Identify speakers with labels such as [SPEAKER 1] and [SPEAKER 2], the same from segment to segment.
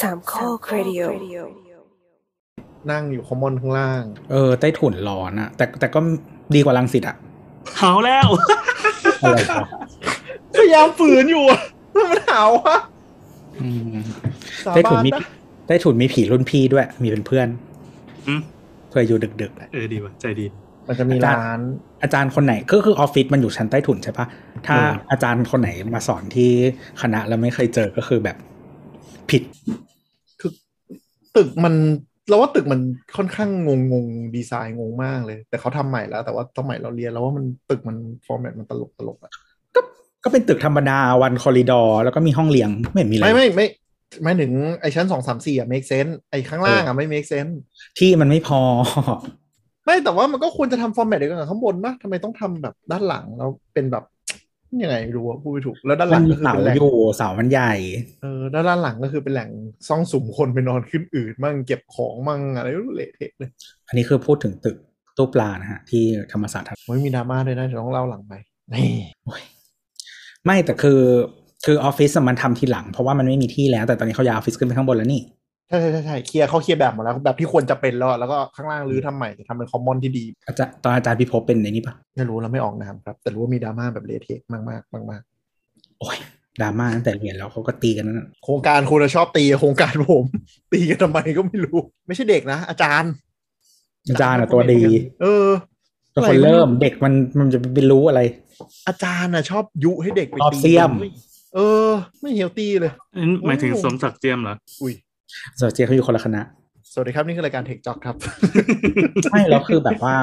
[SPEAKER 1] สามข้อครดิโอ
[SPEAKER 2] นั่งอยู่คอมมอนข้างล่าง
[SPEAKER 3] เออใต้ถุนร้อนอะแต่แต่ก็ดีกว่าลังสิต อะ
[SPEAKER 4] เอาแล้ว
[SPEAKER 3] อะไรครับ
[SPEAKER 2] พยายามฝืนอยู่อะมันหาวะ
[SPEAKER 3] อืม
[SPEAKER 2] สา
[SPEAKER 3] ใต้ถุน
[SPEAKER 2] บาน
[SPEAKER 3] มี
[SPEAKER 2] นะ
[SPEAKER 3] ใต้ถุนมีผีรุ่นพี่ด้วย มีเป็นเพื่อน
[SPEAKER 4] อืม
[SPEAKER 3] เคยอยู่ดึกๆแหละ
[SPEAKER 4] เออดีว่ะใจดี
[SPEAKER 2] มันจะมี
[SPEAKER 3] อาจารย์
[SPEAKER 2] ร้าน
[SPEAKER 3] อาจารย์คนไหนก็คือออฟฟิศมันอยู่ชั้นใต้ถุนใช่ปะถ้า
[SPEAKER 2] อืม
[SPEAKER 3] อาจารย์คนไหนมาสอนที่คณะแล้วไม่เคยเจอก็คือแบบผิด
[SPEAKER 2] ตึกมันเราว่าตึกมันค่อนข้างงงงงดีไซน์งงมากเลย แต่เขาทำใหม่แล้ว แต่ว่าสมัยเราเรียนเราว่ามันตึกมันฟอร์แมตมันตลกตลกอะ
[SPEAKER 3] ก็ก็เป็นตึกธรรมดาวันคอริดอร์แล้วก็มีห้องเลี้ยงไม่เห็นมีอะไร
[SPEAKER 2] ไม่ไม่ไม่หมายถึงไอชั้นสองสามสี่อะ make sense ไอข้างล่างอะไม่ make sense
[SPEAKER 3] ที่มันไม่พอ
[SPEAKER 2] ไม่แต่ว่ามันก็ควรจะทำฟอร์แมตเดียวกันกับข้างบนนะทำไมต้องทำแบบด้านหลังแล้วเป็นแบบ ยังไงไม่รู้อะพูดไม่ถูก แล้วด้านหลั
[SPEAKER 3] มัน
[SPEAKER 2] ง
[SPEAKER 3] มี
[SPEAKER 2] ก็คือเป็นแห
[SPEAKER 3] เสา
[SPEAKER 2] ล่ง
[SPEAKER 3] อยู่เสามันใหญ่
[SPEAKER 2] เออแล้วด้านหลังก็คือเป็นแหล่งซ่องสุมคนไปนอนขึ้นอืดมั่งเก็บของมั่งอะไรไม่รู้เละเทะเลย
[SPEAKER 3] อันนี้คือพูดถึงตึกตู้ปลานะฮะ ที่ธรรมศาสตร์
[SPEAKER 2] โอ้ยมีดราม่าด้วยนะเดี๋ยวต้องเล่าหลังไปนี่
[SPEAKER 3] ไม่แต่คือคือออฟฟิศอะมันทำทีหลัง เพราะว่ามันไม่มีที่แล้วแต่ตอนนี้เขาย้ายออฟฟิศขึ้นไปข้างบนแล้วนี่
[SPEAKER 2] ใช่ใช่ใช่ใช่เคลียร์เขาเคลียร์แบบหมดแล้วแบบที่ควรจะเป็นแล้วอะแล้วก็ข้างล่างรื้อทำใหม่ทำเป็นคอมมอนที่ดี
[SPEAKER 3] อาจารย์ตอนอาจารย์พิภพเป็นในนี้ปะ
[SPEAKER 2] ไม่รู้แล้วไม่ออกนามครับ แต่รู้ว่ามีดราม่าแบบเละเทะมากมากมากมาก
[SPEAKER 3] โอ้ยดราม่าตั้งแต่เรียนแล้วเขาก็ตีกันนั่นนะ
[SPEAKER 2] ๆโครงการคุณอะชอบตีโครงการผม ตีกันทำไมก็ไม่รู้ ไม่ใช่เด็กนะ อาจารย์
[SPEAKER 3] อาจารย์อะตัวดี
[SPEAKER 2] เออ
[SPEAKER 3] เป็นคนเริ่มเด็กมันมันจะไปรู้อะไร
[SPEAKER 2] อาจารย์อะชอบยุให้เด็กไป
[SPEAKER 3] ชอบ
[SPEAKER 2] ตี
[SPEAKER 3] เสี่ยม
[SPEAKER 2] เออ ไม่เฮลตี้เลย
[SPEAKER 4] อันนี้หมายถึง
[SPEAKER 2] โอ้
[SPEAKER 4] สมศักดิ์เจียมเหรอ
[SPEAKER 2] อุ้ย
[SPEAKER 3] สวัสดีเขาอยู่คนละคณะ
[SPEAKER 2] สวัสดีครับนี่คือรายการเทคจ็อกครับ
[SPEAKER 3] ใช่แล้วคือแบบว่า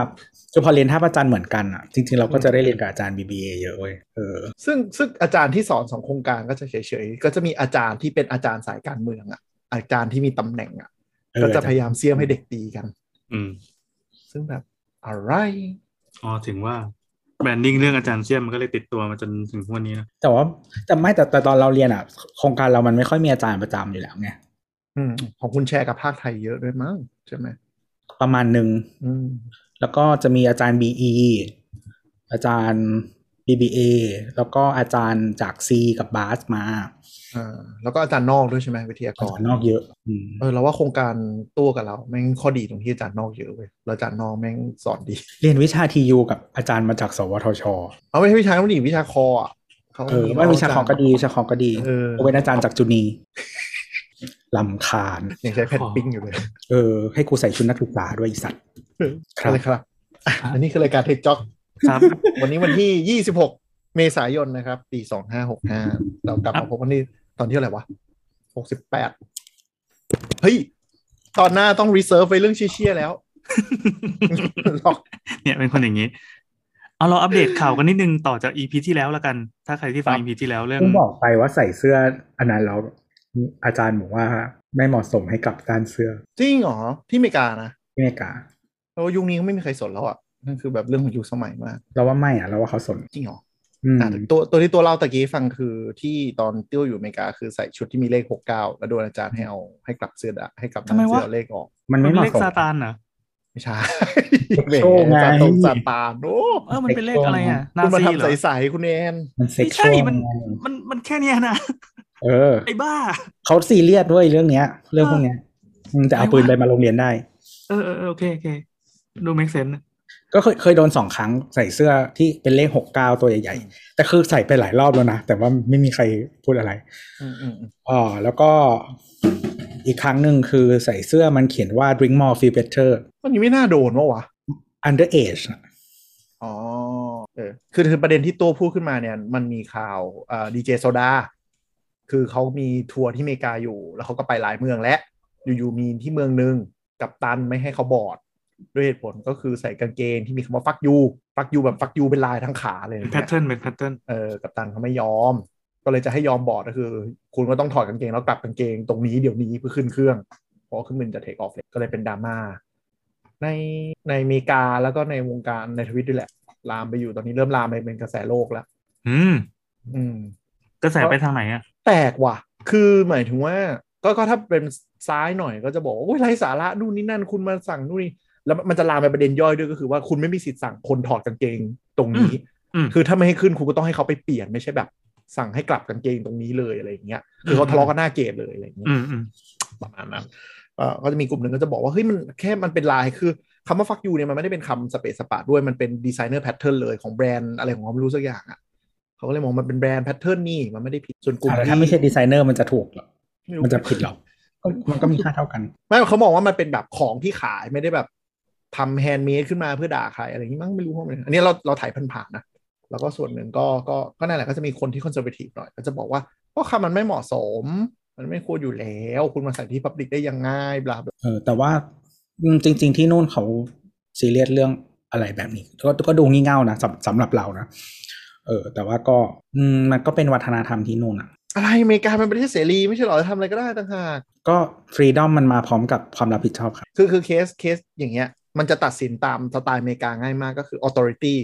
[SPEAKER 3] คือพอเรียนท่าพระจันทร์เหมือนกันอ่ะ จริง ๆ เราก็จะได้เรียนกับอาจารย์ BBA เยอะเว้ยเออ
[SPEAKER 2] ซึ่งซึ่งอาจารย์ที่สอนสองโครงการก็จะเฉยๆ ก็จะมีอาจารย์ที่เป็นอาจารย์สายการเมืองอ่ะ อาจารย์ที่มีตำแหน่งอ่ะ
[SPEAKER 3] เออ
[SPEAKER 2] ก็จะพยายามเสี่ยมให้เด็กตีกัน
[SPEAKER 4] อืม
[SPEAKER 2] ซึ่งแบบอะไร
[SPEAKER 4] อ๋อถึงว่าแบรนดิ้งเรื่องอาจารย์เจียมมันก็เลยติดตัวมาจนถึงทุกวันนี้ นะ
[SPEAKER 3] แต่ว่าแต่ไม่แต่แต่ตอนเราเรียนอ่ะ โครงการเรามันไม่ค่อยมีอาจารย์ประจำอยู่แล้วไง
[SPEAKER 2] อืมของคุณแชร์กับภาคไทยเยอะด้วยมั้งใช่ไหม
[SPEAKER 3] ประมาณหนึ่ง
[SPEAKER 2] อืม
[SPEAKER 3] แล้วก็จะมีอาจารย์ BE อาจารย์ BBA แล้วก็อาจารย์จาก C กับบาสมา
[SPEAKER 2] อ่าแล้วก็อาจารย์นอกด้วยใช่ไหมวิทยาก
[SPEAKER 3] อาจาร รย์นอกเยอะอืม
[SPEAKER 2] เออเราว่าโครงการตัวกับเราแม่งข้อดีตรงที่อาจารย์นอกเยอะเว้ยแล้วอาจารย์นอกแม่งสอนดี
[SPEAKER 3] เรียนวิชาทียูกับอาจารย์มาจาก สวทช
[SPEAKER 2] เอาไม่ใช่วิชาต้องดีวิชาคออ่ะเขา
[SPEAKER 3] เออว่าวิชาคอก็ดีวิชาคอก็ดี
[SPEAKER 2] เออย
[SPEAKER 3] กเว้นอาจารย์จากจุนีลำคาญ
[SPEAKER 2] ยังใช้แพดปิ้งอยู่เลย
[SPEAKER 3] เออ ให้กูใส่ชุดนักศึกษาด้วยอีสัตว์ ครับ
[SPEAKER 2] อะไรครับอ่ะอันนี้คือรายการเทคจ็อก
[SPEAKER 4] ครับ
[SPEAKER 2] วันนี้วันที่ 26 เมษายนนะครับ ปี 2565 เรากลับ
[SPEAKER 4] ครั
[SPEAKER 2] มา
[SPEAKER 4] บ
[SPEAKER 2] พบกันที่ตอนที่อะไหรวะ 68 เฮ้ย ตอนหน้าต้องรีเซิร์ฟไปเรื่องเชี่ยๆแล้ว ล็อก
[SPEAKER 4] เนี่ยเป็นคนอย่างนี้ เอาเราอัปเดตข่าวกันนิดนึงต่อจากอีพีที่แล้วละกัน ถ้าใครที่ฟังอีพีที่แล้วเรื่อง
[SPEAKER 3] เพิ่งบอกไปว่าใส่เสื้ออันนั้นแล้วอาจารย์บอกว่าไม่เหมาะสมให้กับการเสื้อ
[SPEAKER 2] จริงเหรอ ที่อเมริกานะ
[SPEAKER 3] ที่อเมริกา
[SPEAKER 2] เราว่ายุคนี้ก็ไม่มีใครสนแล้วอ่ะ นั่นคือแบบเรื่องของยุคสมัยมาก
[SPEAKER 3] เราว่าไม่อ่ะเราว่าเขาสน
[SPEAKER 2] จริงเหรอ
[SPEAKER 3] อืม
[SPEAKER 2] อ่ะแต่ตัวตัวที่ตัวเราตะกี้ฟังคือที่ตอนเตี้ยวอยู่อเมริกาคือใส่ชุดที่มีเลข 69 แล้วโดนอาจารย์ให้เอาให้กลับเสื้อดะให้กลับด้านเสื้อเอาเลขออก
[SPEAKER 3] มัน
[SPEAKER 4] มั
[SPEAKER 3] ไม่
[SPEAKER 4] น
[SPEAKER 3] เหมาะ
[SPEAKER 4] เป็นเลข
[SPEAKER 3] สม
[SPEAKER 4] ซาตานเหรอ
[SPEAKER 2] ไม่ ใช่
[SPEAKER 3] เด็กโชว์ไง
[SPEAKER 2] ซาตงซาตานโอ้
[SPEAKER 4] เออมันเป็นเลขอะไรอ่ะนา
[SPEAKER 2] คุณมา
[SPEAKER 4] ซีเหร
[SPEAKER 2] ทำ
[SPEAKER 4] อ
[SPEAKER 2] ใสๆคุณแอน
[SPEAKER 3] มันเซ็กชวล
[SPEAKER 4] ไม่ใช่มัน มันมันแค่เนี้ยนะ
[SPEAKER 3] เออ
[SPEAKER 4] ไอ้บ้า
[SPEAKER 3] เขาซีเรียสด้วยเรื่องเนี้ย เรื่องพวกเนี้ยอืมแต่เอาปืนไปมาโรงเรียนได้
[SPEAKER 4] เออเออเออโอเคโอเคดูเมกเซนนะ
[SPEAKER 3] ก็เคยเคยโดนสองครั้งใส่เสื้อที่เป็นเลขหกเก้าตัวใหญ่ๆ แต่คือใส่ไปหลายรอบแล้วนะ แต่ว่าไม่มีใครพูดอะไรอ๋อแล้วก็อีกครั้งหนึ่งคือใส่เสื้อมันเขียนว่า drink more feel better
[SPEAKER 2] มันยังไม่น่าโดนวะวะ
[SPEAKER 3] under age อะ
[SPEAKER 2] อ๋อ เออ คือคือประเด็นที่ตัวพูดขึ้นมาเนี่ย มันมีข่าวเอ่อดีเจโซดา คือเขามีทัวร์ที่อเมริกาอยู่ แล้วเขาก็ไปหลายเมืองและ อยู่ๆมีที่เมืองหนึ่งกับตันไม่ให้เขาบอด ด้วยเหตุผลก็คือใส่กางเกงที่มีคำว่าฟักยู ฟักยูแบบฟักยูเป็นลายทั้งขาเลย
[SPEAKER 4] เป็น
[SPEAKER 2] นะ
[SPEAKER 4] แพท
[SPEAKER 2] เนี่ย
[SPEAKER 4] เทิร์นเป็นแพทเทิร์น
[SPEAKER 2] เออ กับตันเขาไม่ยอม ก็เลยจะให้ยอมบอดก็คือ คุณก็ต้องถอดกางเกงแล้วกลับกางเกงตรงนี้เดี๋ยวนี้เพื่อขึ้นเครื่อง เพราะว่าเครื่องบินจะเทคออฟเลยก็เลยเป็นดราม่าในในอเมริกาแล้วก็ในวงการในทวิตด้วยแหละ ลามไปอยู่ตอนนี้เริ่มลามไปเป็นกระแสโลกแล้ว
[SPEAKER 4] อืม
[SPEAKER 2] อืม
[SPEAKER 4] กระแสไปทางไหนอ่ะ
[SPEAKER 2] แปลกว่ะ คือหมายถึงว่า ก็ก็ถ้าเป็นซ้ายหน่อยก็จะบอกว่าอุ๊ยไร้สาระนู่นนี่นั่นคุณมาสั่งนู่นนี่แล้วมันจะลามไปประเด็นย่อยด้วยก็คือว่าคุณไม่มีสิทธิ์สั่งคนถอดกางเกงตรงนี้
[SPEAKER 4] อืมอืม
[SPEAKER 2] คือถ้าไม่ให้ขึ้นคุณก็ต้องให้เขาไปเปลี่ยนไม่ใช่แบบ สั่งให้กลับกางเกงตรงนี้เลยอะไรอย่างเงี้ย คือเขา
[SPEAKER 4] อืม
[SPEAKER 2] ทะเลาะกันหน้าเกตเลยอะไรอย่างเงี้ย
[SPEAKER 4] อืมอืม
[SPEAKER 2] ประมาณนั้นเอ่อก็จะมีกลุ่มหนึ่งก็จะบอกว่าเฮ้ยมันแค่มันเป็นลายคือคำว่าฟักยูเนี่ยมันไม่ได้เป็นคำสเปซสปาด้วยมันเป็นดีไซเนอร์แพทเทิร์นเลยของแบรนด์อะไรของเขาไม่รู้สักอย่างอ่ะเขาก็เลยมองมันเป็นแบรนด์แพทเทิร์นนี่มันไม่ได้ผิดส่วนกลุ่ม
[SPEAKER 3] อ่ะแล้ว
[SPEAKER 2] ที่
[SPEAKER 3] ถ้าไม่ใช่ดีไซเนอร์มันจะถูกเหรอ
[SPEAKER 2] ไรู้
[SPEAKER 3] มันจะผิดเหรอก็มันก็มีค่าเท่ากัน
[SPEAKER 2] ไม่เขามองว่ามันเป็นแบบของที่ขายไม่ได้แบบทำแฮนด์เมดขึ้นมาเพื่อด่าใครอะไรอย่างนี้มั้งไม่รู้พวกนี้อันนี้เราเราถ่ายผ่านๆนะ แล้วก็ส่วนหนึ่งก็ก็ก็นั่นแหละก็จะมีคนที่คอนเซอร์เวทีฟหน่อย ก็จะบอกว่าก็คำมันไม่เหมาะสม มันไม่ควรอยู่แล้ว คุณมาใส่ที่พับลิกได้ยังไงบลาบลา
[SPEAKER 3] เออแต่ว่าอืมจริง ๆ ที่นู่นเขาซีเรียสเรื่องอะไรแบบนี้ ก็ก็ดูงี่เง่านะสำสำหรับเรานะเออ แต่ว่าก็อืมมันก็เป็นวัฒนธรรมที่นู่นอ่ะ
[SPEAKER 2] อะไรอเมริกามันเป็นประเทศเสรีไม่ใช่เหรอทำอะไรก็ได้ต่างหาก
[SPEAKER 3] ก็ฟรีดอมมันมาพร้อมกับความรับผิดชอบครับ
[SPEAKER 2] คือคือเคสเคสอย่างเงี้ย มันจะตัดสินตามสไตล์อเมริกาง่ายมากก็คือออโต r i ตี้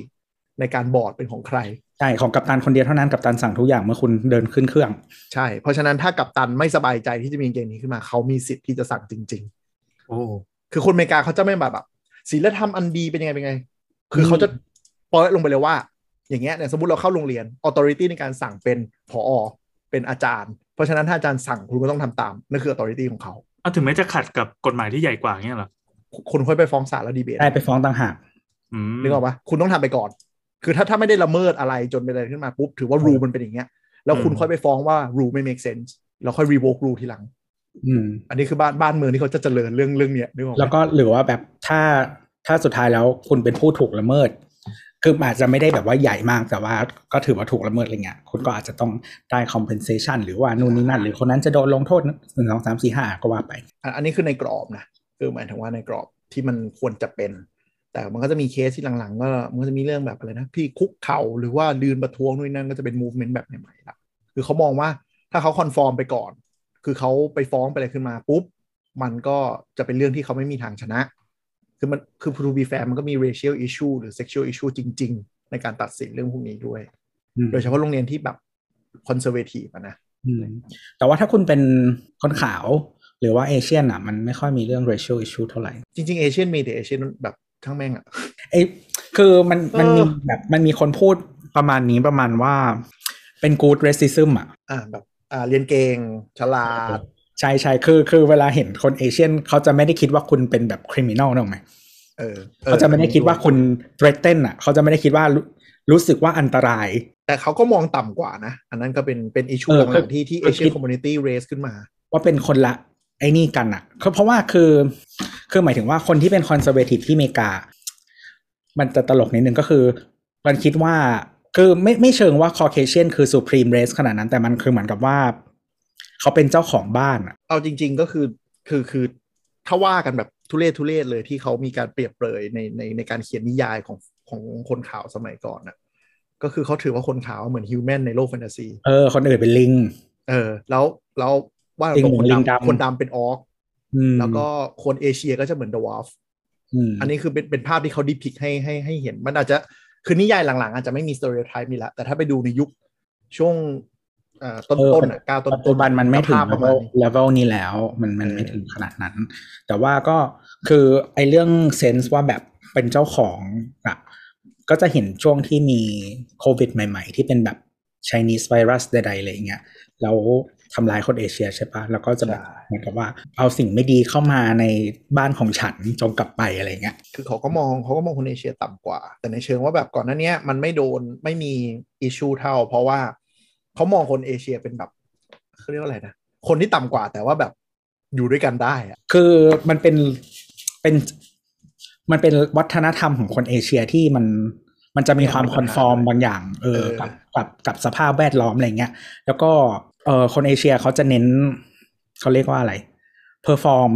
[SPEAKER 2] ในการบอร์ดเป็นของใคร
[SPEAKER 3] ใช่ ของกัปตันคนเดียวเท่านั้นกัปตันสั่งทุกอย่างเมื่อคุณเดินขึ้นเครื่อง
[SPEAKER 2] ใช่ เพราะฉะนั้นถ้ากัปตันไม่สบายใจที่จะมีเกมนี้ขึ้นมาเขามีสิทธิ์ที่จะสั่งจริง ๆ
[SPEAKER 4] โอ้
[SPEAKER 2] คือคนอเมริกาเขาจะไม่แบบแบบศีลธรรมอันดีเป็นยังไงเป็นไง คือเขาจะปล่อยลงไปเลยว่า อย่างเงี้ยเนี่ยสมมติเราเข้าโรงเรียนออ h o ริตี้ในการสั่งเป็นผอเป็นอาจารย์ เพราะฉะนั้นถ้าอาจารย์สั่งคุณก็ต้องทำตามนั่นคือออ h o ริตี้ของเขา
[SPEAKER 4] เอาถึงแม้จะขัดกับกฎหมายที่ใหญ่กว่าเงี้ยเหรอ
[SPEAKER 2] คุณค่อยไปฟ้องศาลแล้วดีเบต
[SPEAKER 3] ได้ไปฟ้องต่างหาก
[SPEAKER 4] อืม
[SPEAKER 2] นึกออกปะคุณต้องทำไปก่อน คือถ้าถ้าไม่ได้ละเมิดอะไรจนไปเลยขึ้นมาปุ๊บถือว่ารูมันเป็นอย่างเงี้ยแล้วคุณค่อยไปฟ้องว่ารูไม่ make sense แล้วค่อย revoke rule ทีหลัง
[SPEAKER 3] อืม
[SPEAKER 2] อันนี้คือบ้านบ้านเมืองที่เขาจะเจริญเรื่องเรื่องเนี้ยนึกออกปะ
[SPEAKER 3] แล้วก็หรือว่าแบบถ้าถ้าสุดท้ายแล้วคุณเป็นผู้ถูกละเมิด คืออาจจะไม่ได้แบบว่าใหญ่มากแต่ว่าก็ถือว่าถูกละเมิดอะไรเงี้ยคุณก็อาจจะต้องได้ compensation หรือว่านู่นนี่นั่น หรือคนนั้นจะโดนลงโทษหนึ่งสองสามสี่ห้าก็ว่าไป
[SPEAKER 2] อันอันนี้คือในกรอบนะคือหมายถึงว่าในกรอบที่มันควรจะเป็น แต่มันก็จะมีเคสที่หลังๆ ก็มันก็จะมีเรื่องแบบอะไรนะ พี่คุกเข่าหรือว่าดืนประท้วงนู่นนั่นก็จะเป็นมูฟเมนต์แบบใหม่ๆละคือเขามองว่าถ้าเขาคอนฟอร์มไปก่อน คือเขาไปฟ้องไปอะไรขึ้นมาปุ๊บ มันก็จะเป็นเรื่องที่เขาไม่มีทางชนะ คือมันคือ to be fair มันก็มี racial issue หรือ sexual issue จริง ๆ ในการตัดสินเรื่องพวกนี้ด้วย
[SPEAKER 3] อืม
[SPEAKER 2] โดยเฉพาะโรงเรียนที่แบบ conservative อะนะ
[SPEAKER 3] อืมแต่ว่าถ้าคุณเป็นคนขาว หรือว่าเอเชียนอ่ะ มันไม่ค่อยมีเรื่อง racial issue เท่าไหร่
[SPEAKER 2] จริงๆเอเชียนมีแต่เอเชียนแบบทั้งแม่งอะ
[SPEAKER 3] เอ้ยคือมันมันมี
[SPEAKER 2] เออ
[SPEAKER 3] แบบมันมีคนพูดประมาณนี้ประมาณว่าเป็น good racism อ่ะ
[SPEAKER 2] อ่าแบบอ่าเรียนเก่งฉลาด
[SPEAKER 3] ใช่ใช่คือคือเวลาเห็นคนเอเชียนเขาจะไม่ได้คิดว่าคุณเป็นแบบ criminal นึกออกไหม
[SPEAKER 2] เออออ
[SPEAKER 3] เขาจะไม่ได้คิดว่าคุณ threaten อ่ะ เขาจะไม่ได้คิดว่ารู้รู้สึกว่าอันตราย
[SPEAKER 2] แต่เขาก็มองต่ำกว่านะ อันนั้นก็เป็นเป็นอิชู
[SPEAKER 3] เออ
[SPEAKER 2] หลังๆที่ที่
[SPEAKER 3] คื
[SPEAKER 2] เอ
[SPEAKER 3] อ
[SPEAKER 2] เชีย
[SPEAKER 3] คิ
[SPEAKER 2] น
[SPEAKER 3] ด
[SPEAKER 2] คอมมูนิตี้เรสขึ้นมา
[SPEAKER 3] ว่าเป็นคนละไอ้นี่กันอ่ะคือเพราะว่าคือคือหมายถึงว่าคนที่เป็น conservative ที่อเมริกา มันจะตลกนิดนึงก็คือ มันคิดว่าคือไม่ไม่เชิงว่า Caucasian คือ supreme race ขนาดนั้น แต่มันคือเหมือนกับว่า เขาเป็นเจ้าของบ้านอ่ะ
[SPEAKER 2] เอาจริง ๆ ก็คือคือคือถ้าว่ากันแบบทุเรศทุเรศเลยที่เขามีการเปรียบเปรยในในในการเขียนนิยายของของคนข่าวสมัยก่อนน่ะก็คือเขาถือว่าคนขาวเหมือนฮิวแมนในโลกแฟนตาซี
[SPEAKER 3] เออ คนอื่นเป็นลิง
[SPEAKER 2] เออ แล้วแล้วว่า
[SPEAKER 3] ลิง
[SPEAKER 2] คน
[SPEAKER 3] ลิงดำ
[SPEAKER 2] ดำคนดำเป็นออก
[SPEAKER 3] อืม
[SPEAKER 2] แล้วก็คนเอเชียก็จะเหมือนดวอฟ
[SPEAKER 3] ม
[SPEAKER 2] อันนี้คือเป็นเป็นภาพที่เขาดิพิกให้ให้ให้เห็น มันอาจจะคือนิยายหลังๆ อาจจะไม่มีสเตอริโอไทป์นี่ละแต่ถ้าไปดูในยุคช่วงเอ่อต้นต้นๆอ่ะก้าวต้น
[SPEAKER 3] ปัจจุบันมันไม่ถึง
[SPEAKER 2] ภาพประมาณ
[SPEAKER 3] level
[SPEAKER 2] นี้
[SPEAKER 3] level นี้แล้ว มันมัน
[SPEAKER 2] เออ
[SPEAKER 3] ไม่ถึงขนาดนั้น แต่ว่าก็คือไอ้เรื่องเซนส์ว่าแบบเป็นเจ้าของอ่ะ ก็จะเห็นช่วงที่มีโควิดใหม่ๆ ที่เป็นแบบ Chinese virus ใดๆอะไรอย่างเงี้ยแล้วทำลายคนเอเชียใช่ปะแล้วก็จะแบบเหมือนกับว่าเอาสิ่งไม่ดีเข้ามาในบ้านของฉันจงกลับไปอะไรอย่างเงี้ย
[SPEAKER 2] คือเขาก็มองเขาก็มองคนเอเชียต่ำกว่า แต่ในเชิงว่าแบบก่อนหน้าเนี้ยมันไม่โดนไม่มีอิชชูเท่า เพราะว่าเขามองคนเอเชียเป็นแบบเขาเรียกว่าอะไรนะคนที่ต่ำกว่าแต่ว่าแบบอยู่ด้วยกันได้อะ
[SPEAKER 3] คือมันเป็นเป็นมันเป็นวัฒนธรรมของคนเอเชียที่มันมันจะมีความคอนฟอร์มบางอย่าง เออกับกับกับสภาพแวดล้อมอะไรเงี้ย แล้วก็เออคนเอเชียเขาจะเน้นเขาเรียกว่าอะไรเพอร์ฟอร์ม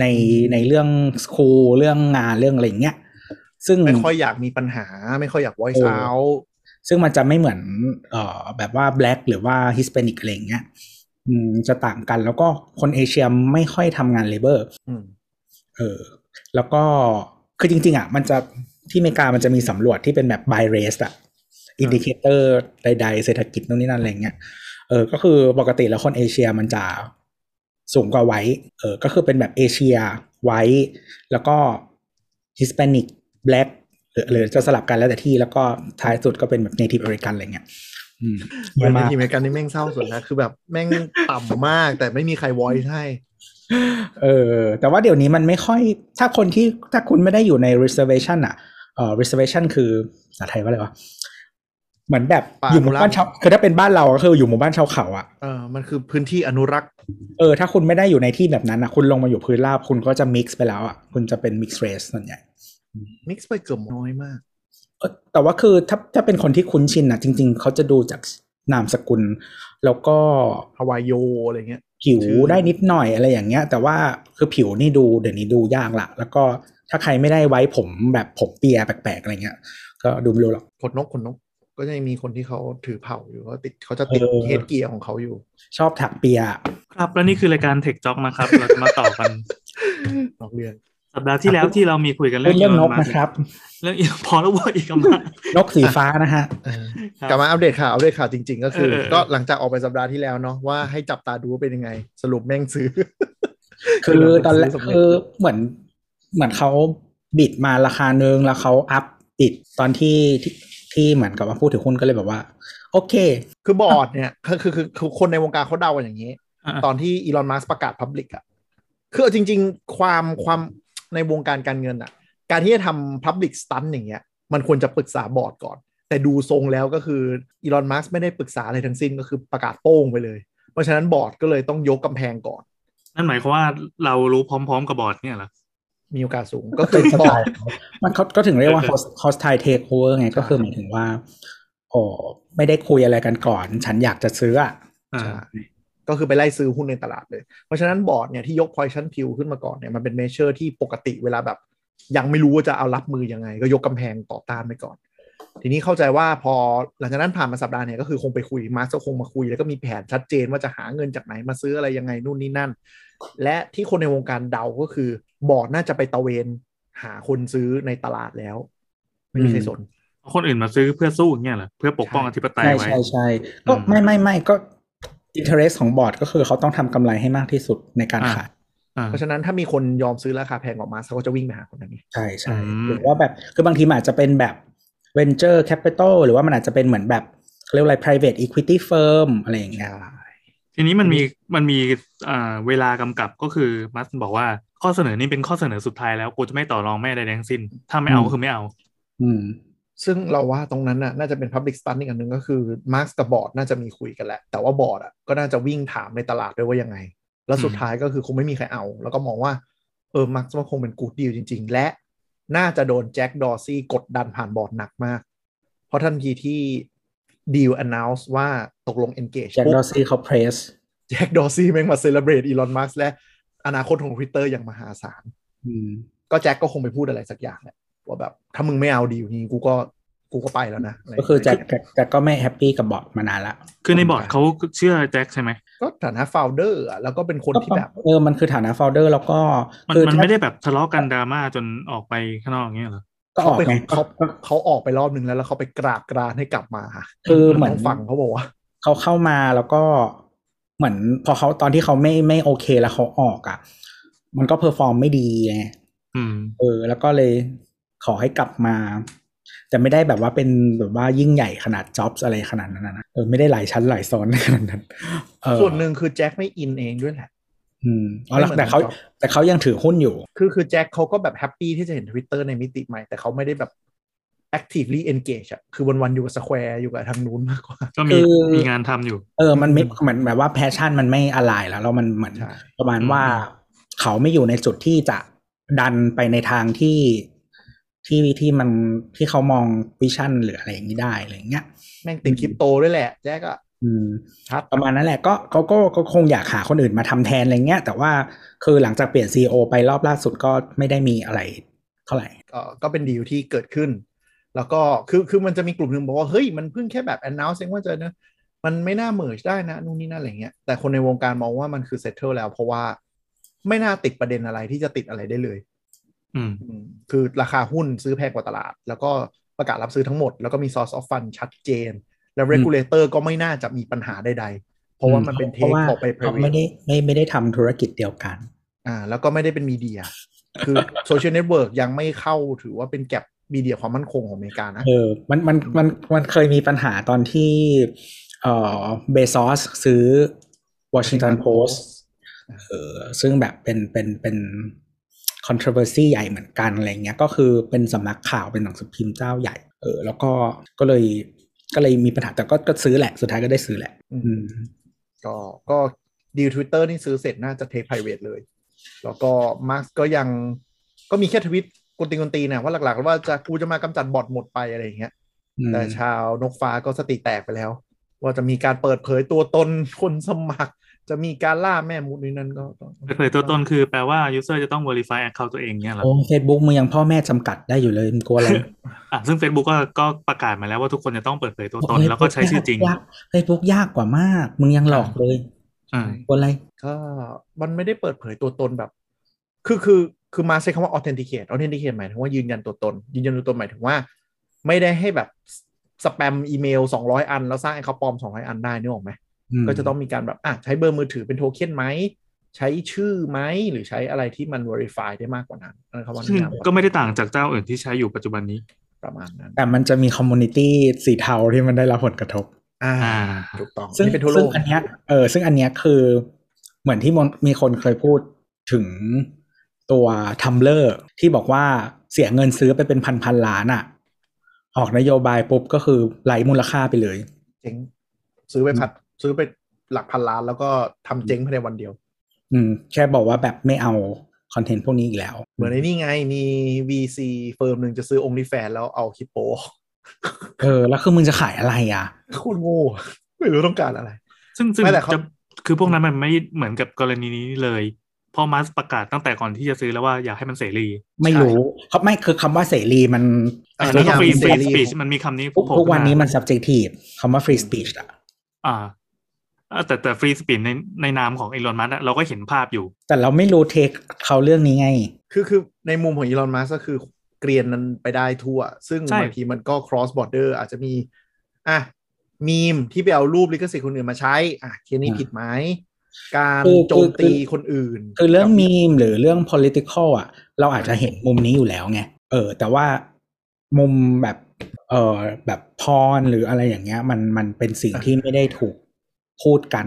[SPEAKER 3] ในในเรื่องสคูลเรื่องงานเรื่องอะไรอย่างเงี้ยซึ่ง
[SPEAKER 2] ไม่ค่อยอยากมีปัญหา ไม่ค่อยอยากไว้
[SPEAKER 3] เออ
[SPEAKER 2] เช้า
[SPEAKER 3] ซึ่งมันจะไม่เหมือนเอ่อแบบว่า black หรือว่า hispanic อะไรอย่างเงี้ยอืมจะต่างกันแล้วก็คนเอเชียไม่ค่อยทำงานเลเบอร์
[SPEAKER 2] อืม
[SPEAKER 3] เออแล้วก็คือจริง ๆ อ่ะ มันจะที่อเมริกามันจะมีสำรวจที่เป็นแบบ by race อ่ะอินดิเคเตอร์ใด ๆ เศรษฐกิจนู่นนี่นั่นอะไรเงี้ยเออก็คือปกติแล้วคนเอเชียมันจะสูงกว่าไว้เออก็คือเป็นแบบเอเชียไว้ แล้วก็ฮิสแปนิกแบล็กหรือจะสลับกันแล้วแต่ที่แล้วก็ท้ายสุดก็เป็นแบบเนทีฟอเมริกันอะไรเงี้ยอืม
[SPEAKER 2] เหมือนใน
[SPEAKER 3] มาก
[SPEAKER 2] ทีมเมกันนี่แม่งเศร้าสุดนะคือแบบแม่งต่ำมากแต่ไม่มีใครวอยให้
[SPEAKER 3] เออ แต่ว่าเดี๋ยวนี้มันไม่ค่อย ถ้าคนที่ถ้าคุณไม่ได้อยู่ใน reservation อ่ะเอ่อ reservation คือภาษาไทยว่าอะไรวะเหมือนแบบ
[SPEAKER 2] ป่า
[SPEAKER 3] อยู่หมู่บ้าน
[SPEAKER 2] อนุรักษ์
[SPEAKER 3] ชาวคือถ้าเป็นบ้านเราก็คืออยู่หมู่บ้านชาวเขาอ่ะ
[SPEAKER 2] เออมันคือพื้นที่อนุรักษ์
[SPEAKER 3] เออถ้าคุณไม่ได้อยู่ในที่แบบนั้นอ่ะ คุณลงมาอยู่พื้นราบคุณก็จะ mix ไปแล้วอ่ะคุณจะเป็น mix race ส่วนใหญ่
[SPEAKER 2] มิกซ์ไปเกือบน้อยมาก
[SPEAKER 3] เอ่อแต่ว่าคือถ้าถ้าเป็นคนที่คุ้นชินนะจริง ๆ เขาจะดูจากนามสกุล แล้วก็
[SPEAKER 2] ฮาวายโยอะไรเงี้ย
[SPEAKER 3] ผิว
[SPEAKER 2] ชื่อ
[SPEAKER 3] ได้นิดหน่อยอะไรอย่างเงี้ย แต่ว่าคือผิวนี่ดูเดี๋ยวนี้ดูยากละแล้วก็ถ้าใครไม่ได้ไว้ผมแบบผมเปียแปลกๆอะไรเงี้ย ก็ดูไม่รู้หรอก
[SPEAKER 2] ขนนกขนนก ก็ยังมีคนที่เขาถือเผ่าอยู่ก็ติดเขาจะติด
[SPEAKER 3] เออ
[SPEAKER 2] เฮดเกียร์ของเขาอยู่
[SPEAKER 3] ชอบถักเปีย
[SPEAKER 4] ครับ แล้วนี่คือรายการเทคจ็อกนะครับ เราจะมาต่อกัน
[SPEAKER 2] นอกเรื่อง
[SPEAKER 4] สัปดาห์ที่แล้วที่เรามีคุยกันเรื่อง
[SPEAKER 3] เรื่องนก
[SPEAKER 4] อีลอมั
[SPEAKER 3] นะครับ
[SPEAKER 4] เรื่องอี พอแล้วเว่าอีกมา
[SPEAKER 3] นกสีฟ้านะฮะ
[SPEAKER 4] ครับ
[SPEAKER 2] กลับมาอัปเดตข่าวอัปเดตข่าวจริง ๆ ก็คือ
[SPEAKER 4] เออเออ
[SPEAKER 2] ก็หลังจากออกไปสัปดาห์ที่แล้วเนาะว่าให้จับตาดูว่าเป็นยังไง สรุปแม่งซื้อ
[SPEAKER 3] คือตอนแรก
[SPEAKER 2] ซื้สำเจ
[SPEAKER 3] คือเหมือนเหมือนเขาบิดมาราคาหนึ่งแล้วเขาอัพบิดตอนที่ที่ที่เหมือนกับว่าพูดถึงหุ้นก็เลยแบบว่า โอเค
[SPEAKER 2] คือบอร์ดเนี่ยคือคือคือคือคนในวงการเขาเดากันอย่างนี้
[SPEAKER 4] อ่ะ
[SPEAKER 2] ตอนที่อีลอนมัสประกาศพับลิกอ่ะคือเอาจริง ๆ ความความในวงการการเงินอ่ะ การที่จะทำพับลิกสตันอย่างเงี้ย มันควรจะปรึกษาบอร์ดก่อน แต่ดูทรงแล้วก็คืออีลอนมัสไม่ได้ปรึกษาอะไรทั้งสิ้นก็คือประกาศโป้งไปเลย เพราะฉะนั้นบอร์ดก็เลยต้องยกกำแพงก่อน
[SPEAKER 4] นั่นหมายความว่าเรารู้พร้อมๆกับบอร์ดเนี่ยเหรอ
[SPEAKER 2] มีโอกาสสูงก็คื
[SPEAKER 3] เป็
[SPEAKER 2] อน
[SPEAKER 3] ส
[SPEAKER 2] บ
[SPEAKER 3] ไต
[SPEAKER 2] อร์ด
[SPEAKER 3] ล์เขามันเขาก็ถึงเรียกว่า
[SPEAKER 4] เออ
[SPEAKER 3] host hostile takeover ไงก็คือหมายถึงว่า โอ้ไม่ได้คุยอะไรกันก่อน ฉันอยากจะซื้ออะ
[SPEAKER 4] อ่า
[SPEAKER 2] ใช่ก็คือไปไล่ซื้อหุ้นในตลาดเลย เพราะฉะนั้นบอร์ดเนี่ยที่ยก poison pill ขึ้นมาก่อนเนี่ยมันเป็นเมเชอร์ที่ปกติเวลาแบบ ยังไม่รู้ว่าจะเอารับมือยังไง ก็ยกกำแพงต่อต้านไปก่อน ทีนี้เข้าใจว่าพอหลังจากนั้นผ่านมาสัปดาห์เนี่ยก็คือคงไปคุยมาร์กก็คงมาคุย แล้วก็มีแผนชัดเจนว่าจะหาเงินจากไหนมาซื้ออะไรยังไงนู่นนี่นั่น และที่คนในวงการเดาก็คือบอร์ดน่าจะไปตะเวนหาคนซื้อในตลาดแล้ว ไม่มีใครสน
[SPEAKER 4] คนอื่นมาซื้อเพื่อสู้อย่างเงี้ยเหรอเพื่อปกป้องอธิปไตย
[SPEAKER 3] ใช่
[SPEAKER 4] ไว้
[SPEAKER 3] ใช่ใช่ก็
[SPEAKER 4] อืม
[SPEAKER 3] ไม่ไม่ไม่ก็ interest ของบอร์ดก็คือเขาต้องทำกำไรให้มากที่สุดในการ
[SPEAKER 4] อ่า
[SPEAKER 3] ขาย
[SPEAKER 4] อ่า
[SPEAKER 2] เพราะฉะนั้นถ้ามีคนยอมซื้อราคาแพงกว่ามาร์กก็จะวิ่งไปหาคนนั้นไง
[SPEAKER 3] ใช่ใช่
[SPEAKER 4] อืม
[SPEAKER 3] หรือว่าแบบคือบางทีมันอาจจะเป็นแบบ venture capital หรือว่ามันอาจจะเป็นเหมือนแบบเขาเรียกอะไร private equity firm อะไรอย่างเงี้ย
[SPEAKER 4] ทีนี้มันมีมันมีอ่าเวลากำกับก็คือมัสบอกว่าข้อเสนอนี้เป็นข้อเสนอสุดท้ายแล้วกูจะไม่ต่อรองแม่ใดทั้งสิ้น ถ้าไม่เอาก็คือไม่เอา
[SPEAKER 3] อืม
[SPEAKER 2] ซึ่งเราว่าตรงนั้นน่ะน่าจะเป็น Public s t a n d i n g อันหนึ่งก็คือมาร์กกับบอร์ดน่าจะมีคุยกันแหละ แต่ว่าบอร์ดอ่ะก็น่าจะวิ่งถามในตลาดด้วยว่ายังไง แล้วสุด
[SPEAKER 4] อืม
[SPEAKER 2] ท้ายก็คือคงไม่มีใครเอา แล้วก็มองว่า เออมาร์กมันคงเป็นกูดดีลจริง ๆ และน่าจะโดนแจ็คดอร์ซี่กดดันผ่านบอร์ดหนักมาก เพราะทันทีที่ดีล announce ว่าตกลง engage
[SPEAKER 3] แจ็ค
[SPEAKER 2] ปุ๊บ
[SPEAKER 3] ดอซี่เขา press
[SPEAKER 2] แจ็คดอร์ซี่แม่งมาเซเลบรตอีลอนมาร์กและอนาคตของ Twitter อย่างมหาศาล
[SPEAKER 3] อืม
[SPEAKER 2] ก็แจ็คก็คงไปพูดอะไรสักอย่างแหละว่าแบบถ้ามึงไม่เอาดีลนี้กูก็กูก็ไปแล้วนะะไรย่าง
[SPEAKER 3] ก็
[SPEAKER 2] เงี้ย
[SPEAKER 3] คือแจ็คแจ็คแจ็คก็ไม่แฮปปี้กับบอร์ดมานานละ
[SPEAKER 4] คือในบอร์ดเขาเชื่อแจ็คใช่ไหม
[SPEAKER 2] ก็ฐานะโฟลเดอร์อะแล้วก็เป็นคนที่แบบ
[SPEAKER 3] เออ มันคือฐานะโฟลเดอร์แล้วก็
[SPEAKER 4] มัน
[SPEAKER 3] คือ
[SPEAKER 4] มัน
[SPEAKER 3] ถ้า
[SPEAKER 4] ไม่ได้แบบทะเลาะกันดราม่าจนออกไปข้างนอกอย่างเงี้ยเหรอ
[SPEAKER 3] ก็ออกไง
[SPEAKER 2] เขาไปเขาเขาออกไปรอบนึงแล้วแล้วเขาไปกราบกรานให้กลับมา
[SPEAKER 3] คือเหมือน
[SPEAKER 2] ต้งฟังเขาบอกว่า
[SPEAKER 3] เขาเข้ามาแล้วก็เหมือนพอเขาตอนที่เขาไม่ไม่โอเคแล้วเขาออกอ่ะ มันก็เพอร์ฟอร์มไม่ดีไง
[SPEAKER 4] อืม
[SPEAKER 3] เออ แล้วก็เลยขอให้กลับมา แต่ไม่ได้แบบว่าเป็นแบบว่ายิ่งใหญ่ขนาดจ็อบอะไรขนาดนั้นนะเออไม่ได้หลายชั้นหลายซ้อน ขนาดนั้นเออ
[SPEAKER 2] ส่วนหนึ่งคือแจ็คไม่อินเองด้วยแหละ
[SPEAKER 3] อืมอ๋อแล้วแต่เขา
[SPEAKER 2] ไม่เหมือน
[SPEAKER 3] แต่เขายังถือหุ้นอยู่
[SPEAKER 2] คือคือแจ็คเขาก็แบบแฮปปี้ที่จะเห็นทวิตเตอร์ในมิติใหม่ แต่เขาไม่ได้แบบ actively engage อะคือวันวันๆอยู่กับสแควร์อยู่กับทางนู้นมากกว่า
[SPEAKER 4] ก็มี
[SPEAKER 3] คือ
[SPEAKER 4] มีงานทำอยู่
[SPEAKER 3] เออ มันไม่เหมือนแบบว่าแพชชั่นมันไม่อะไรแล้วแล้วมันเหมือน
[SPEAKER 2] ใช่
[SPEAKER 3] ประมาณ
[SPEAKER 4] อืม
[SPEAKER 3] ว่าเขาไม่อยู่ในจุดที่จะดันไปในทางที่ที่ที่มันที่เขามองวิชั่นหรืออะไรอย่างนี้ได้อะไรอย่างเงี้ย
[SPEAKER 2] แม่งติดคริปโตด้วยแหละ แจ็คอะ
[SPEAKER 3] อืม
[SPEAKER 2] ชัด
[SPEAKER 3] ประมาณนั้นแหละก็เขาก็ก็คงอยากหาคนอื่นมาทำแทนอะไรเงี้ย แต่ว่าคือหลังจากเปลี่ยนซีอไปรอบล่าสุดก็ไม่ได้มีอะไรเท่าไหร่
[SPEAKER 2] เอ่อก็เป็นดีลที่เกิดขึ้น แล้วก็คือคือมันจะมีกลุ่มหนึ่งบอกว่า เฮ้ย มันเพิ่งแค่แบบ announce เองว่าจะเนอะมันไม่น่าเมิร์ได้นะนู่นนี่นั่นอะไรเงี้ยแต่คนในวงการมองว่ามันคือ settle แล้ว เพราะว่าไม่น่าติดประเด็นอะไรที่จะติดอะไรได้เลย
[SPEAKER 4] อืม
[SPEAKER 2] อืมคือราคาหุ้นซื้อแพงกว่าตลาด แล้วก็ประกาศรับซื้อทั้งหมด แล้วก็มี source of fund ชัดเจน แล้ว regulator ก็ไม่น่าจะมีปัญหาใดๆ เพราะว่ามันเป็นเท
[SPEAKER 3] เพราะ
[SPEAKER 2] ค
[SPEAKER 3] ว่า
[SPEAKER 2] ออกไป
[SPEAKER 3] เขาไม่
[SPEAKER 2] private
[SPEAKER 3] ได้ไม่ไม่ได้ทำธุรกิจเดียวกัน
[SPEAKER 2] อ่าแล้วก็ไม่ได้เป็นมีเดีย คือ social network ยังไม่เข้าถือว่าเป็นแก็บมีเดียความมั่นคงของอเมริกานะ
[SPEAKER 3] เออ มันมันมันมันเคยมีปัญหาตอนที่เออเบซอสซื้อ Washington Post เออซึ่งแบบเป็นเป็นเป็น controversy ใหญ่เหมือนกันอะไรเงี้ยก็คือเป็นสำนักข่าวเป็นหนังสือพิมพ์เจ้าใหญ่ เออ แล้วก็ก็เลยก็เลยมีปัญหาแต่ก็ก็ซื้อแหละสุดท้ายก็ได้ซื้อแหละ
[SPEAKER 2] อืม
[SPEAKER 3] อืม
[SPEAKER 2] ก็ก็ดีลทวิตเตอร์นี่ซื้อเสร็จน่าจะเทคไพรเวทเลย แล้วก็มาร์กก็ยังก็มีแค่ทวิตกุนตีนกุนตีนนะว่าหลักๆ ว่าจะกูจะมากำจัดบอทหมดไปอะไรอย่างเงี้ย
[SPEAKER 3] อืม
[SPEAKER 2] แต่ชาวนกฟ้าก็สติแตกไปแล้ว ว่าจะมีการเปิดเผยตัวตนคนสมัคร จะมีการล่าแม่มุดนี่นั่นก็ก็
[SPEAKER 4] เปิดเผยตัวตนคือแปลว่า user จะต้อง verify account ตัวเองเนี่ยเหรอ
[SPEAKER 3] โอ้เฟซบุ๊กมึงยังพ่อแม่จำกัดได้อยู่เลยมึงกลัวอะไร
[SPEAKER 4] อ่ะซึ่ง Facebook ก็ก็ประกาศมาแล้วว่าทุกคนจะต้องเปิดเผยตัวตน แล้วก็ใช้ชื่อจริง
[SPEAKER 3] เฟซบุ๊กยากกว่ามาก มึงยังหลอกเลย
[SPEAKER 4] อ่า
[SPEAKER 3] กลัวอะไร
[SPEAKER 2] ก็มันไม่ได้เปิดเผยตัวตนแบบ คือคือคือมาใช้คำว่า authenticate authenticate หมายถึงว่ายืนยันตัวตน ยืนยันตัวตนหมายถึงว่า ไม่ได้ให้แบบสแปมอีเมล200 อัน แล้วสร้างไอ้เขาปลอม200 อันได้นึกออกไหม ก็จะต้องมีการแบบอ่ะใช้เบอร์มือถือเป็นโทเค็นไหม ใช้ชื่อไหม หรือใช้อะไรที่มัน verify ได้มากกว่านั้นอันนะครับว่า
[SPEAKER 4] ซึ่ง
[SPEAKER 2] นิยาม
[SPEAKER 4] ก็ไม่ได้ต่างจากเจ้าอื่นที่ใช้อยู่ปัจจุบันนี้
[SPEAKER 2] ประมาณนั้น
[SPEAKER 3] แต่มันจะมีคอมมูนิตี้สีเทาที่มันได้รับผลกระทบ
[SPEAKER 2] อ่า
[SPEAKER 4] อ่า
[SPEAKER 2] ถูกต้อง
[SPEAKER 3] ซึ่ง
[SPEAKER 2] นี่เป็นทั่วโล
[SPEAKER 3] ซึ่ง
[SPEAKER 2] ก
[SPEAKER 3] อันเนี้ยเออซึ่งอันเนี้ยคือเหมือนที่มนมีคนเคยพูดถึงตัวทัมเลอร์ที่บอกว่าเสียเงินซื้อไปเป็นพันพันๆล้านอะ่ะ ออกนโยบายปุ๊บก็คือไร้มูลค่าไปเลย
[SPEAKER 2] เจ๊งซื้อไปพัดซื้อไปหลักพันล้านแล้วก็ทำเจ๊งภายในวันเดียว
[SPEAKER 3] อืม แค่บอกว่าแบบไม่เอาคอนเทนต์พวกนี้อีกแล้ว
[SPEAKER 2] เหมือนในนี่ไงมี VC เฟิร์มหนึ่งจะซื้อ OnlyFans แล้วเอาคิปโปออก
[SPEAKER 3] เออ แล้วคือมึงจะขายอะไรอ่ะ
[SPEAKER 2] โคตรโง่ไม่รู้ต้องการอะไร
[SPEAKER 4] ซึ่งซึ่ง
[SPEAKER 2] ไม่แต่เขา
[SPEAKER 4] จะคือพวกนั้นมันไม่เหมือนกับกรณีนี้เลยเพอมัสประกาศตั้งแต่ก่อนที่จะซื้อแล้วว่าอยากให้มันเสรี
[SPEAKER 3] ไม่รู้เขาไม่คือคำว่าเสรีมัน
[SPEAKER 2] อ่ะ
[SPEAKER 4] แล้วก็ฟรี
[SPEAKER 2] นิยาม
[SPEAKER 4] ฟรี
[SPEAKER 2] เสรี
[SPEAKER 4] สปีชมันมีคำนี้
[SPEAKER 3] ทุก
[SPEAKER 4] โผล่
[SPEAKER 3] ทุกวันนี้
[SPEAKER 4] ขึ้า
[SPEAKER 3] มัน subjective คำว่า free speech อะ
[SPEAKER 4] อ่าอ่ะแต่แต่ฟรีสปีชในในนามของอีลอนมัสเราก็เห็นภาพอยู่
[SPEAKER 3] แต่เราไม่รู้เทคเขาเรื่องนี้ไง
[SPEAKER 2] คือคือในมุมของอีลอนมัสก็คือเกรียนนั้นไปได้ทั่ว ซึ่ง
[SPEAKER 4] ใช่
[SPEAKER 2] บางทีมันก็ cross border อาจจะมีอ่ะมีมที่ไปเอารูปลิขสิทธิ์คนอื่นมาใช้อ่ะเคสนี้
[SPEAKER 3] อ่ะ
[SPEAKER 2] ผิดไหมการ
[SPEAKER 3] คือ
[SPEAKER 2] โจมตี
[SPEAKER 3] คือ
[SPEAKER 2] คนอื่น
[SPEAKER 3] คือเรื่อง
[SPEAKER 2] กับ
[SPEAKER 3] มีมหรือเรื่อง political อะเราอาจจะเห็นมุมนี้อยู่แล้วไง เออ แต่ว่ามุมแบบเออแบบพรหรืออะไรอย่างเงี้ย มันมันเป็นสิ่งที่ไม่ได้ถูกพูดกัน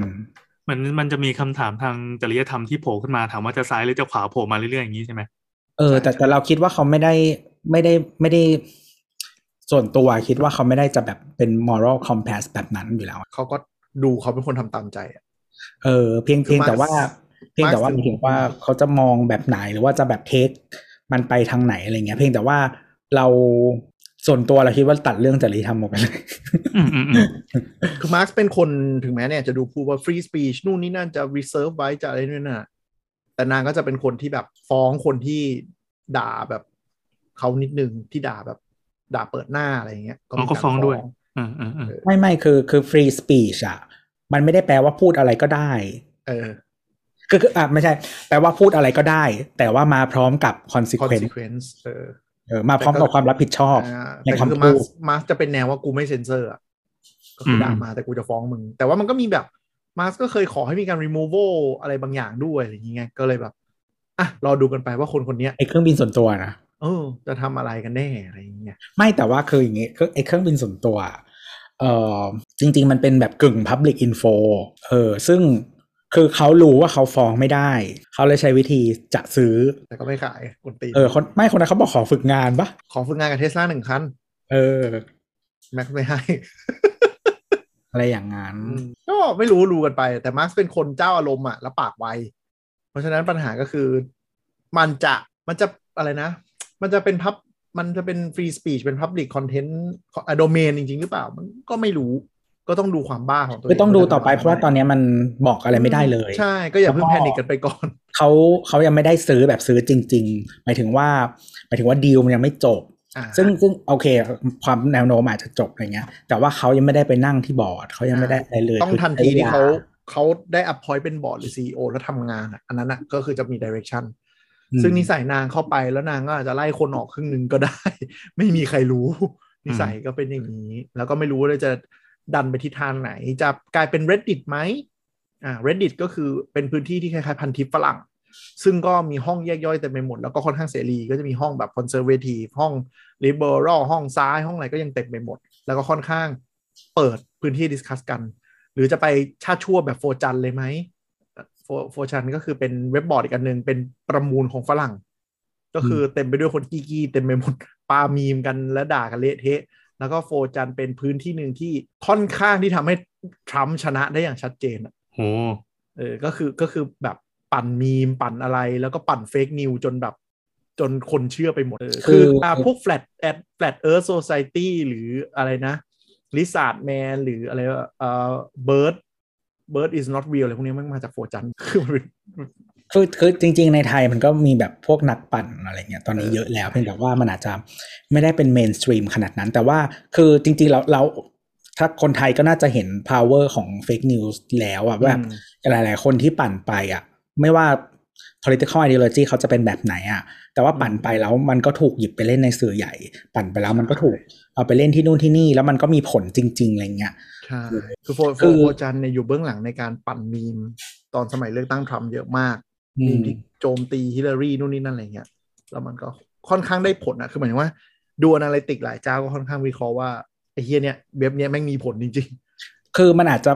[SPEAKER 4] มันมันจะมีคำถามทางจริยธรรมที่โผล่ขึ้นมาถามว่าจะซ้ายหรือจะขวาโผล่มาเรื่อยๆอย่างนี้ใช่ไหม
[SPEAKER 3] เออ แต่แต่เราคิดว่าเขาไม่ได้ไม่ได้ไม่ได้ ส่วนตัวคิดว่าเขาไม่ได้จะแบบเป็น moral compass แบบนั้นอยู่แล้ว
[SPEAKER 2] เขาก็ดูเขาเป็นคนทำตามใจอ่ะ
[SPEAKER 3] เออเพียง
[SPEAKER 2] คือ
[SPEAKER 3] เพียงแต่
[SPEAKER 2] Marx
[SPEAKER 3] ว่า เพียงแต่ว่า
[SPEAKER 2] Marx
[SPEAKER 3] หมายถึงว่าเขาจะมองแบบไหนหรือว่าจะแบบเทคมันไปทางไหนอะไรเงี้ย เพียงแต่ว่าเราส่วนตัวเราคิดว่าตัดเรื่องจริยธรรมออกไปเลย
[SPEAKER 4] อืมอืมอืม
[SPEAKER 2] คือมาร์กเป็นคนถึงแม้เนี่ยจะดูพูดว่า free speech นู่นนี่นั่นจะ reserve ไว้จะอะไรนู่นน่ะ แต่นางก็จะเป็นคนที่แบบฟ้องคนที่ด่าแบบเขานิดนึงที่ด่าแบบด่าเปิดหน้าอะไรอย่างเงี้ยมี
[SPEAKER 4] เราก็
[SPEAKER 2] าร
[SPEAKER 4] ฟ้องด้วยอืมอืมอืม
[SPEAKER 3] ไม่ไม่คือคือ free speech อ่ะ มันไม่ได้แปลว่าพูดอะไรก็ได้
[SPEAKER 2] เออ
[SPEAKER 3] คือคืออ่ะไม่ใช่ แปลว่าพูดอะไรก็ได้ แต่ว่ามาพร้อมกับ consequence
[SPEAKER 2] consequence เออ
[SPEAKER 3] เออมาพร้อมกับความรับผิดชอบ
[SPEAKER 2] อ่า
[SPEAKER 3] ใน
[SPEAKER 2] แต่คือ
[SPEAKER 3] คำพู
[SPEAKER 2] มาร์
[SPEAKER 3] ด
[SPEAKER 2] คมาร์คจะเป็นแนวว่ากูไม่เซ็นเซอร์อะก็คือด่ามาแต่กูจะฟ้องมึง แต่ว่ามันก็มีแบบมาร์คก็เคยขอให้มีการ removal อะไรบางอย่างด้วยอะไรอย่างเงี้ยก็เลยแบบอ่ะรอดูกันไปว่าคนคนเนี้ย
[SPEAKER 3] ไอ้เครื่องบินส่วนตัวนะ
[SPEAKER 2] เออ จะทำอะไรกันแน่อะไรอย่างเงี้ย
[SPEAKER 3] ไม่แต่ว่าคืออย่างงี้คือไอ้เครื่องบินส่วนตัวอะเออจริง ๆ มันเป็นแบบกึ่ง Public Info เออซึ่งคือเขารู้ว่าเขาฟ้องไม่ได้ เขาเลยใช้วิธีจะซื้อ
[SPEAKER 2] แต่ก็ไม่ขายคนตีน
[SPEAKER 3] เออคนไม่คนนั้นเขาบอกขอฝึกงานปะ
[SPEAKER 2] ขอฝึกงานกับเทสลาหนึ่งคัน
[SPEAKER 3] เออ
[SPEAKER 2] แม็กไม่ให้
[SPEAKER 3] อะไรอย่างนั้น
[SPEAKER 2] ก็ไม่รู้รู้กันไป แต่มาร์คเป็นคนเจ้าอารมณ์อะแล้วปากไว เพราะฉะนั้นปัญหาก็คือมันจะมันจะอะไรนะ มันจะเป็นพับมันจะเป็นฟรีสปีชเป็นพับลิกคอนเทนต์อะโดเมนจริง ๆ หรือเปล่า มันก็ไม่รู้ก็ต้องดูความบ้าของตัวเอง
[SPEAKER 3] ก็ต้องดูต่อไปเพราะว่าตอนเนี้ยมันบอกอะไรไม่ได้เลย
[SPEAKER 2] ใช่ก็อย่าเพิ่ง
[SPEAKER 3] แล้วก็
[SPEAKER 2] แพนิคกันไปก่อน
[SPEAKER 3] เขาเขายังไม่ได้ซื้อแบบซื้อจริง ๆ หมายถึงว่าหมายถึงว่าดีลมันยังไม่จบ
[SPEAKER 2] อ่า
[SPEAKER 3] ซึ่งซึ่งโอเค ความแนวโน้มอาจจะจบอะไรเงี้ย แต่ว่าเขายังไม่ได้ไปนั่งที่บอร์ดเขายังไม่ได้อะไรเลย
[SPEAKER 2] ต้อง
[SPEAKER 3] คือ
[SPEAKER 2] ทันทีที่
[SPEAKER 3] ใช้วล
[SPEAKER 2] เขาเขาได้อัพพอยต์เป็นบอร์ดหรือซีอแล้วทำงานอะอันนั้นอะก็คือจะมีดิเรกชัน
[SPEAKER 3] อืม
[SPEAKER 2] ซึ่งนิสัยนางเข้าไปแล้วนางก็อาจจะไล่คนออกครึ่งหนึ่งก็ได้ ไม่มีใครรู้ นิสัยก็เป็นอย่างนี้ แล้วก็ไม่รู้ว่าจะดันไปทิศทางไหน จะกลายเป็น reddit ไหมอ่า reddit ก็คือเป็นพื้นที่ที่คล้ายๆพันทิปฝรั่ง ซึ่งก็มีห้องแยกย่อยเต็มไปหมด แล้วก็ค่อนข้างเสรีก็จะมีห้องแบบ conservative ห้อง liberal ห้องซ้ายห้องอะไรก็ยังเต็มไปหมด แล้วก็ค่อนข้างเปิดพื้นที่ดิสคัสกัน หรือจะไปชาติชั่วแบบโฟร์จันเลยไหม โฟโฟชันก็คือเป็นเว็บบอร์ดอีกอันหนึ่งเป็นประมูลของฝรั่ง ก็คือเต็มไปด้วยคนกี้กี้ๆเต็มไปหมดปามีมกันและด่ากันเละเทะ แล้วก็โฟชันเป็นพื้นที่หนึ่งที่ค่อนข้างที่ทำให้ทรัมป์ชนะได้อย่างชัดเจนอะ
[SPEAKER 4] โห
[SPEAKER 2] เออ ก็คือ ก็คือแบบปั่นมีม ปั่นอะไร แล้วก็ปั่นเฟกนิวจนแบบ จนคนเชื่อไปหมดเออ
[SPEAKER 3] คื
[SPEAKER 2] คือ ออ่าพวกแฟลตแอดแฟลตเอิร์ธโซซตี้หรืออะไรนะลิซาร์ดแมนหรืออะไรว่าเอ่อเบิร์ดเบิร์ด is not real อะไรพวกนี้มันมาจากโฟจั น คือมันเป็น
[SPEAKER 3] คือคือจริง ๆ ในไทยมันก็มีแบบพวกนักปั่นอะไรเงี้ยตอนนี้เยอะแล้วเพียงแต่ว่ามันอาจจะไม่ได้เป็นเมนสตรีมขนาดนั้น แต่ว่าคือจริง ๆ เราเราถ้าคนไทยก็น่าจะเห็น power ของ fake news แล้วอะแบบ
[SPEAKER 2] อืม
[SPEAKER 3] หลาย ๆ คนที่ปั่นไปอะไม่ว่า political ideology เขาจะเป็นแบบไหนอะแต่ว่าปั่นไปแล้วมันก็ถูกหยิบไปเล่นในสื่อใหญ่ ปั่นไปแล้วมันก็ถูกเอาไปเล่นที่นู่นที่นี่แล้วมันก็มีผลจริง ๆ อะไรเงี้ย
[SPEAKER 2] ใช่คือโฟโฟ
[SPEAKER 3] คือ
[SPEAKER 2] โฟจันเนี่ยอยู่เบื้องหลังในการปั่นมีม ตอนสมัยเลือกตั้งทรัมป์เยอะมาก
[SPEAKER 3] อื
[SPEAKER 2] มี
[SPEAKER 3] ม
[SPEAKER 2] ที่โจมตีฮิลลารีนู่นนี่นั่นอะไรเงี้ย แล้วมันก็ค่อนข้างได้ผลนะคือหมายถึงว่า ดูอนาลิติกหลายเจ้าก็ค่อนข้างวิเคราะห์ว่า ไอ้เฮียเนี่ยเว็บเนี่ยแม่งมีผลจริง
[SPEAKER 3] คือมันอาจจะ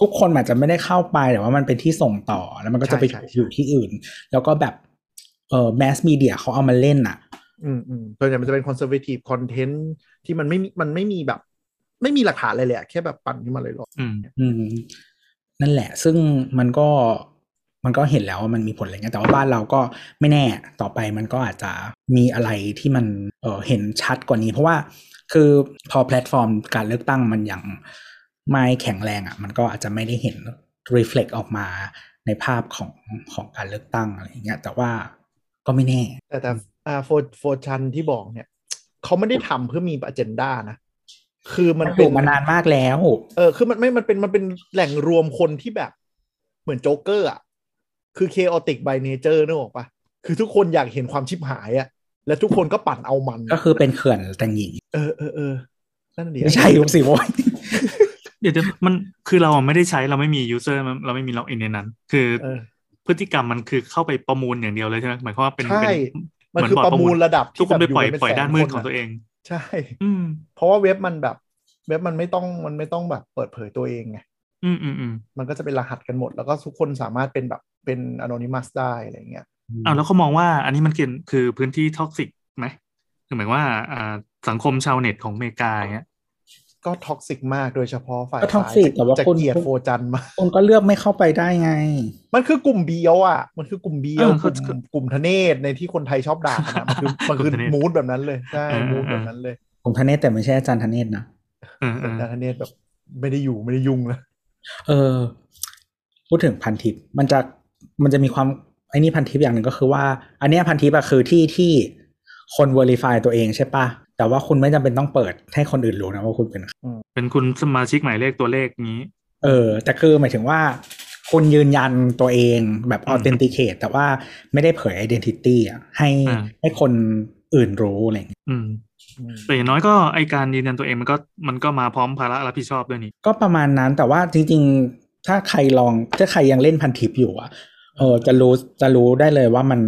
[SPEAKER 3] ทุกคนอาจจะไม่ได้เข้าไปแต่ว่ามันเป็นที่ส่งต่อแล้วมันก็จะไป
[SPEAKER 2] ใช่ใช่
[SPEAKER 3] อยู่ที่อื่น แล้วก็แบบเออแมสมีเดียเขาเอามาเล่นอ่ะ
[SPEAKER 2] ๆ อืมอืมส่วนใหญ่มันจะเป็นคอนเซอร์ t วทีฟคอนเทนต์ที่มันไม่มีมันไม่มีแบบ ไม่มีหลักฐานเลยแหละ แค่แบบปั่นขึ้นมาเลยหรอก
[SPEAKER 4] อืม
[SPEAKER 3] อืม นั่นแหละ ซึ่งมันก็มันก็เห็นแล้วว่ามันมีผลอะไรเงี้ยแต่ว่าบ้านเราก็ไม่แน่ต่อไปมันก็อาจจะมีอะไรที่มันเออเห็นชัดกว่านี้ เพราะว่าคือพอแพลตฟอร์มการเลือกตั้งมันยังไม่แข็งแรงอ่ะ มันก็อาจจะไม่ได้เห็น reflect ออกมาในภาพของของการเลือกตั้งอะไรอย่างเงี้ยแต่ว่าก็ไม่แน่
[SPEAKER 2] แต่แต่อ่าโฟโฟชันที่บอกเนี่ยเขาไม่ได้ทำเพื่อมีอเจนดานะ คือมั
[SPEAKER 3] มั
[SPEAKER 2] น น
[SPEAKER 3] อ
[SPEAKER 2] เป็
[SPEAKER 3] ยู่
[SPEAKER 2] น
[SPEAKER 3] มานานมากแล้ว
[SPEAKER 2] เออคือมันไม่ มันเป็น มันเป็นแหล่งรวมคนที่แบบ เหมือนโจ๊กเกอร์อ่ะ คือ chaotic by nature นึกออกปะคือทุกคนอยากเห็นความชิบหายอ่ะ และทุกคนก็ปั่นเอามัน
[SPEAKER 3] ก็คือเป็นเขื่อนแต่งหญิง
[SPEAKER 2] เออเออเออนั่นเดี
[SPEAKER 3] ไม่ใช่ลูกสิโว้ย
[SPEAKER 4] เดี๋ยวเดี๋ยวมันคือเราอะไม่ได้ใช้เราไม่มียูเซอร์เราไม่มีล็อกอินในนั้น คือ
[SPEAKER 2] เออ
[SPEAKER 4] พฤติกรรมมันคือเข้าไปประมูลอย่างเดียวเลยใช่ไหมหมายความว่าเป็น
[SPEAKER 2] ใช่
[SPEAKER 4] เป็น
[SPEAKER 2] มัน
[SPEAKER 4] เห
[SPEAKER 2] คือ
[SPEAKER 4] บ่
[SPEAKER 2] ประมูลระดับ
[SPEAKER 4] ทุกคนไปปล่อย
[SPEAKER 2] แบบ
[SPEAKER 4] ปล่อย
[SPEAKER 2] เป็แส
[SPEAKER 4] ด้านมืด
[SPEAKER 2] ค
[SPEAKER 4] ของตัวเอง
[SPEAKER 2] ใช่
[SPEAKER 4] อืม
[SPEAKER 2] เพราะว่าเว็บมันแบบ เว็บมันไม่ต้อง มันไม่ต้องแบบเปิดเผยตัวเองไง
[SPEAKER 4] อืมอืมอืม
[SPEAKER 2] มันก็จะเป็นรหัสกันหมด แล้วก็ทุกคนสามารถเป็นแบบ เป็น anonymous ได้อะไรอย่างเงี้ย
[SPEAKER 4] อ้าวแล้วเขามองว่าอันนี้มันเกินคือพื้นที่ท็อกซิกไหมคือหมายว่าอ่าสังคมชาวเน็ตของอเมริกาอย่างเงี้ย
[SPEAKER 2] ก็ท็อกซิกมาก โดยเฉพาะฝ่าย
[SPEAKER 3] ก็ท็อกซิก
[SPEAKER 2] ซ้ย
[SPEAKER 3] แต่ว่า
[SPEAKER 2] จะ
[SPEAKER 3] คน
[SPEAKER 2] เกลียดโฟจันมาก
[SPEAKER 3] คนก็เลือกไม่เข้าไปได้ไง
[SPEAKER 2] มันคือกลุ่มเบียวอ่ะ มันคือกลุ่มเบียวกลุ่มกลุ่มทะเนศในที่คนไทยชอบด่ากัน อะมันคือมันคือมูดแบบนั้นเลย ใช่ มูดแบบนั้นเลย
[SPEAKER 3] ผมทเนศแต่ไม่ใช่อาจารย์ทเนศนะ
[SPEAKER 4] เออเออ
[SPEAKER 2] แต่ทะเนศแบบไม่ได้อยู่ไม่ได้ยุ่งเลย
[SPEAKER 3] เออ พูดถึงพันทิปมันจะมันจะมีความไอ้นี่พันทิปอย่างหนึ่งก็คือว่า อันเนี้ยพันทิปอะคือที่ที่คน verify ตัวเองใช่ปะแต่ว่าคุณไม่จำเป็นต้องเปิดให้คนอื่นรู้นะว่าคุณเป็นใคร
[SPEAKER 4] เป็นคุณสมาชิกหมายเลขตัวเลขนี้
[SPEAKER 3] เออแต่คือหมายถึงว่า คุณยืนยันตัวเองแบบ
[SPEAKER 4] อืม
[SPEAKER 3] authenticate แต่ว่าไม่ได้เผย identity อ่ะให้
[SPEAKER 4] อ่า
[SPEAKER 3] ให้คนอื่นรู้อะไรอย่างเงี้ย
[SPEAKER 4] อืม แต่อย่างน้อยก็ไอการยืนยันตัวเองมันก็มันก็มาพร้อมภาระรับผิดชอบด้วยนี่
[SPEAKER 3] ก็ประมาณนั้นแต่ว่าจริง ๆ ถ้าใครลองถ้าใครยังเล่นพันทิปอยู่อ่ะเออจะรู้จะรู้ได้เลยว่ามัน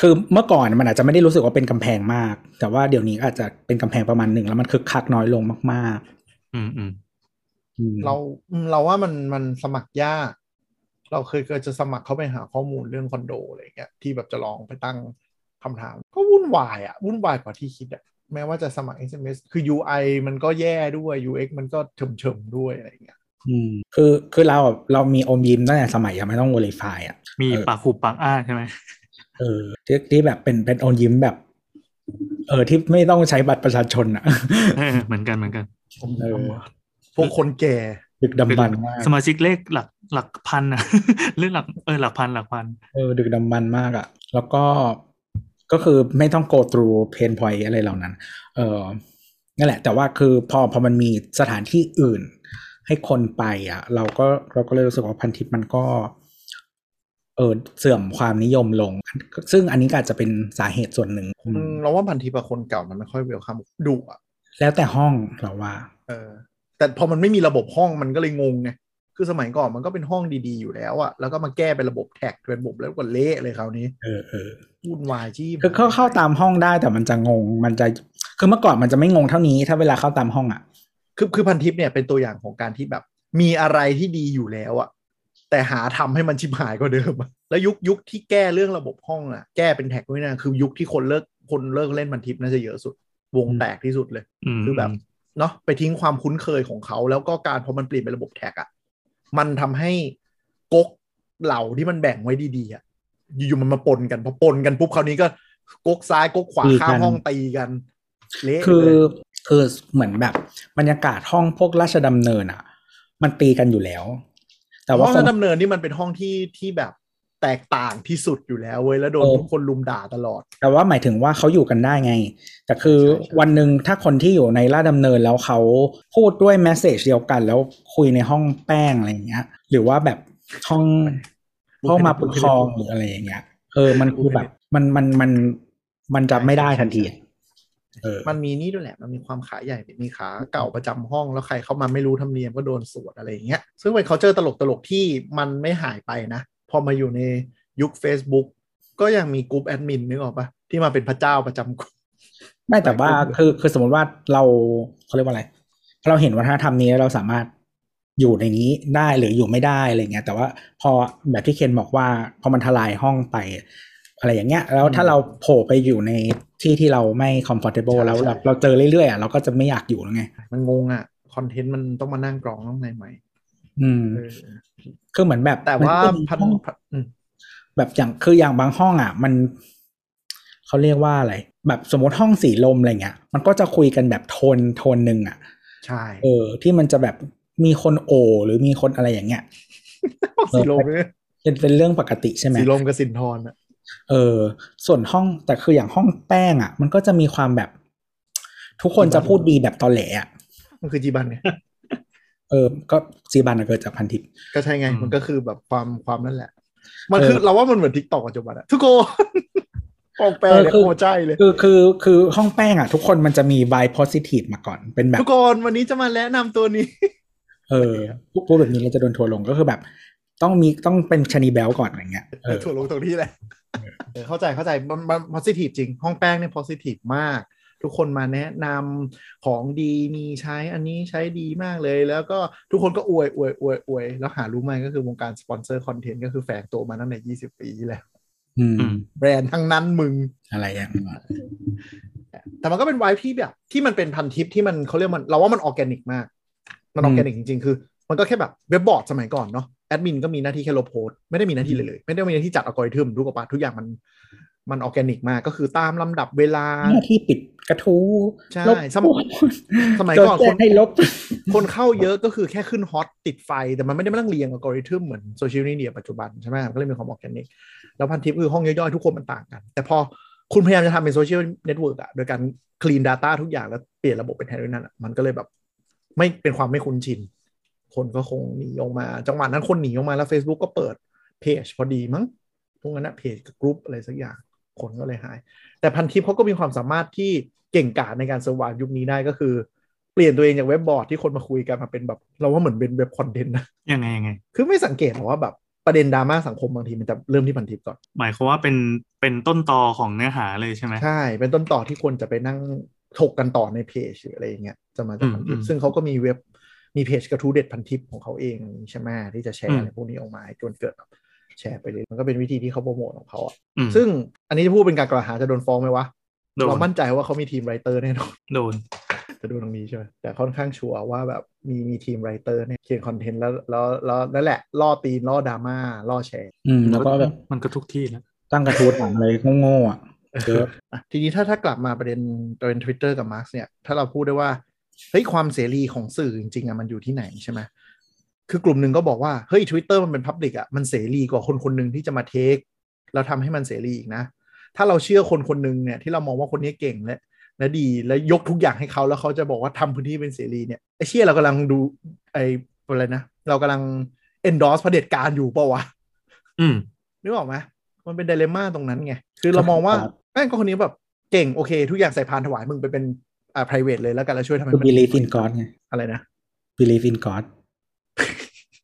[SPEAKER 3] คือเมื่อก่อนมันอาจจะไม่ได้รู้สึกว่าเป็นกำแพงมาก แต่ว่าเดี๋ยวนี้อาจจะเป็นกำแพงประมาณหนึ่งแล้วมันคึกคักน้อยลงมาก
[SPEAKER 4] อืมอืม
[SPEAKER 3] ๆอืม
[SPEAKER 2] เราอืมเราว่ามันมันสมัครยาก เราเคยเคยจะสมัครเข้าไปหาข้อมูลเรื่องคอนโดอะไรอย่างเงี้ยที่แบบจะลองไปตั้งคำถาม ก็วุ่นวายอะวุ่นวายกว่าที่คิดอะแม้ว่าจะสมัคร SMS คือ UI มันก็แย่ด้วย UX มันก็เฉมๆด้วยอะไรอย่างเงี้ย
[SPEAKER 3] อืมคือคือเราอะเรามีอมยิ้มตั้งแต่สมัยยังไม่ต้อง verify อ่ะ
[SPEAKER 4] มี
[SPEAKER 3] เออ
[SPEAKER 4] ปากหูปากอ้าใช่ไหม
[SPEAKER 3] เออที่ที่แบบเป็นเป็นอมยิ้มแบบ เออที่ไม่ต้องใช้บัตรประชาชนอ่ะ
[SPEAKER 4] เออเหมือนกันเหมือนกัน
[SPEAKER 2] ผม
[SPEAKER 3] เออ
[SPEAKER 2] พวกคนแก่
[SPEAKER 3] ดึกดำบรรพ์มาก
[SPEAKER 4] สมาชิกเลขหลักหลักพัน นะ เรื่องหลักเออหลักพันหลักพัน
[SPEAKER 3] เออดึกดำบรรพ์มากอ่ะ แล้วก็ก็คือไม่ต้อง go through pain point อะไรเหล่านั้น เออนั่นแหละ แต่ว่าคือพอพอมันมีสถานที่อื่น ให้คนไปอ่ะ เราก็เราก็เลยรู้สึกว่าพันทิปมันก็ เออเสื่อมความนิยมลง ซึ่งอันนี้ก็อาจจะเป็นสาเหตุส่วนหนึ่งอืม
[SPEAKER 2] เราว่าพันทีประคนเก่ามันไม่ค่อยเวลคัมดุอ่ะ
[SPEAKER 3] แล้วแต่ห้องเราว่า
[SPEAKER 2] เออ แต่พอมันไม่มีระบบห้องมันก็เลยงงไง คือสมัยก่อนมันก็เป็นห้องดีๆอยู่แล้วอ่ะ แล้วก็มาแก้เป็นระบบแท็กเป็นระบบแล้วก็เละเลยคราวนี้
[SPEAKER 3] เออเออ
[SPEAKER 2] วุ่นวายชีพ
[SPEAKER 3] คือเข้าเข้าตามห้องได้แต่มันจะงง มันจะคือเมื่อก่อนมันจะไม่งงเท่านี้ ถ้าเวลาเข้าตามห้องอ่ะ
[SPEAKER 2] คือคือพันทิปเนี่ยเป็นตัวอย่างของการที่แบบ มีอะไรที่ดีอยู่แล้วอ่ะ แ แต่หาทำให้มันชิบหายกว่าเดิม แล้วยุคยุคที่แก้เรื่องระบบห้องอ่ะ แก้เป็นแท็กด้วยนะคือยุคที่คนเลิกคนเลิกเล่นพันทิปน่าจะเยอะสุด วงแตกที่สุดเลย
[SPEAKER 4] ม
[SPEAKER 2] คือแบบเนาะไปทิ้งความคุ้นเคยของเขา แล้วก็การพอมันเปลี่ยนเป็นระบบแท็กอะ่ะมันทำให้ก๊กเหล่าที่มันแบ่งไว้ดีๆอะ่ะอยู่ๆมันมาปนกันพอปนกันปุ๊บคราวนี้ก็ก๊กซ้ายก๊กขวา
[SPEAKER 3] ตีกัน
[SPEAKER 2] ข้ามห้องตีกัน เละ
[SPEAKER 3] คือ
[SPEAKER 2] เลย
[SPEAKER 3] คือเหมือนแบบบรรยากาศห้องพวกราชดำเนินอ่ะ มันตีกันอยู่แล้ว แต่ว่า
[SPEAKER 2] ห้อง
[SPEAKER 3] คง
[SPEAKER 2] ดำเนินนี่มันเป็นห้องที่ที่แบบแตกต่างที่สุดอยู่แล้วเว้ยแล้วโดน
[SPEAKER 3] เออ
[SPEAKER 2] ทุกคนลุมด่าตลอด
[SPEAKER 3] แต่ว่าหมายถึงว่าเขาอยู่กันได้ไง แต่คือ
[SPEAKER 2] ใช่ใช่
[SPEAKER 3] วันหนึ่งถ้าคนที่อยู่ในราชดำเนินแล้วเขาพูดด้วยแมสเซจเดียวกัน แล้วคุยในห้องแป้งอะไรอย่างเงี้ย หรือว่าแบบห้องห้องมาปกครองหรืออะไรอย่างเงี้ย เออ มันคือแบบมันมันมันมันจะไม่ได้ทันทีอะเออ
[SPEAKER 2] มันมีนี่ด้วยแหละ มันมีความขาใหญ่มีขาเก่าประจำห้องแล้วใครเข้ามาไม่รู้ธรรมเนียมก็โดนสวดอะไรอย่างเงี้ย ซึ่งเป็น culture ตลกตลกๆที่มันไม่หายไปนะ พอมาอยู่ในยุค Facebook ก็ยังมีกลุ่มแอดมินนึกออกปะที่มาเป็นพระเจ้าประจำกลุ่ม
[SPEAKER 3] ไม่แต่ว่า
[SPEAKER 2] หลายคน
[SPEAKER 3] คือคือสมมติว่าเราเขาเรียกว่าอะไรพอเราเห็นวัฒนธรรมนี้แล้วเราสามารถอยู่ในนี้ได้หรืออยู่ไม่ได้อะไรเงี้ย แต่ว่าพอแบบที่เคนบอกว่าพอมันทลายห้องไป อะไรอย่างเงี้ย แล้วถ้าเราโผล่ไปอยู่ในที่ที่เราไม่ comfortable แล้วเราเราเจอเรื่อยๆอ่ะเราก็จะไม่อยากอยู่แล้วไง
[SPEAKER 2] มันงงอะ่ะคอนเทนต์มันต้องมานั่งกรองต้องอะไรใหม่
[SPEAKER 3] อืม
[SPEAKER 2] เออ
[SPEAKER 3] คือเหมือนแบบ
[SPEAKER 2] แต่ว่า
[SPEAKER 3] มัน
[SPEAKER 2] พั
[SPEAKER 3] ก็
[SPEAKER 2] น
[SPEAKER 3] จะมีห้อง
[SPEAKER 2] พันอืม
[SPEAKER 3] แบบอย่างคืออย่างบางห้องอ่ะ มันเขาเรียกว่าอะไร แบบสมมติห้องสีลมอะไรเงี้ย มันก็จะคุยกันแบบโทนโทนหนึ่งอ่ะ
[SPEAKER 2] ใช่
[SPEAKER 3] เออที่มันจะแบบมีคนโอหรือมีคนอะไรอย่างเงี้ย
[SPEAKER 2] สีลมเนี่ย
[SPEAKER 3] เป็นเป็นเรื่องปกติใช่ไหม
[SPEAKER 2] สีลมกับสินทรอะ
[SPEAKER 3] เออ ส่วนห้องแต่คืออย่างห้องแป้งอ่ะ มันก็จะมีความแบบ ทุกคนจะพูดดีแบบตอแหลอ่ะ
[SPEAKER 2] มันคือจีบันไง
[SPEAKER 3] เออ ก็ซีบันอะเกิดจากพันทิป
[SPEAKER 2] ก็ใช่ไง มันก็คือแบบความความนั่นแหละ มัน
[SPEAKER 3] เออ
[SPEAKER 2] คือเราว่ามันเหมือนทิกตอกปัจจุบันอะทุกคน ปองแปล
[SPEAKER 3] เออ
[SPEAKER 2] เนี่ย
[SPEAKER 3] คือ
[SPEAKER 2] โคตรใจเลย
[SPEAKER 3] คือคือคือห้องแป้งอ่ะ ทุกคนมันจะมีไวโพซิทีฟมาก่อนเป็นแบบ
[SPEAKER 2] ทุกคนวันนี้จะมาแนะนำตัวนี้
[SPEAKER 3] เออพูดแบบนี้เราจะโดนทัวร์ลงก็คือแบบ ต้องมีต้องเป็นชะนีแบลก่อนอย่างเงี้ยเออ
[SPEAKER 2] ถูกลงตรงที่แหละเออเข้าใจเข้าใจมันมัน positive จริง ห้องแป้งเนี่ย positive มาก ทุกคนมาแนะนำของดีมีใช้อันนี้ใช้ดีมากเลย แล้วก็ทุกคนก็อวยอวยอวยอวยแล้วหารู้ไหมก็คือวงการสปอนเซอร์คอนเทนต์ก็คือแฝงตัวมาตั้งแต่20 ปีที่แล้ว
[SPEAKER 3] อืม
[SPEAKER 4] อืม
[SPEAKER 2] แบรนด์ทั้งนั้นมึง
[SPEAKER 3] อะไรอย่างเงี้ย
[SPEAKER 2] แต่มันก็เป็นไวท์ที่แบบที่มันเป็นพันทิปที่มันเขาเรียกมันเราว่ามันออร์แกนิกมาก มันออร์แกนิกจริงๆ คือ มันก็แค่แบบเว็บบอร์ดสมัยก่อนเนาะแอดมินก็มีหน้าที่แค่ลบโพสต์ไม่ได้มีหน้าที่เลยเลย ไม่ได้มีหน้าที่จัดอัลกอริทึมทุกออกปะทุกอย่างมันมันออร์แกนิกมากก็คือตามลำดับเวลา
[SPEAKER 3] หน้าที่ปิดกระทู้
[SPEAKER 2] ใช่
[SPEAKER 3] ลบ
[SPEAKER 2] สมัยสมัยก่อน
[SPEAKER 3] โดแจ้
[SPEAKER 2] ค
[SPEAKER 3] ง
[SPEAKER 2] น
[SPEAKER 3] ให้ลบ
[SPEAKER 2] คนเข้าเยอะก็คือแค่ขึ้นฮอตติดไฟ แต่มันไม่ได้มานั่งเรียงอัลกอริทึมเหมือนโซเชียลมีเดียปัจจุบันใช่ไหมมันก็เลยมีความออร์แกนิก แล้วพันทิปคือห้องย่อยๆ ทุกคนมันต่างกัน แต่พอคุณพยายามจะทำเป็นโซเชียลเน็ตเวิร์กอะโดยการคลีน Data ทุกอย่างแล้วเปลี่ยนระบบเป็นแทนด้วยนั่นอะมันก็เลยแบบ ไม่เป็นความไม่คุ้นชิน คนก็คงหนีออกมา จังหวะนั้นคนหนีออกมาแล้ว Facebook ก็เปิดเพจพอดีมั้งพวกนั้นนะเพจกับกรุ๊ปอะไรสักอย่างคนก็เลยหาย แต่พันทิปเขาก็มีความสามารถที่เก่งกาจในการเซอร์ไวายยุคนี้ได้ก็คือ เปลี่ยนตัวเองจากเว็บบอร์ดที่คนมาคุยกันมาเป็นแบบ เราว่าเหมือนเป็นเว็บคอนเทนต์นะ
[SPEAKER 4] ยังไงยังไง
[SPEAKER 2] คือไม่สังเกตหรอกว่าแบบประเด็นดราม่าสังคมบางทีมันจะเริ่มที่พันทิปก่อน
[SPEAKER 4] หมายความว่าเป็นเป็นต้นตอของเนื้อหาเลยใช่ไหม
[SPEAKER 2] ใช่ เป็นต้นต่อที่ควรจะไปนั่งถกกันต่อในเพจหรืออะไรอย่างเงี้ยจะมาจากพันทิป
[SPEAKER 4] อืม
[SPEAKER 2] ซึ่งเขาก็มีเว็บมีเพจกระทู้เด็ดพันทิปของเขาเองใช่ไหมที่จะแช
[SPEAKER 4] อื
[SPEAKER 2] ร์
[SPEAKER 4] ม
[SPEAKER 2] อะไรพวกนี้ออกมาให้จนเกิดแบบแชร์ไปเลยมันก็เป็นวิธีที่เขาโปรโมทของเขาอะ
[SPEAKER 4] อืม
[SPEAKER 2] ซึ่งอันนี้จะพูดเป็นการกล่าวหาจะโดนฟ้องไหมวะ
[SPEAKER 4] โดน
[SPEAKER 2] เรามั่นใจว่าเขามีทีมไรเตอร์แน่นอน
[SPEAKER 4] โดน
[SPEAKER 2] จะดูตรงนี้ใช่ไหมแต่ค่อนข้างชัวร์ว่าแบบมีมีทีมไรเตอร์เนี่ยเขียนคอนเทนต์แล้วแล้วแล้วนั่นแหละล่อตีนล่อดราม่าล่อแชร์
[SPEAKER 3] อืมแล้วก็แบบ
[SPEAKER 4] มันก็ทุกที่แล้ว
[SPEAKER 3] ตั้งกระทู้ถามอะไรโง่ๆอ่ะเยอะ
[SPEAKER 2] อ่ะทีนี้ถ้าถ้ากลับมาประเด็นประเด็นทวิตเตอร์กับมาร์กเนี่ย ถ้าเราพูดได้ว่าเฮ้ยความเสรีของสื่อจริงๆอ่ะมันอยู่ที่ไหนใช่ไหมคือกลุ่มหนึ่งก็บอกว่า เฮ้ยทวิตเตอร์มันเป็นพับลิกอ่ะมันเสรีกว่าคนคนหนึ่งที่จะมาเทค แล้วทำให้มันเสรีอีกนะ ถ้าเราเชื่อคนคนหนึ่งเนี่ยที่เรามองว่าคนนี้เก่งและและดีและยกทุกอย่างให้เขาแล้วเขาจะบอกว่าทำพื้นที่เป็นเสรีเนี่ยไอ้เชี่ยเรากำลังดูไอ้อะไรนะเรากำลัง endorse เผด็จการอยู่เปล่าวะ
[SPEAKER 4] อืม
[SPEAKER 2] นึกออกไหมมันเป็นไดเลม่าตรงนั้นไง คือเรามองว่าแม่งก็คนนี้แบบเก่งโอเค ทุกอย่างใส่พานถวายมึงไปเป็นอ่า private เลยแล้วกันแล้วช่วยทำให้
[SPEAKER 3] คือ
[SPEAKER 2] มัน
[SPEAKER 3] believe in God ไง
[SPEAKER 2] อะไรนะ
[SPEAKER 3] believe in God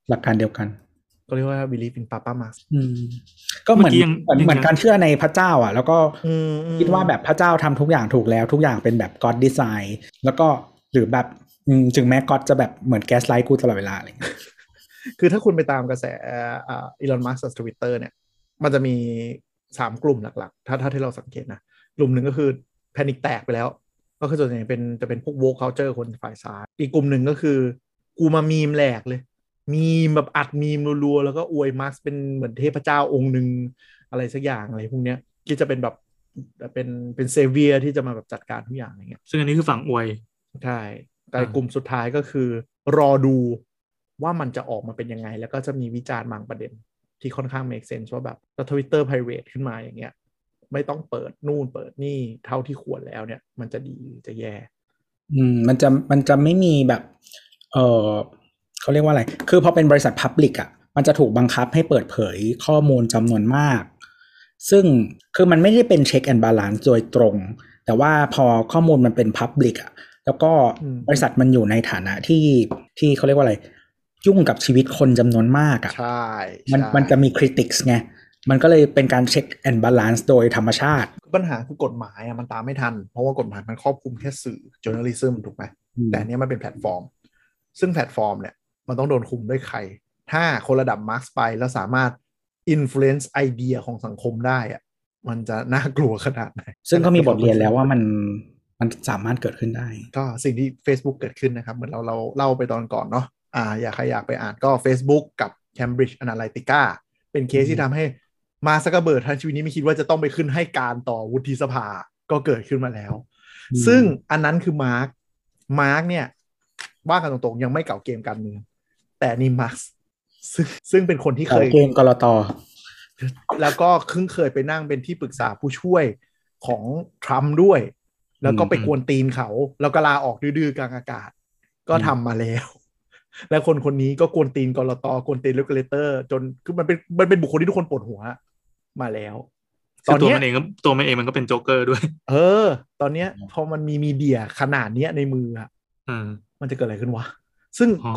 [SPEAKER 3] หลักการเดียวกัน
[SPEAKER 2] ก็เรียกว่า believe in Papa Mars
[SPEAKER 3] อืม ก็เหมือน
[SPEAKER 4] เมื่อกี้ยัง
[SPEAKER 3] เหมือน
[SPEAKER 4] ยัง
[SPEAKER 3] เหมือนการเชื่อในพระเจ้า อ่ะ แล้วก็
[SPEAKER 2] อืมอืม
[SPEAKER 3] คิดว่าแบบพระเจ้าทำทุกอย่างถูกแล้ว ทุกอย่างเป็นแบบ God design แล้วก็หรือแบบอืมถึงแม้ God จะแบบเหมือนแกสไลท์กูตลอดเวลาอะไรอย่างเงี้ย
[SPEAKER 2] คือถ้าคุณไปตามกระแสอีลอนมัสก์ทวิตเตอร์เนี่ย มันจะมีสามกลุ่มหลักๆ ถ้าถ้าที่เราสังเกตนะ กลุ่มหนึ่งก็คือแพนิคแตกไปแล้ว ก็คือส่วนใหญ่เป็นจะเป็นพวกโวคเคาเจอร์คนฝ่ายซ้าย อีกกลุ่มหนึ่งก็คือ กูมามีมแหลกเลย มีมแบบอัดมีมรัวๆ แล้วก็อวยมัสก์เป็นเหมือนเทพเจ้าองค์หนึ่งอะไรสักอย่างอะไรพวกเนี้ยที่จะเป็นแบบเป็นเป็นเซเวียที่จะมาแบบจัดการทุกอย่างอะไรเงี้ย
[SPEAKER 4] ซึ่งอันนี้คือฝั่งอวย
[SPEAKER 2] ใช่แต่
[SPEAKER 4] อ่าก
[SPEAKER 2] ลุ่มสุดท้ายก็คือ รอดูว่ามันจะออกมาเป็นยังไง แล้วก็จะมีวิจารณ์บางประเด็น ที่ค่อนข้าง make sense ว่าแบบถ้าทวิตเตอร์ private ขึ้นมาอย่างเงี้ย ไม่ต้องเปิดนู่นเปิดนี่เท่าที่ควรแล้วเนี่ย มันจะดีหรือจะแย่
[SPEAKER 3] อืมมันจะมันจะไม่มีแบบ เออเขาเรียกว่าอะไร คือพอเป็นบริษัทพับลิกอ่ะ มันจะถูกบังคับให้เปิดเผยข้อมูลจำนวนมาก ซึ่งคือมันไม่ได้เป็นเช็คแอนด์บาลานซ์โดยตรง แต่ว่าพอข้อมูลมันเป็นพับลิกอ่ะ แล้วก็
[SPEAKER 2] อืม
[SPEAKER 3] บริษัทมันอยู่ในฐานะที่ที่เขาเรียกว่าอะไร ยุ่งกับชีวิตคนจำนวนมากอ่ะ
[SPEAKER 2] ใช่
[SPEAKER 3] มัน
[SPEAKER 2] ใช่
[SPEAKER 3] มันจะมีคริติ s ไง มันก็เลยเป็นการเช็คแอนด์บาลานซ์โดยธรรมชาติ
[SPEAKER 2] ปัญหาคือกฎหมายอะมันตามไม่ทัน เพราะว่ากฎหมายมันครอบคลุมแค่สื่อ journalism ถูกไหม
[SPEAKER 3] อืม
[SPEAKER 2] แต่อันเนี้ยมันเป็นแพลตฟอร์ม ซึ่งแพลตฟอร์มเนี่ย มันต้องโดนคุมด้วยใคร ถ้าคนระดับมาร์กไปแล้วสามารถ influence ไอเดียของสังคมได้อะมันจะน่ากลัวขนาดไหน
[SPEAKER 3] ซึ่งก็มีบทเรียนแล้วว่ามันมันสามารถเกิดขึ้นได้
[SPEAKER 2] ก็สิ่งที่ Facebook เกิดขึ้นนะครับ เหมือนเราเราเล่าไปตอนก่อนเนาะอ่าอยากใครอยากไปอ่านก็ Facebook กับ Cambridge Analytica เป็นเคสที่ทำให้มาร์คซักเกอร์เบิร์ดทั้งชีวิตนี้ไม่คิดว่าจะต้องไปขึ้นให้การต่อวุฒิสภาก็เกิดขึ้นมาแล้ว
[SPEAKER 3] อืม
[SPEAKER 2] ซึ่งอันนั้นคือมาร์ค มาร์คเนี่ย ว่ากันตรงๆ ยังไม่เก่าเกมการเมือง แต่นี่มาร์คซึ่งซึ่งเป็นคนที่เคย
[SPEAKER 3] เกมกรตอ
[SPEAKER 2] แล้วก็เพิ่งเคยไปนั่งเป็นที่ปรึกษาผู้ช่วยของทรัมป์ด้วย แล้วก็ไป
[SPEAKER 4] อืม
[SPEAKER 2] กวนตีนเขา แล้วก็ลาออกดื้อๆกลางอากาศ ก็ทำมาแล้ว และคนคนนี้ก็กวนตีนกรตกวนตีนเลกเลเตอร์ จนคือมันเป็นมันเป็นบุคคลที่ทุกคนปวดหัวมาแล้ว
[SPEAKER 4] คือตัวมันเองก็ตัวมันเองมันก็เป็นโจ๊กเกอร์ด้วย
[SPEAKER 2] เออ ตอนเนี้ยพอมันมีมีเดียขนาดเนี้ยในมืออะ
[SPEAKER 4] อืม
[SPEAKER 2] มันจะเกิดอะไรขึ้นวะ ซึ่ง
[SPEAKER 4] อ๋อ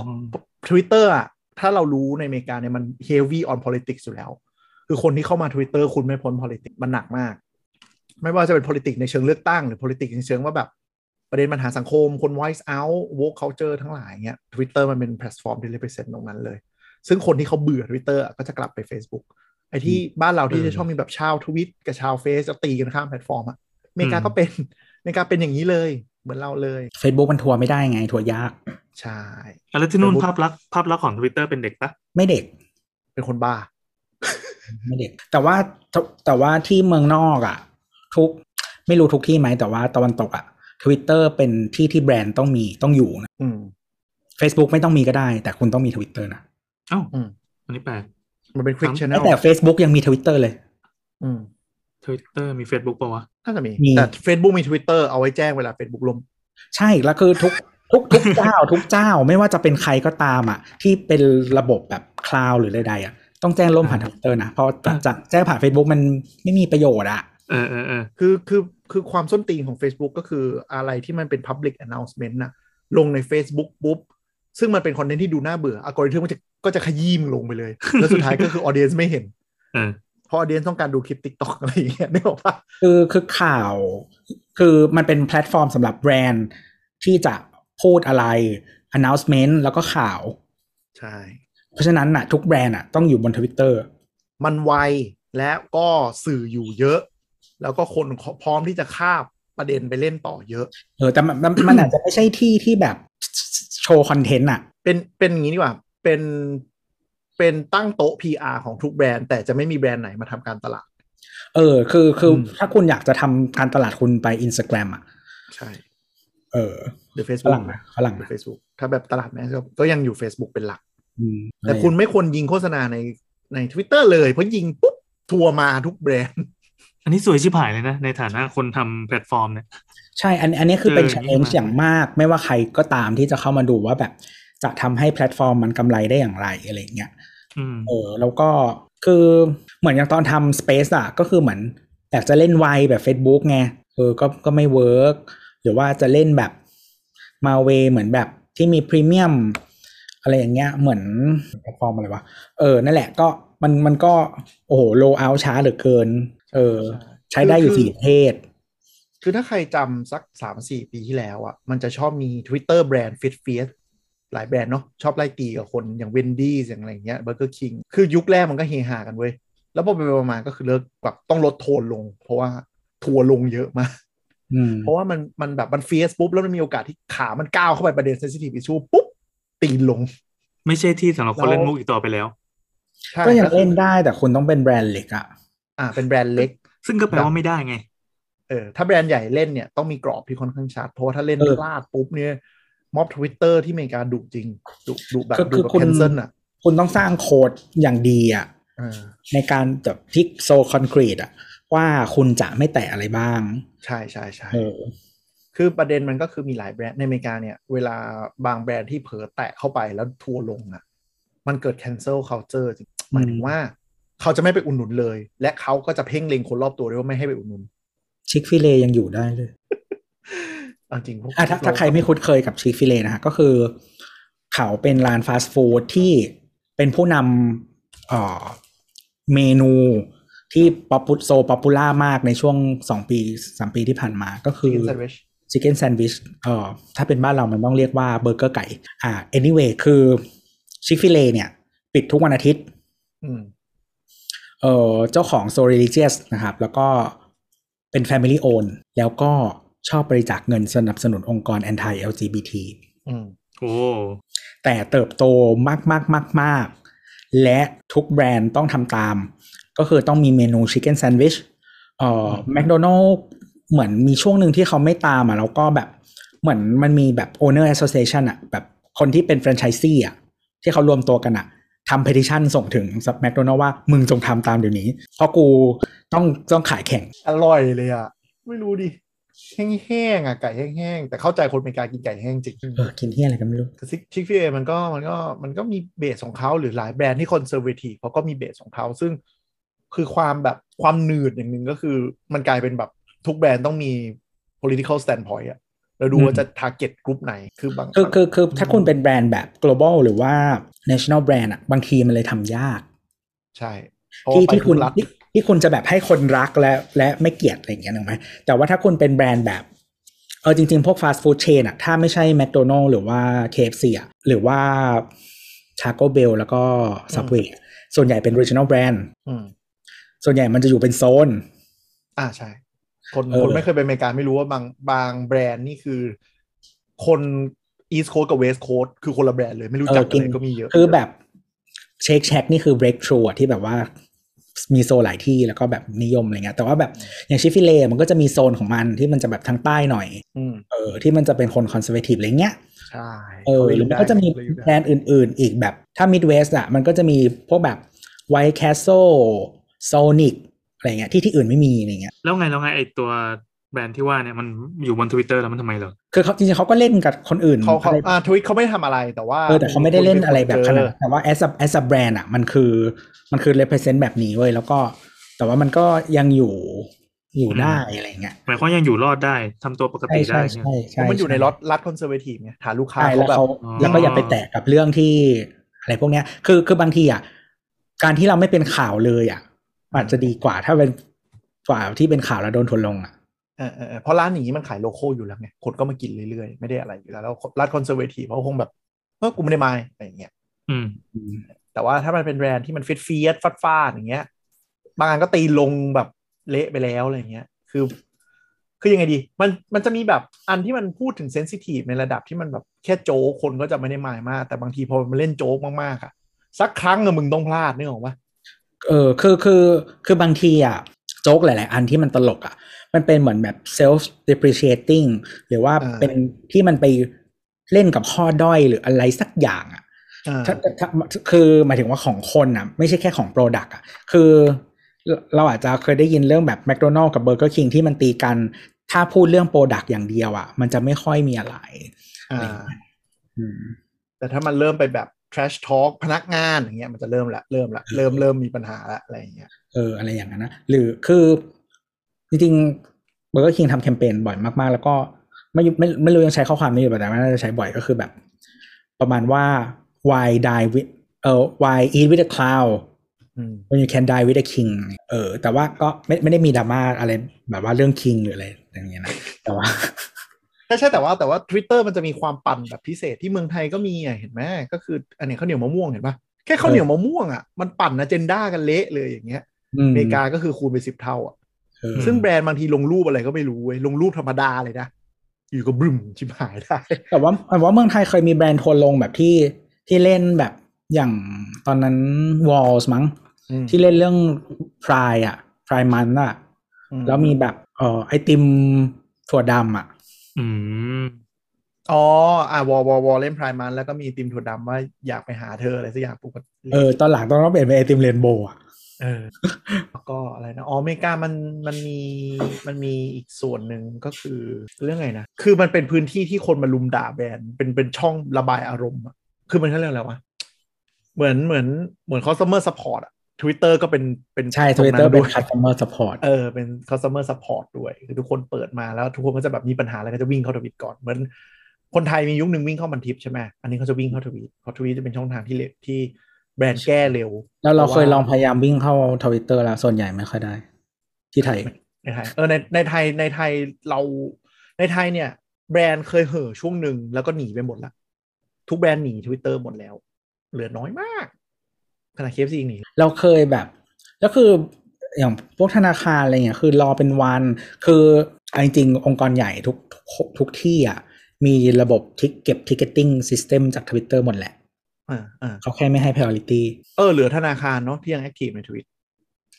[SPEAKER 2] Twitter อ่ะ ถ้าเรารู้ในอเมริกาเนี่ยมัน heavy on politics อยู่แล้ว คือคนที่เข้ามา Twitter คุณไม่พ้น politics มันหนักมาก ไม่ว่าจะเป็น politics ในเชิงเลือกตั้งหรือ politics ในเชิงว่าแบบ ประเด็นปัญหาสังคมคน voice out woke culture ทั้งหลายเงี้ย Twitter มันเป็นแพลตฟอร์มที่ represent ตรงนั้นเลย ซึ่งคนที่เขาเบื่อ Twitter อะก็จะกลับไป Facebook ไอ้ที่บ้านเราที่
[SPEAKER 4] เออ
[SPEAKER 2] จะชอบมีแบบชาวทวิตกับชาวเฟซจะตีกันข้ามแพลตฟอร์มอะอเมริกาก็เป็นอเมริกาเป็นอย่างนี้เลย เหมือนเราเลย
[SPEAKER 3] Facebook มันทัวร์ไม่ได้ไง ทัวร์ยาก
[SPEAKER 2] ใช่
[SPEAKER 4] อ่ะแล้วที่นู่น
[SPEAKER 2] แต่บุ๊ค
[SPEAKER 4] ภาพลักษณ์ภาพลักษณ์ของทวิตเตอร์เป็นเด็กปะ
[SPEAKER 3] ไม่เด็ก
[SPEAKER 2] เป็นคนบ้า
[SPEAKER 3] ไม่เด็ก แต่ว่าแต่แต่ว่าที่เมืองนอกอะ่ะ ทุกไม่รู้ทุกที่ไหมแต่ว่าตะวันตกอะ่ะ Twitter เป็นที่ที่แบรนด์ต้องมีต้องอยู่นะ
[SPEAKER 2] อืม
[SPEAKER 3] Facebook ไม่ต้องมีก็ได้ แต่คุณต้องมี Twitter นะ
[SPEAKER 4] เอ้า
[SPEAKER 2] อืม
[SPEAKER 4] อันนี้แปลก
[SPEAKER 2] มันเป็นควิก
[SPEAKER 4] ครับ
[SPEAKER 2] ชแน
[SPEAKER 3] ตั้
[SPEAKER 2] ล
[SPEAKER 3] งแต่ Facebook ยังมี Twitter เลย
[SPEAKER 2] อืม
[SPEAKER 4] ทวิตเตอร์มี Facebook ปะวะ
[SPEAKER 2] น่าจะมี
[SPEAKER 3] มี
[SPEAKER 2] แต่ Facebook มี Twitter เอาไว้แจ้งเวลา Facebook ลม
[SPEAKER 3] ใช่แล้วคือทุกทุกทุกเจ้า ทุกเจ้าไม่ว่าจะเป็นใครก็ตามอะ่ะ ที่เป็นระบบแบบคลาวหรือใดๆอะ่ะต้องแจ้งล่มผ่านทวิตเตอร์นะเพราะจะจะแจ้งผ่าน Facebook มันไม่มีประโยชน์อ่ะ
[SPEAKER 4] เออเออเออ
[SPEAKER 2] คือคือคือความส้นตีนของ Facebook ก็คืออะไรที่มันเป็น Public Announcement นะลงใน Facebook ปุ๊บ ซึ่งมันเป็นคอนเทนต์ที่ดูน่าเบื่ออัลกอริทึมก็จะก็จะขยี้มนลงไปเลย แล้วสุดท้ายก็คือ Audience ไม่เห็น
[SPEAKER 4] เออ
[SPEAKER 2] เพราะ Audience ต้องการดูคลิป TikTok อะไรอย่างเงี้ยนึ กออกปะ
[SPEAKER 3] คือคือข่าว คือมันเป็นแพลตฟอร์มสำหรับแบรนด์ที่จะพูดอะไร announcement แล้วก็ข่าว
[SPEAKER 2] ใช่
[SPEAKER 3] เพราะฉะนั้นน่ะ ทุกแบรนด์น่ะต้องอยู่บนทวิตเตอร์
[SPEAKER 2] มันไวและก็สื่ออยู่เยอะ แล้วก็คนพร้อมที่จะคาบประเด็นไปเล่นต่อเยอะ
[SPEAKER 3] เออแต่มันมันมันอาจจะไม่ใช่ที่ที่แบบโชว์คอนเทนต์อ่ะ
[SPEAKER 2] เป็นเป็นอย่างนี้ดีกว่า เป็นเป็นตั้งโต๊ะ PR ของทุกแบรนด์ แต่จะไม่มีแบรนด์ไหนมาทำการตลาด
[SPEAKER 3] เออ คือคืออ
[SPEAKER 2] ม
[SPEAKER 3] ถ้าคุณอยากจะทำการตลาดคุณไป Instagram อ่ะ
[SPEAKER 2] ใช่
[SPEAKER 3] เออ
[SPEAKER 2] หรือ
[SPEAKER 3] ฝ
[SPEAKER 2] Facebook
[SPEAKER 3] รั่งนะฝรั่ง
[SPEAKER 2] หรือ
[SPEAKER 3] นะ
[SPEAKER 2] Facebook ถ้าแบบตลาดแมสก็ก็ยังอยู่ Facebook เป็นหลัก
[SPEAKER 3] อืม
[SPEAKER 2] แต่คุณไม่ควรยิงโฆษณาในใน Twitter เลย เพราะยิงปุ๊บ ทัวร์มาทุกแบรนด์
[SPEAKER 4] อันนี้สวยชิบหายเลยนะ ในฐานะคนทำแพลตฟอร์มเนี่ย
[SPEAKER 3] ใช่ อันอันนี้คือ
[SPEAKER 4] เจอ
[SPEAKER 3] เป็น
[SPEAKER 4] อย่างนี้
[SPEAKER 3] challenge
[SPEAKER 4] มา
[SPEAKER 3] อย่างมาก ไม่ว่าใครก็ตามที่จะเข้ามาดูว่าแบบ จะทำให้แพลตฟอร์มมันกำไรได้อย่างไรอะไรอย่างเงี้ย
[SPEAKER 4] อืม
[SPEAKER 3] เออ แล้วก็คือเหมือนอย่างตอนทำ Space อะก็คือเหมือนอยากจะเล่นไวแบบ Facebook ไง เออ ก็ก็ไม่เวิร์กหรือว่าจะเล่นแบบมาเวเหมือนแบบที่มีพรีเมียมอะไรอย่างเงี้ย เหมือนแพลตฟอร์มอะไรวะ เออ นั่นแหละก็มันมันก็ โอ้โหโลเอาช้าเหลือเกิน เออ ใช้ได้อยู่
[SPEAKER 2] คือ
[SPEAKER 3] สี่ประเทศ
[SPEAKER 2] คือถ้าใครจำสัก 3-4 ปีที่แล้วอ่ะ มันจะชอบมี Twitter แบรนด์ Fit f i e s หลายแบรนด์เนาะชอบไล่ตีกับคนอย่างเวนดี้อย่างอะไรเงี้ยเบอร์เกอร์คิงคือยุคแรกมันก็เฮฮากันเว้ย แล้วพอไปๆมาๆก็คือเลิกแบบต้องลดโทนลง เพราะว่าทัวร์ลงเยอะมาก
[SPEAKER 3] อืม
[SPEAKER 2] เพราะว่ามันมันแบบมันเฟียสปุ๊บ แล้วมันมีโอกาสที่ขามันก้าวเข้าไปประเด็นเซนซิทีฟอิชูปุ๊บ ตีนลง
[SPEAKER 4] ไม่ใช่ที่สำหรับคน
[SPEAKER 2] เรา
[SPEAKER 4] เล่นมุกอีกต่อไปแล้ว
[SPEAKER 2] ใช่
[SPEAKER 3] ก็ยัง
[SPEAKER 2] แล้ว
[SPEAKER 3] เล่นได้แต่คุณต้องเป็นแบรนด์เล็กอะ
[SPEAKER 2] อ่าเป็นแบรนด์เล็ก
[SPEAKER 4] ซึ่งก็แปลว่าไม่ได้ไง
[SPEAKER 2] เออถ้าแบรนด์ใหญ่เล่นเนี่ยต้องมีกรอบที่ค่อนข้างชัด เพราะว่าถ้าเล่นพลาดปุ๊บเนี่ยม็อบทวิตเตอร์ที่อเมริกาดุจริงดุดุแบบ
[SPEAKER 3] ก็
[SPEAKER 2] ดุ
[SPEAKER 3] คือ
[SPEAKER 2] แบบ
[SPEAKER 3] คุณ
[SPEAKER 2] เพนเซิลอ่ะ
[SPEAKER 3] คุณต้องสร้างโค้ดอย่างดีอะ
[SPEAKER 2] เออ
[SPEAKER 3] ในการแบบพิกโซคอนกรีตอะว่าคุณจะไม่แตะอะไรบ้าง
[SPEAKER 2] ใช่ใช่ใช่
[SPEAKER 3] เออ
[SPEAKER 2] คือประเด็นมันก็คือมีหลายแบรนด์ในอเมริกาเนี่ย เวลาบางแบรนด์ที่เผลอแตะเข้าไปแล้วทัวร์ลงอ่ะ มันเกิด cancel culture จริงหมายถึงว่า เขาจะไม่ไปอุดหนุนเลย และเขาก็จะเพ่งเล็งคนรอบตัวด้วยว่าไม่ให้ไปอุดหนุน
[SPEAKER 3] ชิคฟิเลยังอยู่ได้เลย
[SPEAKER 2] เอาจริงพวก
[SPEAKER 3] อ่ะถ้าถ้าใครไม่คุ้นเคยกับชิคฟิเลนะฮะก็คือ เขาเป็นร้านฟาสต์ฟู้ดที่เป็นผู้นำเอ่อเมนูที่ป๊อปปูโซป๊อปปูล่ามากในช่วงสองปีสามปีที่ผ่านมาก็คือ
[SPEAKER 2] กินแซนด์วิช
[SPEAKER 3] ชิคเก้นแซนด์วิชเอ่อถ้าเป็นบ้านเรามันต้องเรียกว่าเบอร์เกอร์ไก่ อ่า anyway คือชิคฟิเลเนี่ย ปิดทุกวันอาทิตย์
[SPEAKER 2] อืม
[SPEAKER 3] เอ่อเจ้าของโซ r e l i g i o u s นะครับ แล้วก็เป็น Family Own แล้วก็ชอบบริจาคเงินสนับสนุนองค์กร anti LGBT
[SPEAKER 2] อืม
[SPEAKER 4] โอ้
[SPEAKER 3] แต่เติบโตมากมากมากมากๆและทุกแบรนด์ต้องทำตาม ก็คือต้องมีเมนู Chicken Sandwich เอ่อแมคโดนัลเหมือนมีช่วงหนึ่งที่เขาไม่ตามอ่ะแล้วก็แบบเหมือนมันมีแบบ Owner Association อ่ะ แบบคนที่เป็นแฟรนไชส์ซี่อ่ะ ที่เขารวมตัวกันอะทำ petition ส่งถึงแมคโดนัลว่า มึงจงทำตามเดี๋ยวนี้ เพราะกูต้องต้องขายแข่ง
[SPEAKER 2] อร่อยเลยอ่ะไม่รู้ดิแห้งๆอ่ะไก่แห้งๆแต่เข้าใจคนอเมริกากินไก่แห้งจริง
[SPEAKER 3] เออ กินที่อะไรกันไม่รู้
[SPEAKER 2] คือชิคฟีเอมันก็มันก็มันก็มีเบสของเขาหรือหลายแบรนด์ที่คอนเซอร์เวทีฟเขาก็มีเบสของเขาซึ่งคือความแบบความหนืดอย่างหนึ่งก็คือมันกลายเป็นแบบทุกแบรนด์ต้องมี political standpoint อะแล้วดูว่า
[SPEAKER 3] อืม
[SPEAKER 2] จะ target กลุ่มไหนคือบาง
[SPEAKER 3] คือคือคือถ้าคุณเป็นแบรนด์แบบ global หรือว่า national brand อะบางทีมันเลยทำยาก
[SPEAKER 2] ใช่เพราะ
[SPEAKER 3] ที่
[SPEAKER 2] ว่าไป
[SPEAKER 3] ที่คุณ
[SPEAKER 2] รัฐ
[SPEAKER 3] ที่ที่คุณจะแบบให้คนรักและและไม่เกลียดอะไรอย่างเงี้ยนึกไหมแต่ว่าถ้าคุณเป็นแบรนด์แบบ เออจริง ๆ พวกฟาสต์ฟู้ดเชนอะถ้าไม่ใช่แมคโดนัลหรือว่า KFC อะหรือว่า Taco Bell แล้วก็ Subway อะส่วนใหญ่เป็น regional brand
[SPEAKER 2] อืม
[SPEAKER 3] ส่วนใหญ่มันจะอยู่เป็นโซน
[SPEAKER 2] อ่าใช่ คน
[SPEAKER 3] เออ
[SPEAKER 2] คนไม่เคยไปอเมริกาไม่รู้ว่าบางบางแบรนด์นี่คือ คนอีสโค a กับเวสโค a คือคนละแบรนด์เลยไม่รู้จัก
[SPEAKER 3] เออ
[SPEAKER 2] กันเลยก็มีเยอะ
[SPEAKER 3] คือแบบเช็คแช็คนี่คือ breakthrough อะที่แบบว่ามีโซนหลายที่แล้วก็แบบนิยมอะไรเงี้ยแต่ว่าแบบอย่างชิฟฟิเลมันก็จะมีโซนของมันที่มันจะแบบทางใต้หน่อย
[SPEAKER 2] อืม
[SPEAKER 3] เออที่มันจะเป็นคนคอนเซอร์เวทีฟอะไรเงี้ย
[SPEAKER 2] ใช่
[SPEAKER 3] เออหรือมันก็จะมี
[SPEAKER 2] เขาเลยอยู่ได้
[SPEAKER 3] แบรนด์อื่น ๆ อีกแบบถ้า Midwest อ่ะ มันก็จะมีพวกแบบ White Castle Sonic อะไรเงี้ยที่ที่อื่นไม่มีอะไรเงี้ย
[SPEAKER 4] แล้วไงแล้วไงไอตัวแบรนด์ที่ว่าเนี่ยมันอยู่บนทวิตเตอร์แล้วมันทำไมเหรอ
[SPEAKER 3] คือเขาจริงๆเขาก็เล่นกับคนอื่น
[SPEAKER 2] เขาเขา
[SPEAKER 3] อะไร
[SPEAKER 2] อ่าทวิตเขาไม่ทำอะไรแต่ว่า
[SPEAKER 3] เออแต่เขาไม่ได้เล่นอะไรแบบขนาด
[SPEAKER 2] เจ
[SPEAKER 3] นั้นแต่ว่า as a as a brand อ่ะมันคือมันคือ represent แบบนี้เว้ยแล้วก็ แต่ว่ามันก็ยังอยู่อยู่
[SPEAKER 4] อืม
[SPEAKER 3] ได้อะไรเงี้ย
[SPEAKER 4] หมายความว่ายังอยู่รอดได้ทำตัวปก
[SPEAKER 3] ใช่
[SPEAKER 4] ติได้
[SPEAKER 3] ใช่
[SPEAKER 4] เนี่ย
[SPEAKER 2] เพ
[SPEAKER 3] ใช่ใช่
[SPEAKER 2] ราะมันอยู่ในรถรัฐคอนเซอร์เวทีฟไงฐานลูกค้า
[SPEAKER 3] ใช่แล้
[SPEAKER 2] เขา
[SPEAKER 3] ว
[SPEAKER 2] แบบ
[SPEAKER 3] เขา
[SPEAKER 4] อ๋อ
[SPEAKER 3] แล้วก็อย่าไปแตะกับเรื่องที่อะไรพวกเนี้ยคือคือบางทีอ่ะการที่เราไม่เป็นข่าวเลยอ่ะ อาจจะดีกว่าถ้าเป็นกว่าที่เป็นข่าวแล้วโดนทวนลงอ่ะ
[SPEAKER 2] เออเออเออเพราะร้านอย่างนี้มันขายโลโก้อยู่แล้วไงคนก็มากินเรื่อยๆ ไม่ได้อะไรอยู่แล้วแล้วรัฐคอนเซอร์เวทีฟเขาคงแบบเออกูไม่ได้มาอะไรอย่างเงี้ย
[SPEAKER 4] อืม
[SPEAKER 2] แต่ว่าถ้ามันเป็นแบรนด์ที่มันเฟียดเฟียดฟาดฟาดอย่างเงี้ย บางอันก็ตีลงแบบเละไปแล้วอะไรอย่างเงี้ยคือ คือยังไงดี มันมันจะมีแบบอันที่มันพูดถึงเซนซิทีฟในระดับที่มันแบบแค่โจ๊กคนก็จะไม่ได้มายมาก แต่บางทีพอมันเล่นโจ๊กมากๆอะสักครั้งอะมึงต้องพลาดนึกออกปะ
[SPEAKER 3] เออคือคือคือบางทีอ่ะโจ๊กหลาย ๆ อันที่มันตลกอ่ะ มันเป็นเหมือนแบบ self depreciating หรือว่า
[SPEAKER 2] อ่า
[SPEAKER 3] เป็นที่มันไปเล่นกับข้อด้อยหรืออะไรสักอย่างอ่ะ
[SPEAKER 2] อ่า
[SPEAKER 3] ถ้าถ้าคือหมายถึงว่าของคนอ่ะ ไม่ใช่แค่ของ Product อ่ะ คือเราเราอาจจะเคยได้ยินเรื่องแบบ McDonald กับ Burger King ที่มันตีกัน ถ้าพูดเรื่อง Product อย่างเดียวอ่ะ มันจะไม่ค่อยมีอะไร
[SPEAKER 2] อ่า
[SPEAKER 3] อืม
[SPEAKER 2] แต่ถ้ามันเริ่มไปแบบ trash talk พนักงานอย่างเงี้ยมันจะเริ่มละเริ่มละเริ่มเริ่มมีปัญหาละอะไรอย่างเงี้ย
[SPEAKER 3] เอออะไรอย่างนั้นนะหรือคือจริงๆเบอร์เกอร์คิงทำแคมเปญบ่อยมาก ๆ แล้วก็ไม่ไม่ไม่รู้ยังใช้ข้อความนี้อยู่ป่ะแต่ว่าน่าจะใช้บ่อยก็คือแบบ ประมาณว่า why die with เออ why eat with a clown
[SPEAKER 2] อืม
[SPEAKER 3] when you can die with a king เออ แต่ว่าก็ไม่ไม่ได้มีดราม่าอะไรแบบว่าเรื่องคิงหรืออะไรอย่างเงี้ยนะแต่ว่า
[SPEAKER 2] ใช่แต่ว่าแต่ว่า Twitter มันจะมีความปั่นแบบพิเศษที่เมืองไทยก็มีอ่ะเห็นไหมก็คืออันนี้ข้าวเหนียวมะม่วงเห็นปะแค่ข้าวเหนียวมะม่วงอ่ะมันปั่นอเจนดากันเละเลยอย่างเงี้ยอเมริกาก็คือคูณไปสิบเท่าอ่ะ
[SPEAKER 3] เออ
[SPEAKER 2] ซึ่งแบรนด์บางทีลงรูปอะไรก็ไม่รู้เว้ยลงรูปธรรมดาเลยนะอยู่ก็บึ้มชิบหายได้
[SPEAKER 3] แต่ว่าแต่ว่าเมืองไทยเคยมีแบรนด์ทัวร์ลงแบบที่ที่เล่นแบบอย่างตอนนั้นวอลส์มั้ง
[SPEAKER 2] อืม
[SPEAKER 3] ที่เล่นเรื่องพรายอะพรายมันอะ
[SPEAKER 2] อื
[SPEAKER 3] แล้วมีแบบเอ่อไอติมถั่วดำอะ
[SPEAKER 4] อืม
[SPEAKER 2] อ๋ออ่ะวอวอวอเล่นพรายมันแล้วก็มีติมถั่วดำว่าอยากไปหาเธออะไรสักอย่างปุ๊บก็
[SPEAKER 3] เออตอนหลังตอนนั้นเปลี่ยนเป็นไอติมเรนโบว์อะ
[SPEAKER 2] เออแล้วก็อะไรนะอ๋ออเมริกามันมันมีมันมีอีกส่วนหนึ่งก็คือเรื่องไงนะ คือมันเป็นพื้นที่ที่คนมาลุมด่าแบรนด์เป็นเป็นช่องระบายอารมณ์อะคือมันเขาเรื่องอะไรวะเหมือนเหมือนเหมือน customer support อะ Twitter ก็เป็นเป็น
[SPEAKER 3] ใช่ท
[SPEAKER 2] ง
[SPEAKER 3] วิตเตอร์เป็น
[SPEAKER 2] ด้วย
[SPEAKER 3] customer support
[SPEAKER 2] เออเป็น customer support ด้วยคือทุกคนเปิดมาแล้วทุกคนก็จะแบบมีปัญหาอะไรก็จะวิ่งเข้าทวิตก่อน เหมือนคนไทยมียุคหนึ่งวิ่งเข้ามันทิปใช่ไหมอันนี้เขาจะวิ่งเข้าทวิตเพราะทวิตจะเป็นช่องทางที่เร็วที่แบรนด์แก้เร็ว
[SPEAKER 3] แล้วเราเคยลองพยายามวิ่งเข้าทวิตเตอร์แล้วส่วนใหญ่ไม่ค่อยได้ ที่ไทย
[SPEAKER 2] ในไทยเออในในไทยในไทยเราในไทยเนี่ย แบรนด์เคยเห่อช่วงหนึ่งแล้วก็หนีไปหมดละทุกแบรนด์หนีทวิตเตอร์หมดแล้ว เหลือน้อยมากขนาดเคฟซีหนี
[SPEAKER 3] เราเคยแบบ แล้วคืออย่างพวกธนาคารอะไรเงี้ยคือรอเป็นวัน คือเอาจริงๆองค์กรใหญ่ทุกทุกทุกที่อ่ะมีระบบทิกเก็บ ticketing system จาก Twitter หมดแหละ
[SPEAKER 2] อ่าอ่า
[SPEAKER 3] เขาแค่ไม่ให้ priority
[SPEAKER 2] เออเหลือธนาคารเนาะที่ยังแอคทีฟในทวิต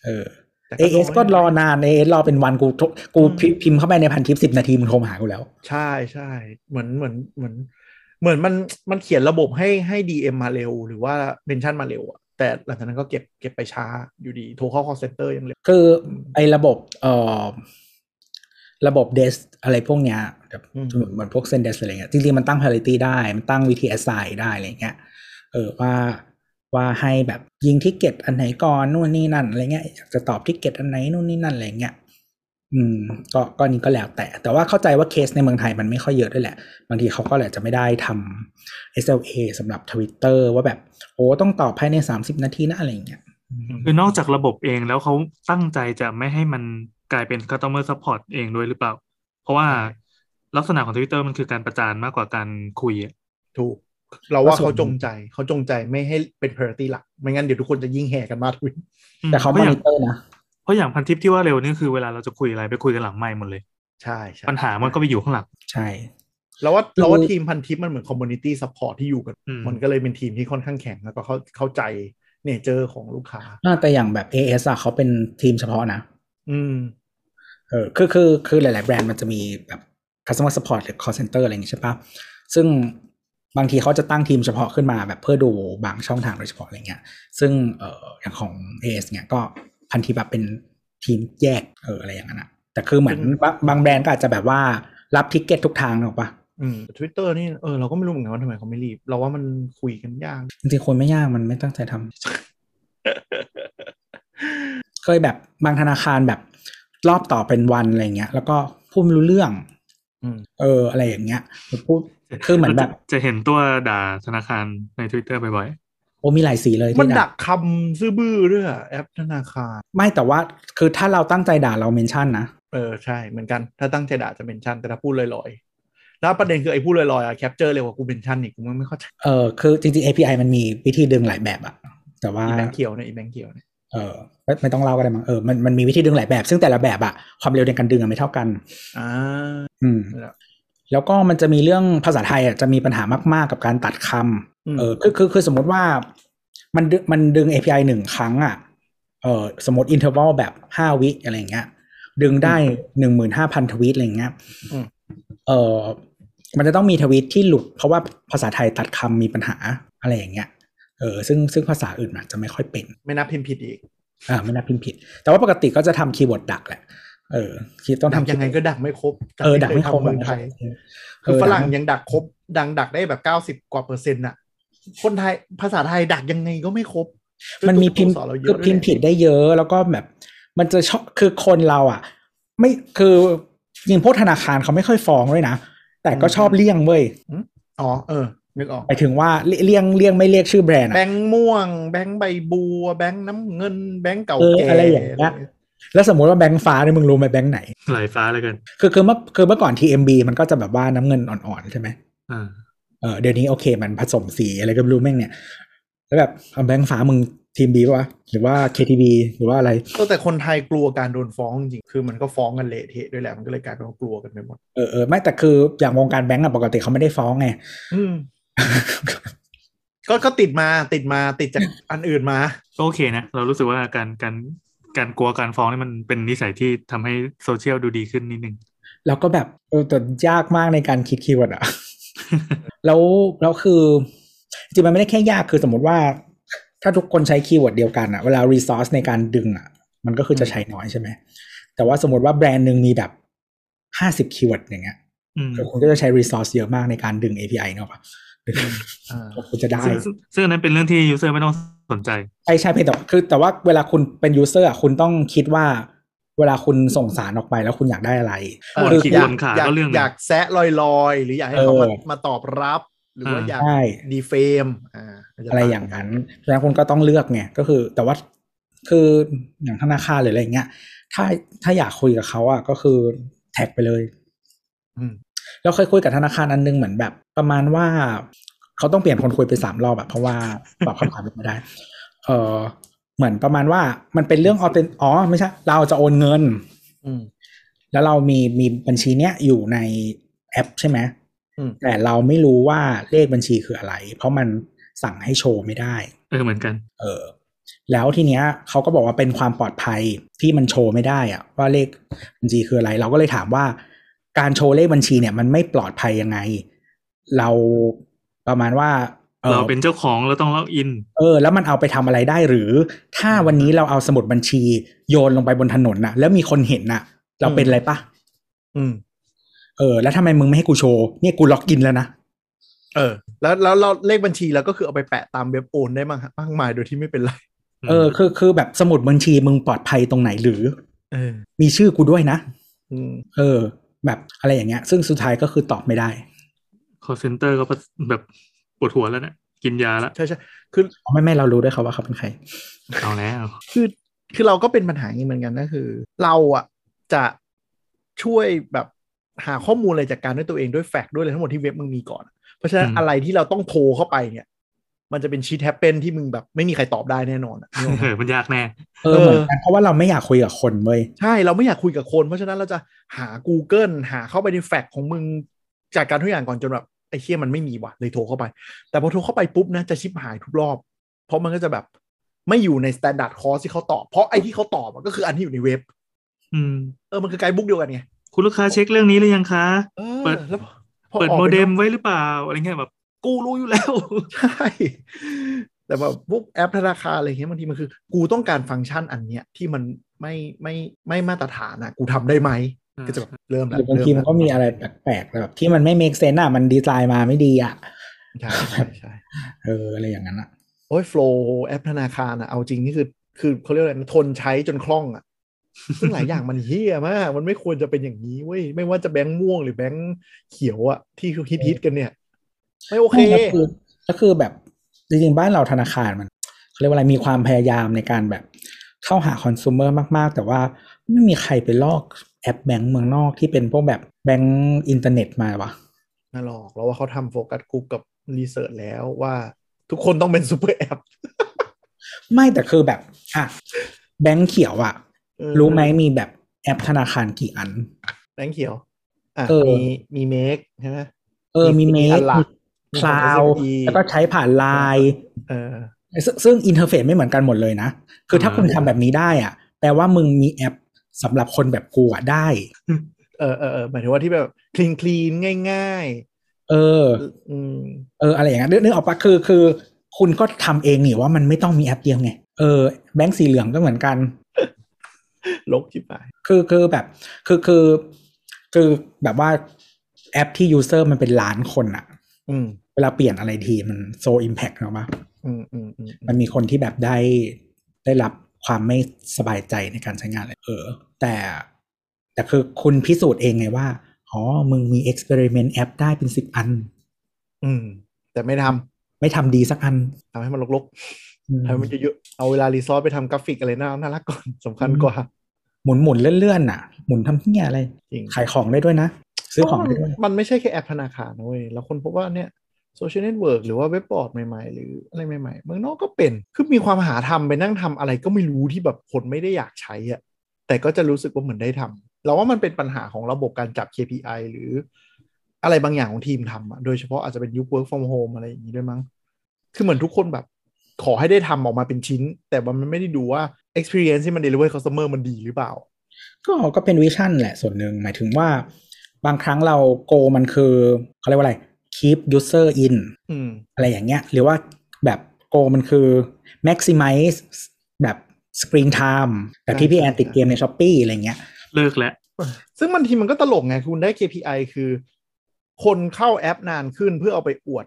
[SPEAKER 3] เออ
[SPEAKER 2] แต่น้ย
[SPEAKER 3] AS ก็รอนาน AS รอเป็นวันกูโทรกู
[SPEAKER 2] อืม
[SPEAKER 3] พิพิมพ์เข้าไปในพันทิปสิบนาทีมันโทรมาหากูแล้ว
[SPEAKER 2] ใช่ใช่เหมือนเหมือนเหมือน เหมือนมันมันเขียนระบบให้ให้ DM มาเร็ว หรือว่าเมนชั่นมาเร็วอะแต่หลังจากนั้นก็เก็บเก็บไปช้าอยู่ดีโทรเข้า call center ยังเร็ว
[SPEAKER 3] คือไอ้ระบบเอ่อระบบเดสอะไรพวกเนี้ยแบบ
[SPEAKER 2] อืม
[SPEAKER 3] เหมือนเหมือนพวกเซนเดสอะไรเงี้ยจริงๆ มันตั้ง priority ได้ มันตั้งวิธี assign ได้อะไรเงี้ยเออว่าว่าให้แบบยิงทิกเก็ตอันไหนก่อนนู่นนี่นั่นอะไรเงี้ยอยากจะตอบทิกเก็ตอันไหนนู่นนี่นั่นอะไรเงี้ยอืมก็ก็นี้ก็แล้วแต่ แต่ว่าเข้าใจว่าเคสในเมืองไทยมันไม่ค่อยเยอะด้วยแหละ บางทีเขาก็แหละจะไม่ได้ทำ SLA สำหรับ Twitter ว่าแบบโอ้ต้องตอบภายใน 30 นาทีนะอะไรเงี้ย
[SPEAKER 4] คือนอกจากระบบเองแล้วเขาตั้งใจจะไม่ให้มันกลายเป็น customer support เองด้วยหรือเปล่า เพราะว่าลักษณะของ Twitter มันคือการประจานมากกว่าการคุยอะ
[SPEAKER 2] ถูก เราว่า
[SPEAKER 3] ก็ส่วน
[SPEAKER 2] เขาจงใจเขาจงใจไม่ให้เป็น priority หลัก ไม่งั้นเดี๋ยวทุกคนจะยิ่งแห่กันมาทวิต
[SPEAKER 4] อื
[SPEAKER 3] แต่เขา
[SPEAKER 4] เพ
[SPEAKER 3] มอ
[SPEAKER 4] ราะอย่า
[SPEAKER 3] นิ
[SPEAKER 4] ง
[SPEAKER 3] เตอร์นะ
[SPEAKER 4] เพราะอย่างพันทิปที่ว่าเร็วนี่คือเวลาเราจะคุยอะไรไปคุยกันหลังไมค์หมดเลย
[SPEAKER 2] ใช่ใช่
[SPEAKER 4] ปัญหามันก็ไปอยู่ข้างหลัง
[SPEAKER 3] ใช่
[SPEAKER 2] เราว่าเรา
[SPEAKER 3] คื
[SPEAKER 2] ว่า
[SPEAKER 3] อ
[SPEAKER 2] ทีมพันทิปมันเหมือน community support ที่อยู่กัน
[SPEAKER 4] อืม
[SPEAKER 2] มันก็เลยเป็นทีมที่ค่อนข้างแข็งแล้วก็เข้าเข้าใจเนเจอร์ของลูกค้า
[SPEAKER 3] อ่าแต่อย่างแบบ AS อ่ะเขาเป็นทีมเฉพาะนะ
[SPEAKER 2] อืม
[SPEAKER 3] เออ คือ คือ คือ หลาย ๆ แบรนด์มันจะมีแบบ customer support หรือ call center อะไรอย่างงี้ใช่ปะซึ่งบางทีเขาจะตั้งทีมเฉพาะขึ้นมาแบบเพื่อดูบางช่องทางโดยเฉพาะอะไรเงี้ย ซึ่ง เอออย่างของ AS เนี่ยก็พันทีแบบเป็นทีมแยก เออ อะไรอย่างนั้นอะแต่คือเหมือนบางบางแบรนด์ก็อาจจะแบบว่ารับทิกเก็ตทุกทางเนกอะปะ
[SPEAKER 2] อืมทวิตเตอร์นี่เออเราก็ไม่รู้เหมือนกันว่าทำไมเขาไม่รีบ เราว่ามันคุยกันยาก
[SPEAKER 3] จริง ๆ คนไม่ยากมันไม่ตั้งใจทำ เคยแบบบางธนาคารแบบรอบต่อเป็นวันอะไรเงี้ย แล้วก็พูดไม่รู้เรื่อง
[SPEAKER 2] อืม
[SPEAKER 3] เออ อะไรอย่างเงี้ยแบบพูดคือเหมือนแบบ
[SPEAKER 4] จะเห็นตัวด่าธนาคารใน Twitter บ่อย
[SPEAKER 3] โอ้มีหลายสีเลยที่
[SPEAKER 2] มันดักคำซื่อบื้อด้วยอะแอปธนาคาร
[SPEAKER 3] ไม่แต่ว่าคือถ้าเราตั้งใจด่าเราเมนชั่นนะ
[SPEAKER 2] เออใช่เหมือนกันถ้าตั้งใจด่าจะเมนชั่น แต่ถ้าพูดลอยๆ แล้วประเด็นคือไอ้พูดลอยๆอะแคปเจอร์เร็วกว่ากูเมนชั่นอีกกูไม่เข้าใจ
[SPEAKER 3] เออคือจริงๆ API มันมีวิธีดึงหลายแบบอะแต่ว่า
[SPEAKER 2] อีแบงค์เขียวเนี่ยอีแบงค์เขียวเนี่ย
[SPEAKER 3] เออไม่ไม่ต้องเล่าก็ได้มั้งเออมันมันมีวิธีดึงหลายแบบ ซึ่งแต่ละแบบอะความเร็วในการดึงอะไม่เท่ากัน
[SPEAKER 2] อ่า
[SPEAKER 3] อืม
[SPEAKER 2] แล้ว
[SPEAKER 3] แล้วก็มันจะมีเรื่องภาษาไทยอ่ะจะมีปัญหามากๆกับการตัดค
[SPEAKER 2] อืม
[SPEAKER 3] ำเออคือคือคือสมมติว่ามันดึมันดึง API หนึ่งครั้งอ่ะเออสมมติ interval แบบห้าวิอะไรอย่างเงี้ย ดึงได้หนึ่งหมื่นห้าพันทวีตอะไรอย่างเงี้ย
[SPEAKER 2] อืม
[SPEAKER 3] เออมันจะต้องมีทวีตที่หลุด เพราะว่าภาษาไทยตัดคำมีปัญหาอะไรอย่างเงี้ยเออซึ่งซึ่งภาษาอื่นมันจะไม่ค่อยเป็น
[SPEAKER 2] ไม่นับพิมพ์ผิดอีก
[SPEAKER 3] อ่าไม่น่าพิมพ์ผิด แต่ว่าปกติก็จะทำคีย์บอร์ดดักแหละเออคีย์ต้อง
[SPEAKER 2] ดัก
[SPEAKER 3] ทำ
[SPEAKER 2] ยังไงก็ดักไม่ครบ
[SPEAKER 3] เออดักไม่คม
[SPEAKER 2] เมืองไทย
[SPEAKER 3] เอ
[SPEAKER 2] คือ
[SPEAKER 3] อ
[SPEAKER 2] ฝรั่ง
[SPEAKER 3] ดัก
[SPEAKER 2] ยังดักครบ ดังดักได้แบบเก้าสิบ90 กว่าเปอร์เซ็นต์อะคนไทยภาษาไทยดักยังไงก็ไม่ครบซึ่ง
[SPEAKER 3] มันมีพิมพ์
[SPEAKER 2] ตัวสนเราเย
[SPEAKER 3] คื
[SPEAKER 2] อะ
[SPEAKER 3] อพิมพ์ผิดได้เยอะ แล้วก็แบบ มันจะชอบคือคนเราอ่ะ ไม่คือยิงพวกธนาคารเขาไม่ค่อยฟ้องด้วยนะ แต่ก็ชอบเลี่ยงเว้ย
[SPEAKER 2] อ๋อเออนึกออก
[SPEAKER 3] หมายถึงว่าเลี่ยเลี่ยงเลี่ยงไม่เรียกชื่อแบรนด์
[SPEAKER 2] แบ
[SPEAKER 3] อะ
[SPEAKER 2] งค์ม่วง แบงค์ใบบัว แบงค์น้ำเงิน แบงค์เก่า
[SPEAKER 3] เออ
[SPEAKER 2] แก่
[SPEAKER 3] อะไรอย่างเงี้ย แล้วสมมติว่าแบงค์ฟ้าเนี่ยมึงรู้ไหมแบงค์ไหน
[SPEAKER 4] หลายฟ้าเหลยเกิน
[SPEAKER 3] คือคือเมื่อคือเมื่อก่อน TMB มันก็จะแบบว่าน้ำเงินอ่อนๆใช่ไหม
[SPEAKER 4] อ่า
[SPEAKER 3] เออเดี๋ยวนี้โอเคมันผสมสีอะไรก็ไม่รู้แม่งเนี่ย แล้วแบบเอาแบงค์ฟ้ามึงทีมบีป่ะหรือว่า KTB หรือว่าอะไร
[SPEAKER 2] เออแต่คนไทยกลัวการโดนฟ้องจริงๆคือมันก็ฟ้องกันเละเทะด้วยแหละมันก็เลยกลายเป็นว่ากลัวกันไปหมด
[SPEAKER 3] เออเออไม่แต่คืออย่างวงการแบงก์อะปกติเขาไม่ได้ฟ้องไง
[SPEAKER 2] อืมก็ก็ติดมาติดมาติดจากอันอื่นมา
[SPEAKER 4] ก็โอเคนะ เรารู้สึกว่าการการการกลัวการฟ้องนี่มันเป็นนิสัยที่ทำให้โซเชียลดูดีขึ้นนิดนึง
[SPEAKER 3] แล้วก็แบบเออแต่ยากมากในการคิดคีย์เวิร์ดอะ แล้วแล้วคือจริงๆมันไม่ได้แค่ยากคือสมมติว่า ถ้าทุกคนใช้คีย์เวิร์ดเดียวกันอะเวลารีซอสในการดึงอะมันก็คือจะใช้น้อยใช่ไหม แต่ว่าสมมติว่าแบรนด์หนึ่งมีแบบห้าสิบคีย์เวิร์ดอย่างเงี้ย
[SPEAKER 4] อืม
[SPEAKER 3] คือคุณก็จะใช้รีซอสเยอะมากในการดึง API เนาะปะดึง
[SPEAKER 2] อ่า
[SPEAKER 3] คุณจะได้
[SPEAKER 4] ซึ่งซึ่งซึ่งอันนั้นเป็นเรื่องที่ยูเซอร์ไม่ต้องสนใจ
[SPEAKER 3] ใช่ใช่เพียงแต่ว่าคือแต่ว่าเวลาคุณเป็นยูเซอร์คุณต้องคิดว่าเวลาคุณส่งสารออกไปแล้วคุณอยากได้อะไร
[SPEAKER 2] เออ
[SPEAKER 4] บ่นขี้
[SPEAKER 2] อยาก
[SPEAKER 4] บ่นขา
[SPEAKER 2] อยาก
[SPEAKER 4] ก็เรื่องหนึ่ง
[SPEAKER 2] อยากแซะลอยๆ หรืออยากให้เขามา
[SPEAKER 3] เออ
[SPEAKER 2] มาตอบรับ หรือว่าอยาก
[SPEAKER 3] ใช่
[SPEAKER 2] ดีเฟมอ่า
[SPEAKER 3] อะไรอย่างนั้นฉะนั้นคุณก็ต้องเลือกไงก็คือ แต่ว่าคืออย่างธนาคารหรืออะไรอย่างเงี้ยถ้าถ้าอยากคุยกับเขาอ่ะก็คือแท็กไปเลย
[SPEAKER 2] อืม
[SPEAKER 3] แล้วเคยคุยกับธนาคารอันนึงเหมือนแบบ ประมาณว่าเขาต้องเปลี่ยนคนคุยไปสามรอบแบบเพราะว่าตอบคำถามไม่ได้ เออเหมือนประมาณว่ามันเป็นเรื่องออเทนอ๋อไม่ใช่เราจะโอนเงิน
[SPEAKER 2] อืม
[SPEAKER 3] แล้วเรามีมีบัญชีเนี้ยอยู่ในแอปใช่ไหม
[SPEAKER 2] อืม
[SPEAKER 3] แต่เราไม่รู้ว่าเลขบัญชีคืออะไร เพราะมันสั่งให้โชว์ไม่ได้
[SPEAKER 4] เออเหมือนกัน
[SPEAKER 3] เออ แล้วทีเนี้ยเขาก็บอกว่าเป็นความปลอดภัยที่มันโชว์ไม่ได้อะว่าเลขบัญชีคืออะไร เราก็เลยถามว่า การโชว์เลขบัญชีเนี่ยมันไม่ปลอดภัยยังไง เราประมาณว่าออ
[SPEAKER 4] เราเป็นเจ้าของเราต้องล็อกอิน
[SPEAKER 3] เออแล้วมันเอาไปทำอะไรได้หรือ ถ้าวันนี้เราเอาสมุดบัญชีโยนลงไปบนถนนน่ะ แล้วมีคนเห็นน่ะ เราเป็นอะไรปะ
[SPEAKER 2] อืม
[SPEAKER 3] เออ แล้วทำไมมึงไม่ให้กูโชว์เนี่ยกูล็อกอินแล้วนะ
[SPEAKER 2] เออ แล้วแล้วเราเลขบัญชีแล้วก็คือเอาไปแปะตามเว็บโอนได้มากมากมายโดยที่ไม่เป็นไร
[SPEAKER 3] เออคือคือแบบสมุดบัญชีมึงปลอดภัยตรงไหนหรือ
[SPEAKER 2] เออ
[SPEAKER 3] มีชื่อกูด้วยนะ
[SPEAKER 2] อืม
[SPEAKER 3] เออ แบบอะไรอย่างเงี้ย ซึ่งสุดท้ายก็คือตอบไม่ได้
[SPEAKER 4] call center ก็แบบปวดหัวแล้วเนะี่ยกินยาแล้ว
[SPEAKER 2] ใช่ใช่คือ
[SPEAKER 3] ไม่ไม่เรารู้ด้วยเขาว่าเขาเป็นใคร
[SPEAKER 4] เอาแล้ว
[SPEAKER 2] คือคือเราก็เป็นปัญหาอย่างนี้เหมือนกันก็คือ เราอะจะช่วยแบบหาข้อมูลอะไรจากการด้วยตัวเองด้วยแฟกต์ด้วยอะไรทั้งหมดที่เว็บมึงมีก่อน เพราะฉะนั้นอะไรที่เราต้องโทรเข้าไปเนี่ย มันจะเป็นชีทแฮปเปนที่มึงแบบไม่มีใครตอบได้แน่นอนอะ
[SPEAKER 4] เออมันยากแน่
[SPEAKER 3] เออเหมือนกันเพราะว่าเราไม่อยากคุยกับคนเว้ย
[SPEAKER 2] ใช่ เราไม่อยากคุยกับคน เพราะฉะนั้นเราจะหา Google หาเข้าไปในแฟกต์ของมึงจากการทุกอย่างก่อนจนแบบไอ้เชี่ยมันไม่มีว่ะเลยโทรเข้าไป แต่พอโทรเข้าไปปุ๊บนะจะชิปหายทุกรอบ เพราะมันก็จะแบบไม่อยู่ใน standard course ที่เขาตอบ เพราะไอ้ที่เขาตอบอะก็คืออันที่อยู่ในเว็บ
[SPEAKER 4] อืม
[SPEAKER 2] เออมันคือไกด์บุ๊กเดียวกันไง
[SPEAKER 4] คุณลูกค้าเช็คเรื่องนี้หรือยังคะ
[SPEAKER 2] เออ
[SPEAKER 4] เปิด
[SPEAKER 2] แล้วพอ
[SPEAKER 4] เปิด
[SPEAKER 2] ออก
[SPEAKER 4] โม
[SPEAKER 2] ไน
[SPEAKER 4] เด็
[SPEAKER 2] อก
[SPEAKER 4] มไว้หรือเปล่าอะไรเงี้ยแบบกูรู้อยู่แล้ว
[SPEAKER 2] ใช่ แต่แบบพวกแอปธนาคารอะไรเงี้ยบางทีมันคือ กูต้องการฟังก์ชันอันเนี้ยที่มันไม่ไม่ไม่มาตรฐานอะกูทำได้ไหมก็จะแบบเริ่ม
[SPEAKER 3] ห
[SPEAKER 2] แล้ว
[SPEAKER 3] รือบาง
[SPEAKER 2] เริ่
[SPEAKER 3] ทีมันก็มี
[SPEAKER 2] แล้ว
[SPEAKER 3] อะไรแปลกๆแบบที่มันไม่ make sense อ่ะมันดีไซน์มาไม่ดีอ่ะ
[SPEAKER 2] ใช่ใช่ใช่
[SPEAKER 3] เอออะไรอย่างนั้นอ่ะ
[SPEAKER 2] โอ้ยโฟล์แอปธนาคารอะเอาจริงนี่คือคือเขาเรียกอะไรนะทนใช้จนคล่องอะซึ่งหลายอย่างมันเฮี้ยมาก มันไม่ควรจะเป็นอย่างนี้เว้ย ไม่ว่าจะแบงค์ม่วงหรือแบงค์เขียวอะที่เขาฮิตฮิตๆกันเนี่ย ไม่โอเค
[SPEAKER 3] ก็คือก็คือแบบจริงๆบ้านเราธนาคารมันเขาเรียกว่าอะไรมีความพยายามในการแบบเข้าหาคอน sumer มากๆ แต่ว่าไม่มีใครไปลอกแอปแบงก์เมืองนอกที่เป็นพวกแบบแบงก์อินเทอร์เน็ตมาวะ
[SPEAKER 2] น่าหลอกแล้วว่าเขาทำโฟกัสกลุ่มกับรีเสิร์ชแล้วว่าทุกคนต้องเป็นซูเปอร์แอป
[SPEAKER 3] ไม่แต่คือแบบอ่ะแบงก์เขียวอะ
[SPEAKER 2] เออ
[SPEAKER 3] รู้ไหมมีแบบแอปธนาคารกี่อัน
[SPEAKER 2] แบงค์เขียว อ่ะ
[SPEAKER 3] เออ
[SPEAKER 2] มีมีเมกใช่ไหม
[SPEAKER 3] เออมี
[SPEAKER 2] มี
[SPEAKER 3] เม
[SPEAKER 2] อั
[SPEAKER 3] ส
[SPEAKER 2] นหลัก
[SPEAKER 3] คลาว
[SPEAKER 2] มี SME
[SPEAKER 3] แล้วก็ใช้ผ่านไลน์
[SPEAKER 2] เออ
[SPEAKER 3] ซึ่งซึ่งอินเทอร์เฟซไม่เหมือนกันหมดเลยนะ คือถ้า
[SPEAKER 4] อ่า
[SPEAKER 3] คุณทำแบบนี้ได้อะแปลว่ามึงมีแอปสำหรับคนแบบกูอะได้
[SPEAKER 2] เออเออเออหมายถึงว่าที่แบบคลีนคลีนง่าย
[SPEAKER 3] เออ
[SPEAKER 2] ๆ อืม
[SPEAKER 3] เอออะไรอย่างเงี้ยนึกนึกออกปะคือคือ คุณก็ทำเองนี่ว่ามันไม่ต้องมีแอปเดียวไง เออแบงค์สีเหลืองก็เหมือนกัน
[SPEAKER 2] ลกชิบหาย
[SPEAKER 3] คือคือแบบ คือคือคือแบบว่าแอปที่ยูเซอร์มันเป็นล้านคนอะ
[SPEAKER 2] อืม
[SPEAKER 3] เวลาเปลี่ยนอะไรทีมันโซอิมแพกเนาะปะ
[SPEAKER 2] อืมอืมอืมอืม
[SPEAKER 3] มันมีคนที่แบบได้ได้รับความไม่สบายใจในการใช้งานเลยเออ แต่ แต่คือคุณพิสูจน์เองไงว่าอ๋อมึงมีเอ็กซ์เพร์เมนต์แอปได้เป็นสิบอัน
[SPEAKER 2] อืม แต่ไม่ทำ
[SPEAKER 3] ไม่ทำดีสักอัน
[SPEAKER 2] ทำให้มันลก
[SPEAKER 3] อืม
[SPEAKER 2] ๆทำให้มันเยอะๆเอาเวลารีซอสไปทำกราฟิกอะไรน่าน่ารักก่อน สำคัญกว่า
[SPEAKER 3] หมุนหมุนเลื่อนๆน่ะ หมุนทำเหี้ยอะไร
[SPEAKER 2] จริง
[SPEAKER 3] ขายของได้ด้วยนะ ซื้อของได้ด้วย
[SPEAKER 2] มันไม่ใช่แค่แอปธนาคารนะเว้ยแล้วคนพบว่าเนี่ยโซเชียลเน็ตเวิร์กหรือว่าเว็บบอร์ดใหม่ๆ หรืออะไรใหม่ๆเมืองนอกก็เป็น คือมีความหาทำไปนั่งทำอะไรก็ไม่รู้ที่แบบคนไม่ได้อยากใช้อะแต่ก็จะรู้สึกว่าเหมือนได้ทำเราว่ามันเป็นปัญหาของระบบการจับ KPI หรืออะไรบางอย่างของทีมทำอะโดยเฉพาะอาจจะเป็นยุค work from home อะไรอย่างนี้ด้วยมั้ง คือเหมือนทุกคนแบบขอให้ได้ทำออกมาเป็นชิ้น แต่ว่ามันไม่ได้ดูว่า experience ที่มัน deliver customer มันดีหรือเปล่า
[SPEAKER 3] ก็ก็เป็นวิชั่นแหละส่วนหนึ่งหมายถึงว่า บางครั้งเราโกมันคือเขาเรียกว่าอะไร keep user in
[SPEAKER 2] อืม
[SPEAKER 3] อะไรอย่างเงี้ย หรือว่าแบบโกมันคือ maximize แบบ screen time แบบที่พี่แอนติดเกมในช้อปปี้อะไรเงี้ย
[SPEAKER 4] เลิกแล้ว
[SPEAKER 2] ซึ่งบางทีมันก็ตลกไงคุณได้ KPI คือ คนเข้าแอปนานขึ้นเพื่อเอาไปอวด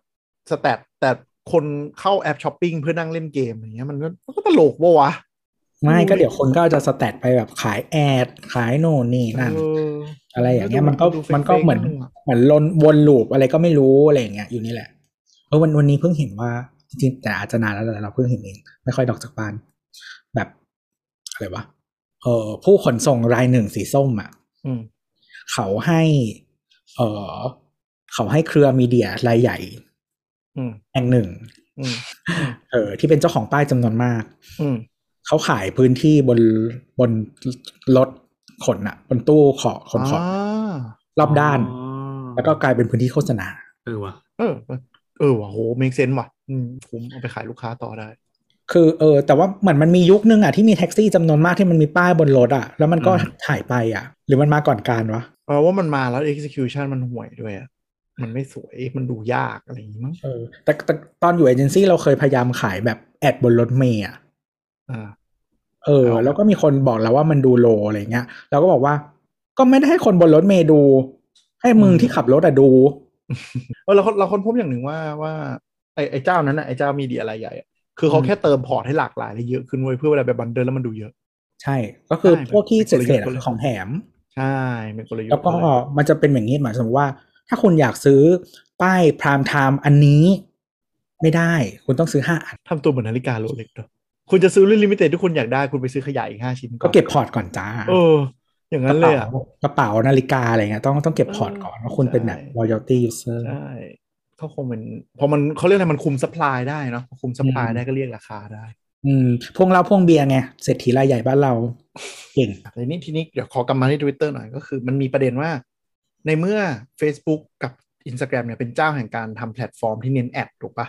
[SPEAKER 2] สแตทแต่คนเข้าแอปช้อปปิ้งเพื่อนั่งเล่นเกมอย่างเงี้ยมันก็มันก็ตลกปะวะ
[SPEAKER 3] ไม่ก็เดี๋ยวคนก็จะสแตทไปแบบขายแอด ขายโน่นนี่นั่น
[SPEAKER 2] เออ
[SPEAKER 3] อะไรอย่างเงี้ย
[SPEAKER 2] มั
[SPEAKER 3] มัน น
[SPEAKER 2] ก็
[SPEAKER 3] ก็
[SPEAKER 2] ดู
[SPEAKER 3] มันก็
[SPEAKER 2] เฟ้งๆ
[SPEAKER 3] เหมือน
[SPEAKER 2] บ้างอะ
[SPEAKER 3] เหมือนลนวนลูปอะไรก็ไม่รู้อะไรอย่างเงี้ยอยู่นี่แหละเออวันวันนี้เพิ่งเห็นว่าจริงๆแต่อาจจะนานแล้วแหละเราเพิ่งเห็นเองไม่ค่อยดอกจากบ้าน แบบอะไรวะเออผู้ขนส่งรายหนึ่งสีส้มอ่ะ
[SPEAKER 2] อืม
[SPEAKER 3] เขาให้ เออเขาให้เครือมีเดียรายใหญ่
[SPEAKER 2] อืม
[SPEAKER 3] แห่งหนึ่ง
[SPEAKER 2] อืม
[SPEAKER 3] เออที่เป็นเจ้าของป้ายจำนวนมาก
[SPEAKER 2] อืม
[SPEAKER 3] เขาขายพื้นที่บนบนรถขนอ่ะ บนตู้ขอขนของ
[SPEAKER 2] าร
[SPEAKER 3] อบด้าน
[SPEAKER 4] อ๋อ
[SPEAKER 3] แล้วก็กลายเป็นพื้นที่โฆษณา
[SPEAKER 4] เออว่ะ
[SPEAKER 2] เออเออว่ะโหเมกเซนว่ะอืมผมเอาไปขายลูกค้าต่อได้
[SPEAKER 3] คือเออแต่ว่าเหมือนมันมียุคนึงอ่ะที่มีแท็กซี่จำนวนมากที่มันมีป้ายบนรถอ่ะ แล้วมันก็ถ่ายไปอ่ะ หรือมันมาก่อนการวะ
[SPEAKER 2] เพราะว่ามันมาแล้ว execution มันห่วยด้วยอะมันไม่สวยมันดูยากอะไรอย่างงี้มั้ง
[SPEAKER 3] เออแต่แต่ตอนอยู่เอเจนซี่เราเคยพยายามขายแบบแอดบนรถเมย์อ่ะ
[SPEAKER 2] อ่า
[SPEAKER 3] เออ
[SPEAKER 2] เอา
[SPEAKER 3] แล้วก็มีคนบอกเราว่ามันดูโลอะไรเงี้ยเราก็บอกว่า ก็ไม่ได้ให้คนบนรถเมย์ดู ให้มึงที่ขับรถอ่ะดู
[SPEAKER 2] เออเราเราค้นพบอย่างหนึ่งว่าว่าไอไอเจ้านั้นนะไอเจ้ามีเดียอะไรายใหญ่อะคือเขา
[SPEAKER 3] อืม
[SPEAKER 2] แค่เติมพอร์ตให้หลากหลายและเยอะขึ้นเว้ยเพื่อเวลาไปบันเดิลแล้วมันดูเยอะ
[SPEAKER 3] ใช่ ก็คือ
[SPEAKER 2] ใช่
[SPEAKER 3] พวกที่เศษ
[SPEAKER 2] เป็นกลยุท
[SPEAKER 3] เศ
[SPEAKER 2] ธ์
[SPEAKER 3] ษของแถม
[SPEAKER 2] ใช่เป็นกลยุทธ์
[SPEAKER 3] แล้วก็
[SPEAKER 2] เลย
[SPEAKER 3] มันจะเป็นอย่างนี้หมายความว่า ถ้าคุณอยากซื้อป้ายพรามไทม์อันนี้ ไม่ได้คุณต้องซื้อห้าอัน
[SPEAKER 2] ทำตัวเหมือนนาฬิกาโรเล็กเนอะคุณจะซื้อรุ่นลิมิเต็ดที่คุณอยากได้คุณไปซื้อขยายอีกห้าชิ้น
[SPEAKER 3] ก็เก็บพอร์ตก่อนจ้า
[SPEAKER 2] เออ อย่างนั้น
[SPEAKER 3] กระ
[SPEAKER 2] เลย
[SPEAKER 3] เป๋า
[SPEAKER 2] อ่ะ
[SPEAKER 3] กระเป๋านาฬิกาอะไรเงี้ยต้องต้องเก็บพอร์ตก่อนว่าคุณเป็นแบบ
[SPEAKER 2] ใช่
[SPEAKER 3] loyalty user
[SPEAKER 2] ใช่เขาคงเป็นพอมันเขาเรียกอะไรมันคุมสป라이ได้เนาะพอคุมสป라이
[SPEAKER 3] อืม
[SPEAKER 2] ได้ก็เรียกราคาได้
[SPEAKER 3] อืมพวงเราพวงเบียร์ไงเศรษฐีรายใหญ่บ้านเรา เก่ง
[SPEAKER 2] แต่นี่ทีนี้เดี๋ยวขอกลับมาที่ Twitter หน่อยก็คือมันมีประเด็นว่า ในเมื่อ Facebook กับ Instagram เนี่ยเป็นเจ้าแห่งการทำแพลตฟอร์มที่เน้นแอดถูกปะ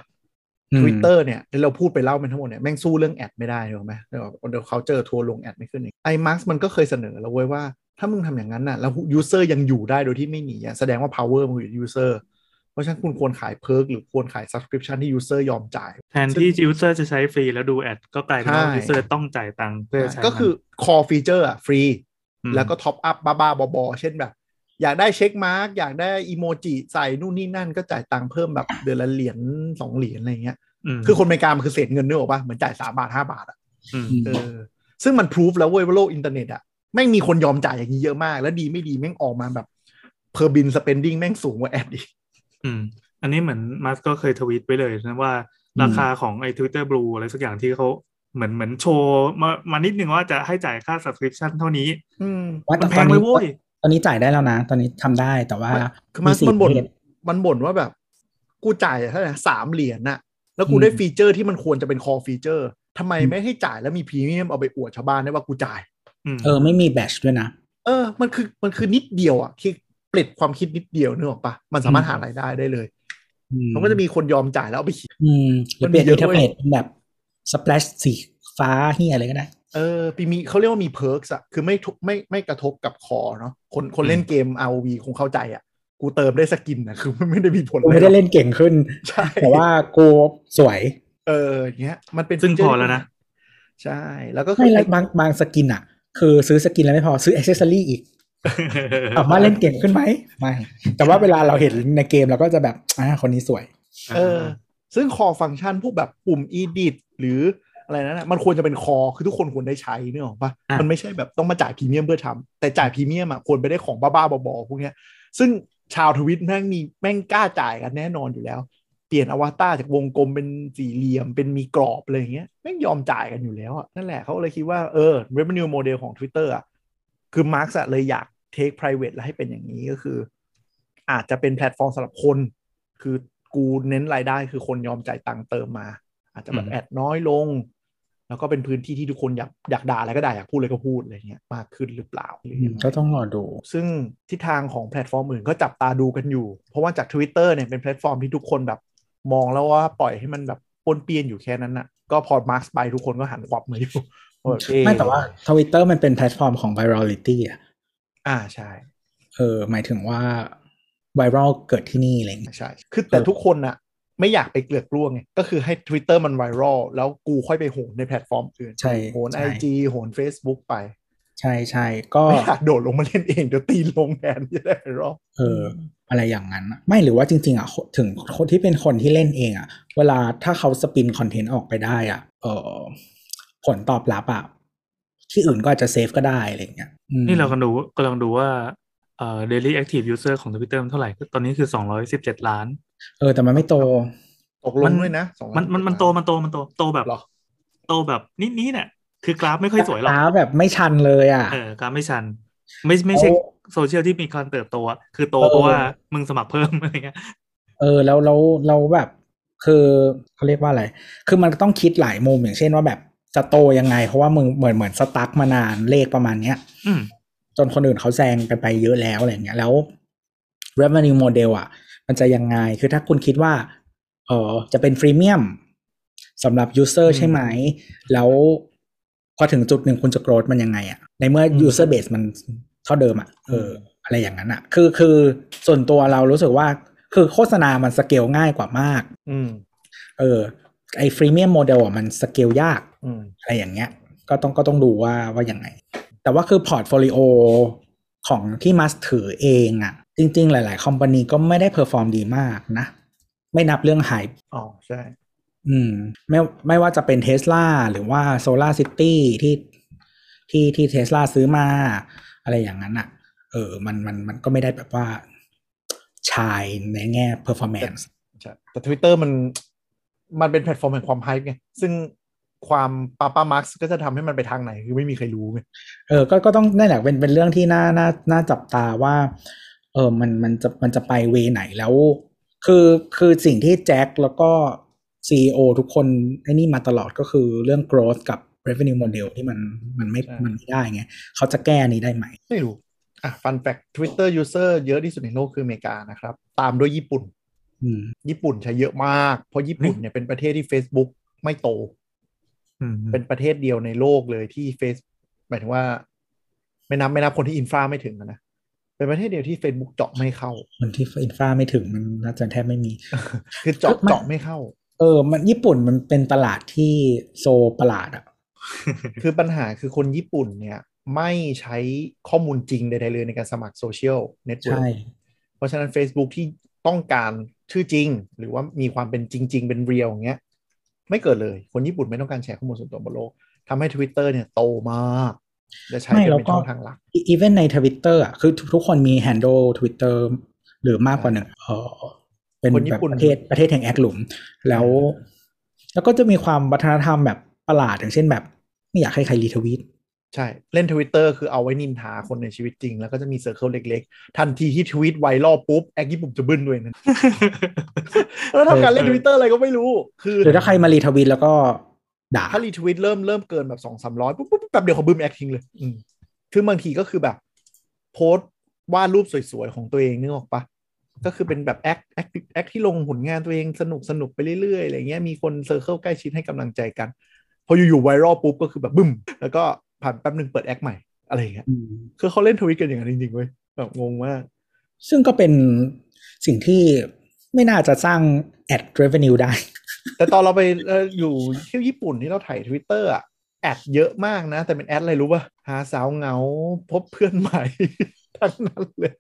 [SPEAKER 2] ทวิตเตอร์เนี่ยที่เราพูดไปเล่ามันทั้งหมดเนี่ยแม่งสู้เรื่องแอดไม่ได้ถูกไหมเดี๋ยวเดี๋ยวเขาเจอทัวร์ลงแอดไม่ขึ้นอีกไอมาร์มันก็เคยเสนอแล้วเว้ยว่า ถ้ามึงทำอย่างนั้นน่ะแล้วยูเซอร์ยังอยู่ได้โดยที่ไม่หนีอะแสดงว่า power มันอยู่ยูเซอร์เพราะฉะนั้นคุณควรขายเพิร์กหรือควรขาย subscription ที่ยูเซอร์ยอมจ่าย
[SPEAKER 4] แทนที่ยูเซอร์จะใช้ฟรีแล้วดูแอดก็กลายเป็นว่า
[SPEAKER 2] ใช่
[SPEAKER 4] ยูเซอร์ต้องจ่ายตังค์เพื่อใช้มัน
[SPEAKER 2] ก็คือ core feature อะฟรี
[SPEAKER 4] ม
[SPEAKER 2] แล้วก็ท็อปอัพบ้าๆบอๆเช่นแบบ อยากได้เช็คมาร์กอยากได้อีโมจิใส่นู่นนี่นั่นก็จ่ายตังค์เพิ่มแบบเดือนละเหรียญสองเหรียญอะไรอย่างเงี้ย
[SPEAKER 4] ม
[SPEAKER 2] คือคนอเมริกามันคือเศษเงินนึกออกปะเหมือนจ่ายสามบาทห้าบาทอะ
[SPEAKER 4] อืม
[SPEAKER 3] อืม
[SPEAKER 2] เออซึ่งมันพิสูจแล้วเว้ยว่าโลกอินเทอร์เน็ตอะแม่งมีคนยอมจ่ายอย่างนี้เยอะมาก แล้วดีไม่ดีแม่งออกมาแบบ per bin spending แม่งสูงกว่าแอดอีก
[SPEAKER 4] อืมอันนี้เหมือนมัสก็เคยทวีตไว้เลยนะว่า
[SPEAKER 3] อืม
[SPEAKER 4] ราคาของไอ้ Twitter Blue อะไรสักอย่างที่เขาเหมือนเหมือนโชว์มามานิดนึงว่าจะให้จ่ายค่า subscription เท่านี้
[SPEAKER 2] อืม
[SPEAKER 4] มั
[SPEAKER 3] แต่
[SPEAKER 4] นแพ
[SPEAKER 3] ตองน
[SPEAKER 4] เลย
[SPEAKER 3] นี้
[SPEAKER 4] เว้ย
[SPEAKER 3] ตอนนี้จ่ายได้แล้วนะ ตอนนี้ทำได้แต่ว่า
[SPEAKER 2] คือมัน
[SPEAKER 3] สี่
[SPEAKER 2] มันบ่น
[SPEAKER 3] ประเภท
[SPEAKER 2] มันบ่นว่าแบบ กูจ่ายเท่าไหร่สามเหรียญน่ะ แล้วกู
[SPEAKER 3] อืม
[SPEAKER 2] ได้ฟีเจอร์ที่มันควรจะเป็น core feature ทำไมไม่ให้จ่ายแล้วมีพรีเมียมเอาไปอวดชาวบ้านได้ว่ากูจ่าย
[SPEAKER 4] อืม
[SPEAKER 3] เออไม่มีแบชด้วยนะ
[SPEAKER 2] เออ มันคือมันคือนิดเดียวอ่ะคือเปลิดความคิดนิดเดียวนึกออกปะมันสามารถหารายได้ได้เลย
[SPEAKER 3] อื
[SPEAKER 2] มันก็จะมีคนยอมจ่ายแล้วเอาไปขี
[SPEAKER 3] อืมหรื
[SPEAKER 2] มั
[SPEAKER 3] อน
[SPEAKER 2] มี
[SPEAKER 3] เปลี่ยน
[SPEAKER 2] เย
[SPEAKER 3] อิ
[SPEAKER 2] อะ
[SPEAKER 3] นเทอร์
[SPEAKER 2] เว้
[SPEAKER 3] เน็
[SPEAKER 2] ย
[SPEAKER 3] ตเป็นแบบสเปลชสีฟ้าเฮียอะไรก็ได้
[SPEAKER 2] เออปีมีเขาเรียกว่ามีเพิร์กอะคือไม่ทุไม่ไม่กระทบกับคอเนาะคนคนเล่นเกม ROV คงเข้าใจอะกูเติมได้สกินนะคือมันไม่ได้มีผล
[SPEAKER 3] กูไม่ได้เล่นเก่งขึ้น
[SPEAKER 2] ใช่
[SPEAKER 3] แต่ว่ากูสวย
[SPEAKER 2] เอออย่างเงี้ยมันเป็น
[SPEAKER 4] ซึ่ง
[SPEAKER 2] ฟีเจ
[SPEAKER 4] พ
[SPEAKER 2] ร์
[SPEAKER 4] อแล้วนะ
[SPEAKER 2] ใช่ แล้วก็คื
[SPEAKER 3] ไม่
[SPEAKER 2] อ
[SPEAKER 3] แล้ว
[SPEAKER 2] ไอ้
[SPEAKER 3] บางบางสกินอ่ะ คือซื้อสกินแล้วไม่พอซื้ออ c เซสซอรี่อีกถามว่าเล่นเก่งขึ้นไหมไม่แต่ว่าเวลาเราเห็นในเกมเราก็จะแบบอ่าคนนี้สวย
[SPEAKER 2] เออ ซึ่งคอฟังก์ชันพวกแบบปุ่ม edit หรืออะไรนั้นนะมันควรจะเป็นคอคือทุกคนควรได้ใช้เนี่ยหรอกปะ
[SPEAKER 4] อ่ะ
[SPEAKER 2] มันไม่ใช่แบบต้องมาจ่ายพรีเมียมเพื่อทำแต่จ่ายพรีเมียมอะควรไปได้ของบ้าๆบอๆพวกเนี้ย ซึ่งชาวทวิตแม่งมีแม่งกล้าจ่ายกันแน่นอนอยู่แล้ว เปลี่ยนอวตารจากวงกลมเป็นสี่เหลี่ยมเป็นมีกรอบอะไรอย่างเงี้ยแม่งยอมจ่ายกันอยู่แล้วอะนั่นแหละเขาเลยคิดว่าเออ revenue model ของ Twitter อะ คือมาร์กเลยอยาก take private และให้เป็นอย่างนี้ก็คือ อาจจะเป็นแพลตฟอร์มสำหรับคน คือกูเน้นรายได้คือคนยอมจ่ายตังค์เติมมา อาจจะแบบ
[SPEAKER 4] อืม
[SPEAKER 2] แอดน้อยลง แล้วก็เป็นพื้นที่ที่ทุกคนอยากอยากด่าอะไรก็ด่าอยากพูดอะไรก็พูดอะไรเงี้ยมากขึ้นหรือเปล่าหรือยังไง
[SPEAKER 3] ก็ต้องรอดู
[SPEAKER 2] ซึ่งทิศทางของแพลตฟอร์มอื่นก็จับตาดูกันอยู่ เพราะว่าจาก Twitter เนี่ยเป็นแพลตฟอร์มที่ทุกคนแบบมองแล้วว่าปล่อยให้มันแบบปนเปียนอยู่แค่นั้นน่ะ ก็พอมาร์กไปทุกคนก็หันควับมาอยู่ว่าแบบเอ๊ะ
[SPEAKER 3] ไม่แต่ว่าทวิตเตอร์มันเป็นแพลตฟอร์มของ v i r a l i t y อ่ะ
[SPEAKER 2] อ่าใช่
[SPEAKER 3] เออ หมายถึงว่าไวรัลเกิดที่นี่อะไรอย่างเงี้ย
[SPEAKER 2] ใช่ คือแต่ทุกคนน่ะ ไม่อยากไปเกลือกกล้วงไงก็คือให้ Twitter มันไวรัลแล้วกูค่อยไปโหนในแพลตฟอร์มอื่น
[SPEAKER 3] ใช่
[SPEAKER 2] โหนไอ
[SPEAKER 3] ใช่
[SPEAKER 2] จีโหน Facebook ไป
[SPEAKER 3] ใช่ใช่ ก็
[SPEAKER 2] ไม่อยากโดดลงมาเล่นเองเดี๋ยวตีลงแทนจะได้ไวรัล
[SPEAKER 3] เออ อะไรอย่างนั้นอะไม่หรือว่าจริง ๆ อ่ะ ถึงคนที่เป็นคนที่เล่นเองอ่ะ เวลาถ้าเขาสปินคอนเทนต์ออกไปได้อ่ะ เออผลตอบรับอ่ะ ที่อื่นก็อาจจะเซฟก็ได้อะไรอย่างเงี้ยอืม
[SPEAKER 4] นี่เรากำลังดูกำลังดูว่าเอ่อ daily active user ของ Twitter มันเท่าไหร่ก็ตอนนี้คือสองร้อยสิบเจ็ดล้าน
[SPEAKER 3] เออแต่มันไม่โต
[SPEAKER 2] ตกล
[SPEAKER 4] มั
[SPEAKER 2] ง
[SPEAKER 4] น
[SPEAKER 2] ด้วยนะสอง
[SPEAKER 4] มันมันมันโต
[SPEAKER 2] มา
[SPEAKER 4] มันโตมันโตโตแบบ
[SPEAKER 2] หรอ
[SPEAKER 4] โตแบบนิดนี้เนี่ยคือกราฟไม่ค่อยสวยหรอก
[SPEAKER 3] กราฟแบบไม่ชันเลยอ่ะ
[SPEAKER 4] เออกราฟไม่ชัน ไม่ไม่ใช่
[SPEAKER 3] โอ้
[SPEAKER 4] โซเชียลที่มีการเติบโตอะคือโต
[SPEAKER 3] เออ
[SPEAKER 4] เพราะว่ามึงสมัครเพิ่ม อะไรเงี้ย
[SPEAKER 3] เออแล้วเราเราแบบคือเขาเรียกว่าอะไร คือมันต้องคิดหลายมุมอย่างเช่นว่าแบบจะโตยังไง เพราะว่ามึงเหมือนเหมือนสตั๊กมานานเลขประมาณเนี้ย
[SPEAKER 4] อืม
[SPEAKER 3] จนคนอื่นเขาแซงกันไปเยอะแล้วอะไรอย่างเงี้ยแล้ว revenue model อ่ะ มันจะยังไง คือถ้าคุณคิดว่าเออจะเป็นฟรีเมียมสำหรับ user
[SPEAKER 4] อืม
[SPEAKER 3] ใช่ไหม แล้วพอถึงจุดหนึ่งคุณจะ growth มันยังไงอ่ะ ในเมื่อ
[SPEAKER 4] อืม
[SPEAKER 3] user base มันเท่าเดิมอ่ะเอออ
[SPEAKER 2] ม
[SPEAKER 3] อะไรอย่างนั้นอ่ะ คือคือส่วนตัวเรารู้สึกว่าคือโฆษณามันสเกลง่ายกว่ามาก
[SPEAKER 2] อืม
[SPEAKER 3] เออไอ้ฟรีเมียมโมเดลอ่ะมันสเกลยาก
[SPEAKER 2] อืม
[SPEAKER 3] อะไรอย่างเงี้ย ก็ต้องก็ต้องดูว่าว่ายังไง แต่ว่าคือพอร์ตโฟลิโอของที่มัสถือเองอะจริง ๆ หลาย ๆ คอมพานีก็ไม่ได้เพอร์ฟอร์มดีมากนะ ไม่นับเรื่องหาย
[SPEAKER 2] อ๋อใช่
[SPEAKER 3] อืม ไม่ไม่ว่าจะเป็นเทสลาหรือว่าโซลา r c ซิตี้ที่ที่ที่เทสลาซื้อมา อะไรอย่างนั้นอะเออ มันมันมันก็ไม่ได้แบบว่าชายในแง่ performance
[SPEAKER 2] ใช่แต่ Twitter มันมันเป็นแพลตฟอร์มแห่งความไฮป์ไง ซึ่งความป้าป้ามาร์กก็จะทำให้มันไปทางไหน คือไม่มีใครรู้ไง
[SPEAKER 3] เออ ก็ ก็ต้องนั่นแหละเป็น เป็นเรื่องที่น่า น่า น่าจับตาว่า เออ มัน มันจะ มันจะไปเวไหนแล้ว คือ คือสิ่งที่แจ็คแล้วก็ CEO ทุกคนไอ้นี่มาตลอดก็คือเรื่อง growth กับ revenue model ที่มัน มันไม่ มันไม่ได้ไง เขาจะแก้นี้ได้ไหม
[SPEAKER 2] ไม่รู้ อ่ะฟันแฟก Twitter user เยอะที่สุดในโลกคืออเมริกานะครับ ตามด้วยญี่ปุ่น
[SPEAKER 3] อืม
[SPEAKER 2] ญี่ปุ่นใช้เยอะมาก เพราะญี่ปุ่นเนี่ยเป็นประเทศที่ Facebook ไม่โต
[SPEAKER 4] อืม
[SPEAKER 2] เป็นประเทศเดียวในโลกเลยที่เฟซหมายถึงว่า ไม่นับไม่นับคนที่อินฟราไม่ถึงอะนะ เป็นประเทศเดียวที่ Facebook เจาะไม่เข้า
[SPEAKER 3] มันที่อินฟราไม่ถึง มันน่าจะแทบไม่มี
[SPEAKER 2] คือเจาะเจาะไม่เข้า
[SPEAKER 3] เออ มัน ญี่ปุ่นมันเป็นตลาดที่โซประหลาดอะ
[SPEAKER 2] คือปัญหาคือคนญี่ปุ่นเนี่ยไม่ใช้ข้อมูลจริงใดๆเลยในการสมัครโซเชียลเน็ตเวิร์
[SPEAKER 3] ใช่
[SPEAKER 2] กเพราะฉะนั้น Facebook ที่ต้องการชื่อจริง หรือว่ามีความเป็นจริง ๆ เป็นเรียลอย่างเงี้ยไม่เกิดเลย คนญี่ปุ่นไม่ต้องการแชร์ข้อมูลส่วนตัวบนโลกทำให้ Twitter เนี่ยโตมาก และใช้
[SPEAKER 3] ไม่
[SPEAKER 2] กัน
[SPEAKER 3] แล้ว
[SPEAKER 2] เป็น
[SPEAKER 3] ก็
[SPEAKER 2] ช่องทางหลัก
[SPEAKER 3] อีเวนในทวิตเตอร์อ่ะ คือทุกทุกคนมีแฮนด์ l e ทวิตเตอร์หรือมากกว่าหนึ่งเออเป็น
[SPEAKER 2] คนญี่
[SPEAKER 3] แบบ
[SPEAKER 2] ปุ่น
[SPEAKER 3] ประเทศประเทศแห่งแอคหลุม แล้ว แล้วก็จะมีความวัฒนธรรมแบบประหลาดอย่างเช่นแบบ ไม่อยากให้ใครรีทวิต
[SPEAKER 2] ใช่ เล่น Twitter คือเอาไว้นินทาคนในชีวิตจริง แล้วก็จะมีเซอร์เคิลเล็กๆ ทันทีที่ทวีตไวรัลปุ๊บแอคญี่ ปุ่นจะบึ้นด้วยนั่นแล้วทำการเล่น Twitter อะไรก็ไม่รู้คือ
[SPEAKER 3] หรือถ้าใครมารีทวิตแล้วก็ด่า
[SPEAKER 2] ถ้ารีทวิตเริ่มเริ่มเกินแบบสองสามร้อยปุ๊บปุ๊บปุ๊บแป๊บเดียวเขาบึ้มแอคทิ้งเลยอืมคือบางทีก็คือแบบ โพสต์วาดรูปสวยๆ ของตัวเองนึกออกปะก็คือเป็นแบบแอคแอคแอคที่ลงผลงานตัวเองสนุกสนุกไปเรื่อยๆอะไรเงี้ยมีคนเซอร์เคิลใกล้ชิดให้กำลังใจกัน พออยู่ๆไวรัลปุ๊บก็คือแบบบึ้ม แล้วก็ผ่านแป๊บนึงเปิดแอคใหม่อะไรอย่างเงี้ย
[SPEAKER 3] อืม
[SPEAKER 2] คือเขาเล่นทวิตกันอย่างนั้นจริงๆเว้ยแบบงงมาก
[SPEAKER 3] ซึ่งก็เป็นสิ่งที่ไม่น่าจะสร้างแอด revenue ได้
[SPEAKER 2] แต่ตอนเราไปเอ่ออยู่ที่ญี่ปุ่นที่เราถ่ายทวิตเตอร์อะแอดเยอะมากนะ แต่เป็นแอดอะไรรู้ป่ะหาสาวเหงาพบเพื่อนใหม่ ทั้งนั้นเลย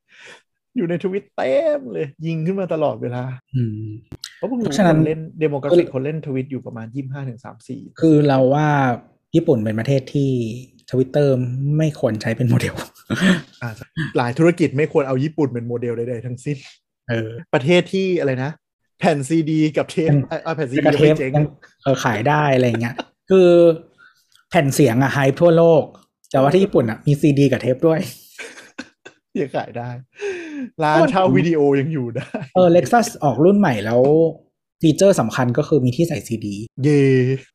[SPEAKER 2] อยู่ในทวิตเต็มเลย ยิงขึ้นมาตลอดเวลา
[SPEAKER 3] อืม
[SPEAKER 2] เพราะพวกหนู
[SPEAKER 3] เพราะ
[SPEAKER 2] ค
[SPEAKER 3] ฉะนั้น
[SPEAKER 2] นเล่นเดโมกราฟิก
[SPEAKER 3] คือ
[SPEAKER 2] คนเล่นทวิตอยู่ประมาณยี่ห้าถึงสามสี่
[SPEAKER 3] คือเราว่าญี่ปุ่นเป็นประเทศที่ทวิตเตอร์ไม่ควรใช้เป็นโมเดล
[SPEAKER 2] หลายธุรกิจไม่ควรเอาญี่ปุ่นเป็นโมเดลใดๆทั้งสิ้น
[SPEAKER 3] เออ
[SPEAKER 2] ประเทศที่อะไรนะ แผ่นซีดี กับเทปเอ่อเอาแผ่นซี
[SPEAKER 3] แล้
[SPEAKER 2] ดี
[SPEAKER 3] วก็เท
[SPEAKER 2] ไป
[SPEAKER 3] ป
[SPEAKER 2] เจ๊ง
[SPEAKER 3] ยังเออขายได้อะไรอย่างเงี้ย คือแผ่นเสียงอะไฮทั่วโลก แต่ว่าที่ญี่ปุ่นอ่ะมีซีดีกับเทปด้วย
[SPEAKER 2] ยังขายได้ ร้านเช่าวิดีโอยังอยู่ได้
[SPEAKER 3] เออ Lexus ออกรุ่นใหม่แล้ว ฟีเจอร์สำคัญก็คือมีที่ใส่ซีดี
[SPEAKER 2] เย่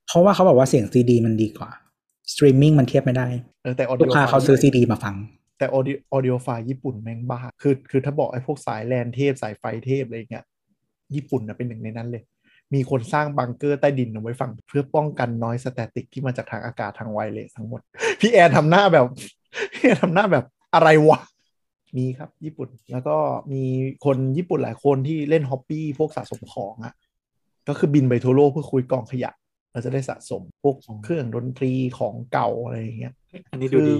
[SPEAKER 3] เพราะว่าเขาบอกว่าเสียงซีดีมันดีกว่า สตรีมมิ่งมันเทียบไม่ได้
[SPEAKER 2] เออแต่ออดิ
[SPEAKER 3] ลูก
[SPEAKER 2] โอ
[SPEAKER 3] ค้าเขาซื้อซีดีมาฟัง
[SPEAKER 2] แต่ออดิออดิโอไฟล์ญี่ปุ่นแม่งบ้า คือคือถ้าบอกไอ้พวกสายแลนเทพสายไฟเทพอะไรอย่างเงี้ยญี่ปุ่นนะเป็นหนึ่งในนั้นเลย มีคนสร้างบังเกอร์ใต้ดินเอาไว้ฝังเพื่อป้องกันนอยสแตติกที่มาจากทางอากาศทางไวเลสทั้งหมด พี่แอนทำหน้าแบบ พี่แอนทำหน้าแบบอะไรวะ มีครับญี่ปุ่นแล้วก็มีคนญี่ปุ่นหลายคนที่เล่นฮ็อบบี้พวกสะสมของอะ่ะก็คือบินไปทั่วโลกเพื่อคุยกองขยะเราจะได้สะสมพวกเครื่องดนตรีของเก่าอะไรอย่างเงี้ย
[SPEAKER 4] อันนี้ดูดี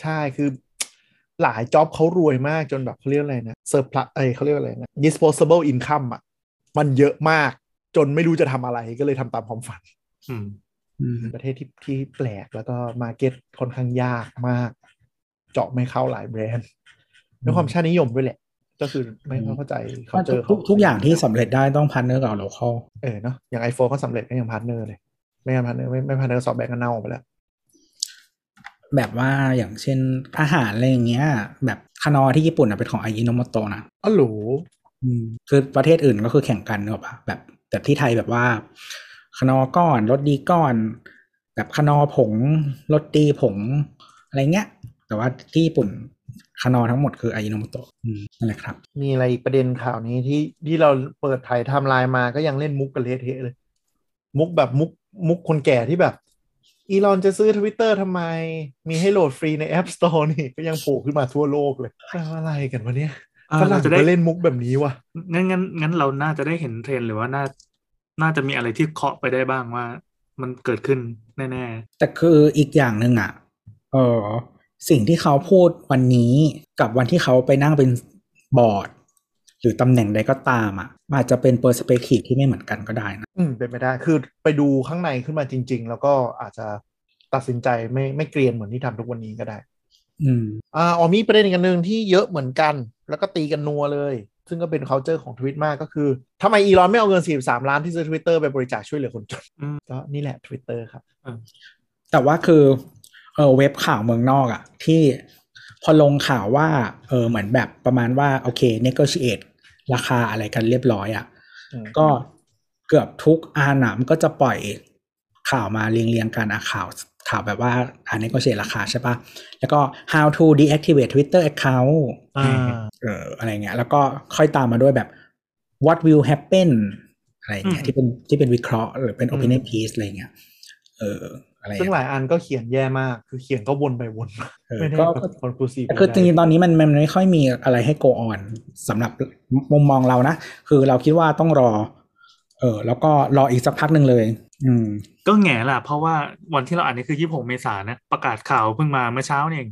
[SPEAKER 2] ใช่คือหลายจ็อบเขารวยมากจนแบบเขาเรียกอะไรนะเซอร์พลัสเอ้ยเขาเรียกอะไรนะ disposable income อ่ะ มันเยอะมากจนไม่รู้จะทำอะไรก็เลยทำตามความฝัน
[SPEAKER 4] อืม
[SPEAKER 2] ประเทศที่ที่แปลกแล้วก็มาเก็ตค่อนข้างยากมาก เจาะไม่เข้าหลายแบรนด์ด้วยความชาตินิยมด้วยแหละ ก็คือไม่
[SPEAKER 3] อืม
[SPEAKER 2] เข้าใจเขาเจอ
[SPEAKER 3] ทุกทุกอย่างที่สำเร็จได้ต้องพันเนอร์กับเราเข้า
[SPEAKER 2] เออเนาะอย่าง iPhone ก็สำเร็จก็ยังพาร์ทเนอร์เลย ไม่งั้นพาร์ทเนอร์ไม่ไม่พาร์ทเนอร์สอบแบงก์ก็เน่าไปแล้ว
[SPEAKER 3] แบบว่าอย่างเช่นอาหารอะไรอย่างเงี้ย แบบคานอที่ญี่ปุ่นอ่ะเป็นของอายิโนโมโตะนะ
[SPEAKER 2] อ๋อโหล
[SPEAKER 3] อืมคือประเทศอื่นก็คือแข่งกันเนกอะปะแบบแบบที่ไทยแบบว่าขนอก้อนรถดีก้อน แบบขนอผงรถดีผงอะไรเงี้ย แต่ว่าที่ญี่ปุ่นขนอทั้งหมดคืออายิโนโมโตะอืมนั่นแหละครับ
[SPEAKER 2] มีอะไรอีกประเด็นข่าวนี้ที่ที่เราเปิดถ่ายไทำลายมาก็ยังเล่นมุกกันเละเทะเลย มุกแบบมุกมุกคนแก่ที่แบบ อีลอนจะซื้อทวิตเตอร์ทำไม มีให้โหลดฟรีใน App Store นี่ก็ยังโผล่ขึ้นมาทั่วโลกเลยทำอะไรกันวะเนี่ย
[SPEAKER 4] อ่า
[SPEAKER 2] ฝรั่
[SPEAKER 4] เรา
[SPEAKER 2] ง
[SPEAKER 4] จะได้
[SPEAKER 2] ก็เล่นมุกแบบนี้วะ
[SPEAKER 4] งั้นงั้นงั้นเราน่าจะได้เห็นเทรนด์หรือว่าน่า น่าจะมีอะไรที่เคาะไปได้บ้างว่า มันเกิดขึ้นแน่
[SPEAKER 3] แต่คืออีกอย่างหนึ่งอ่ะเออสิ่งที่เขาพูดวันนี้กับวันที่เขาไปนั่งเป็นบอร์ด หรือตำแหน่งใดก็ตามอ่ะอาจจะเป็นเปอร์สเปกทีฟที่ไม่เหมือนกันก็ได้นะ
[SPEAKER 2] อืมเป็นไปได้คือไปดูข้างในขึ้นมาจริง ๆ แล้วก็อาจจะตัดสินใจไม่ไม่เกรียนเหมือนที่ทำทุกวันนี้ก็ได้
[SPEAKER 3] อืม
[SPEAKER 2] อ่าออมีประเด็นอีกอันหนึ่งที่เยอะเหมือนกัน แล้วก็ตีกันนัวเลย ซึ่งก็เป็น c u เจอร์ของทวิตมากก็คือทำไมอีลอนไม่เอาเงิน 43 ล้านที่ซื้อทวิตเตอร์ไปบริจาคช่วยเหลือคนจ น
[SPEAKER 4] อืม
[SPEAKER 2] ก็นี่แหละทวิตเตอร์ครับ
[SPEAKER 3] แต่ว่าคือเออเว็บข่าวเมืองนอกอะที่พอลงข่าวว่าเออเหมือนแบบประมาณว่าโอเค negotiate ราคาอะไรกันเรียบร้อยอะ
[SPEAKER 2] อืม
[SPEAKER 3] ก็เกือบทุกอาหนามนก็จะปล่อยข่าวมาเรียงเรียงๆกันอะข่าวข่าวแบบว่าอ่า negotiate ราคาใช่ปะแล้วก็ how to deactivate Twitter account
[SPEAKER 2] อ่า
[SPEAKER 3] เอออะไรเงี้ยแล้วก็ค่อยตามมาด้วยแบบ what will happen อะไรเงี้ย
[SPEAKER 4] อืม
[SPEAKER 3] ที่เป็นที่เป็นวิเคราะห์หรือเป็น opinion piece อะไรเงี้ยเอออะไร
[SPEAKER 2] ซึ่ง
[SPEAKER 3] เงี้ย
[SPEAKER 2] หลายอันก็เขียนแย่มาก คือเขียนก็วนไป วนมา
[SPEAKER 3] เออ
[SPEAKER 2] ไม่ได้
[SPEAKER 3] ก็
[SPEAKER 2] คอนคลูซีฟ
[SPEAKER 3] แต่คือจริงๆตอนนี้มันมันไม่ค่อยมีอะไรให้ go on สำหรับมุมมองเรานะ คือเราคิดว่าต้องรอ เออ แล้วก็รออีกสักพักหนึ่งเลย อืม
[SPEAKER 4] ๆ ก็แง่ล่ะ เพราะว่าวันที่เราอ่านนี่คือ 26 เมษายนนะ ประกาศข่าวเพิ่งมาเมื่อเช้านี่เอง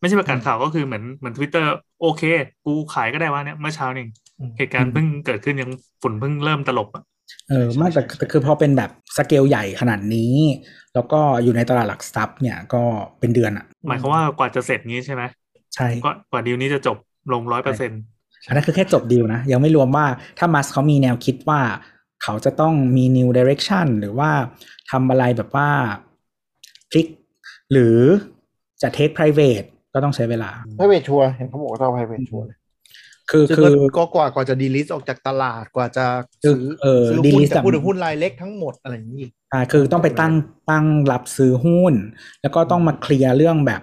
[SPEAKER 4] ไม่ใช่ประกาศข่าวก็คือเหมือนเหมือนทวิตเตอร์โอเค กูขายก็ได้ว่าเนี่ยเมื่อเช้านี่เองเหตุการ
[SPEAKER 3] อื
[SPEAKER 4] ณ์
[SPEAKER 3] ม
[SPEAKER 4] เพิ่งเกิดขึ้นยังฝุ่นเพิ่งเริ่มตลบอะ
[SPEAKER 3] เออไมากแต่แต่คือพอเป็นแบบสเกลใหญ่ขนาดนี้ แล้วก็อยู่ในตลาดหลักทรัพย์เนี่ยก็เป็นเดือนอ่ะ
[SPEAKER 4] หมายความว่ากว่าจะเสร็จงี้ใช่ไหม
[SPEAKER 3] ใช่
[SPEAKER 4] ก็กว่าดีลนี้จะจบลงร้อยเปอร์เซ็นต์
[SPEAKER 3] อันนั้นคือแค่จบดีลนะ ยังไม่รวมว่าถ้ามัสเขามีแนวคิดว่า เขาจะต้องมี new direction หรือว่าทำอะไรแบบว่าพลิก หรือจะ take private ก็ต้องใช้เวลา
[SPEAKER 2] ไพรเวทชัวร์เห็นเขาบอกว่าต้องไพรเวทชัวร์เลย
[SPEAKER 3] คือ
[SPEAKER 2] ซึ่ง
[SPEAKER 3] คือ
[SPEAKER 2] ก็กว่ากว่าจะดีลิสออกจากตลาดกว่าจะซื้อ
[SPEAKER 3] เออ
[SPEAKER 2] ซื้อ
[SPEAKER 3] delist
[SPEAKER 2] หุ้น
[SPEAKER 3] อะ
[SPEAKER 2] จากผู้ถือหุ้นรายเล็กทั้งหมดอะไรอย่างนี้อีก
[SPEAKER 3] อ่าคือต้องไปตั้งตั้งรับซื้อหุ้น แล้วก็ต้องมาเคลียร์เรื่องแบบ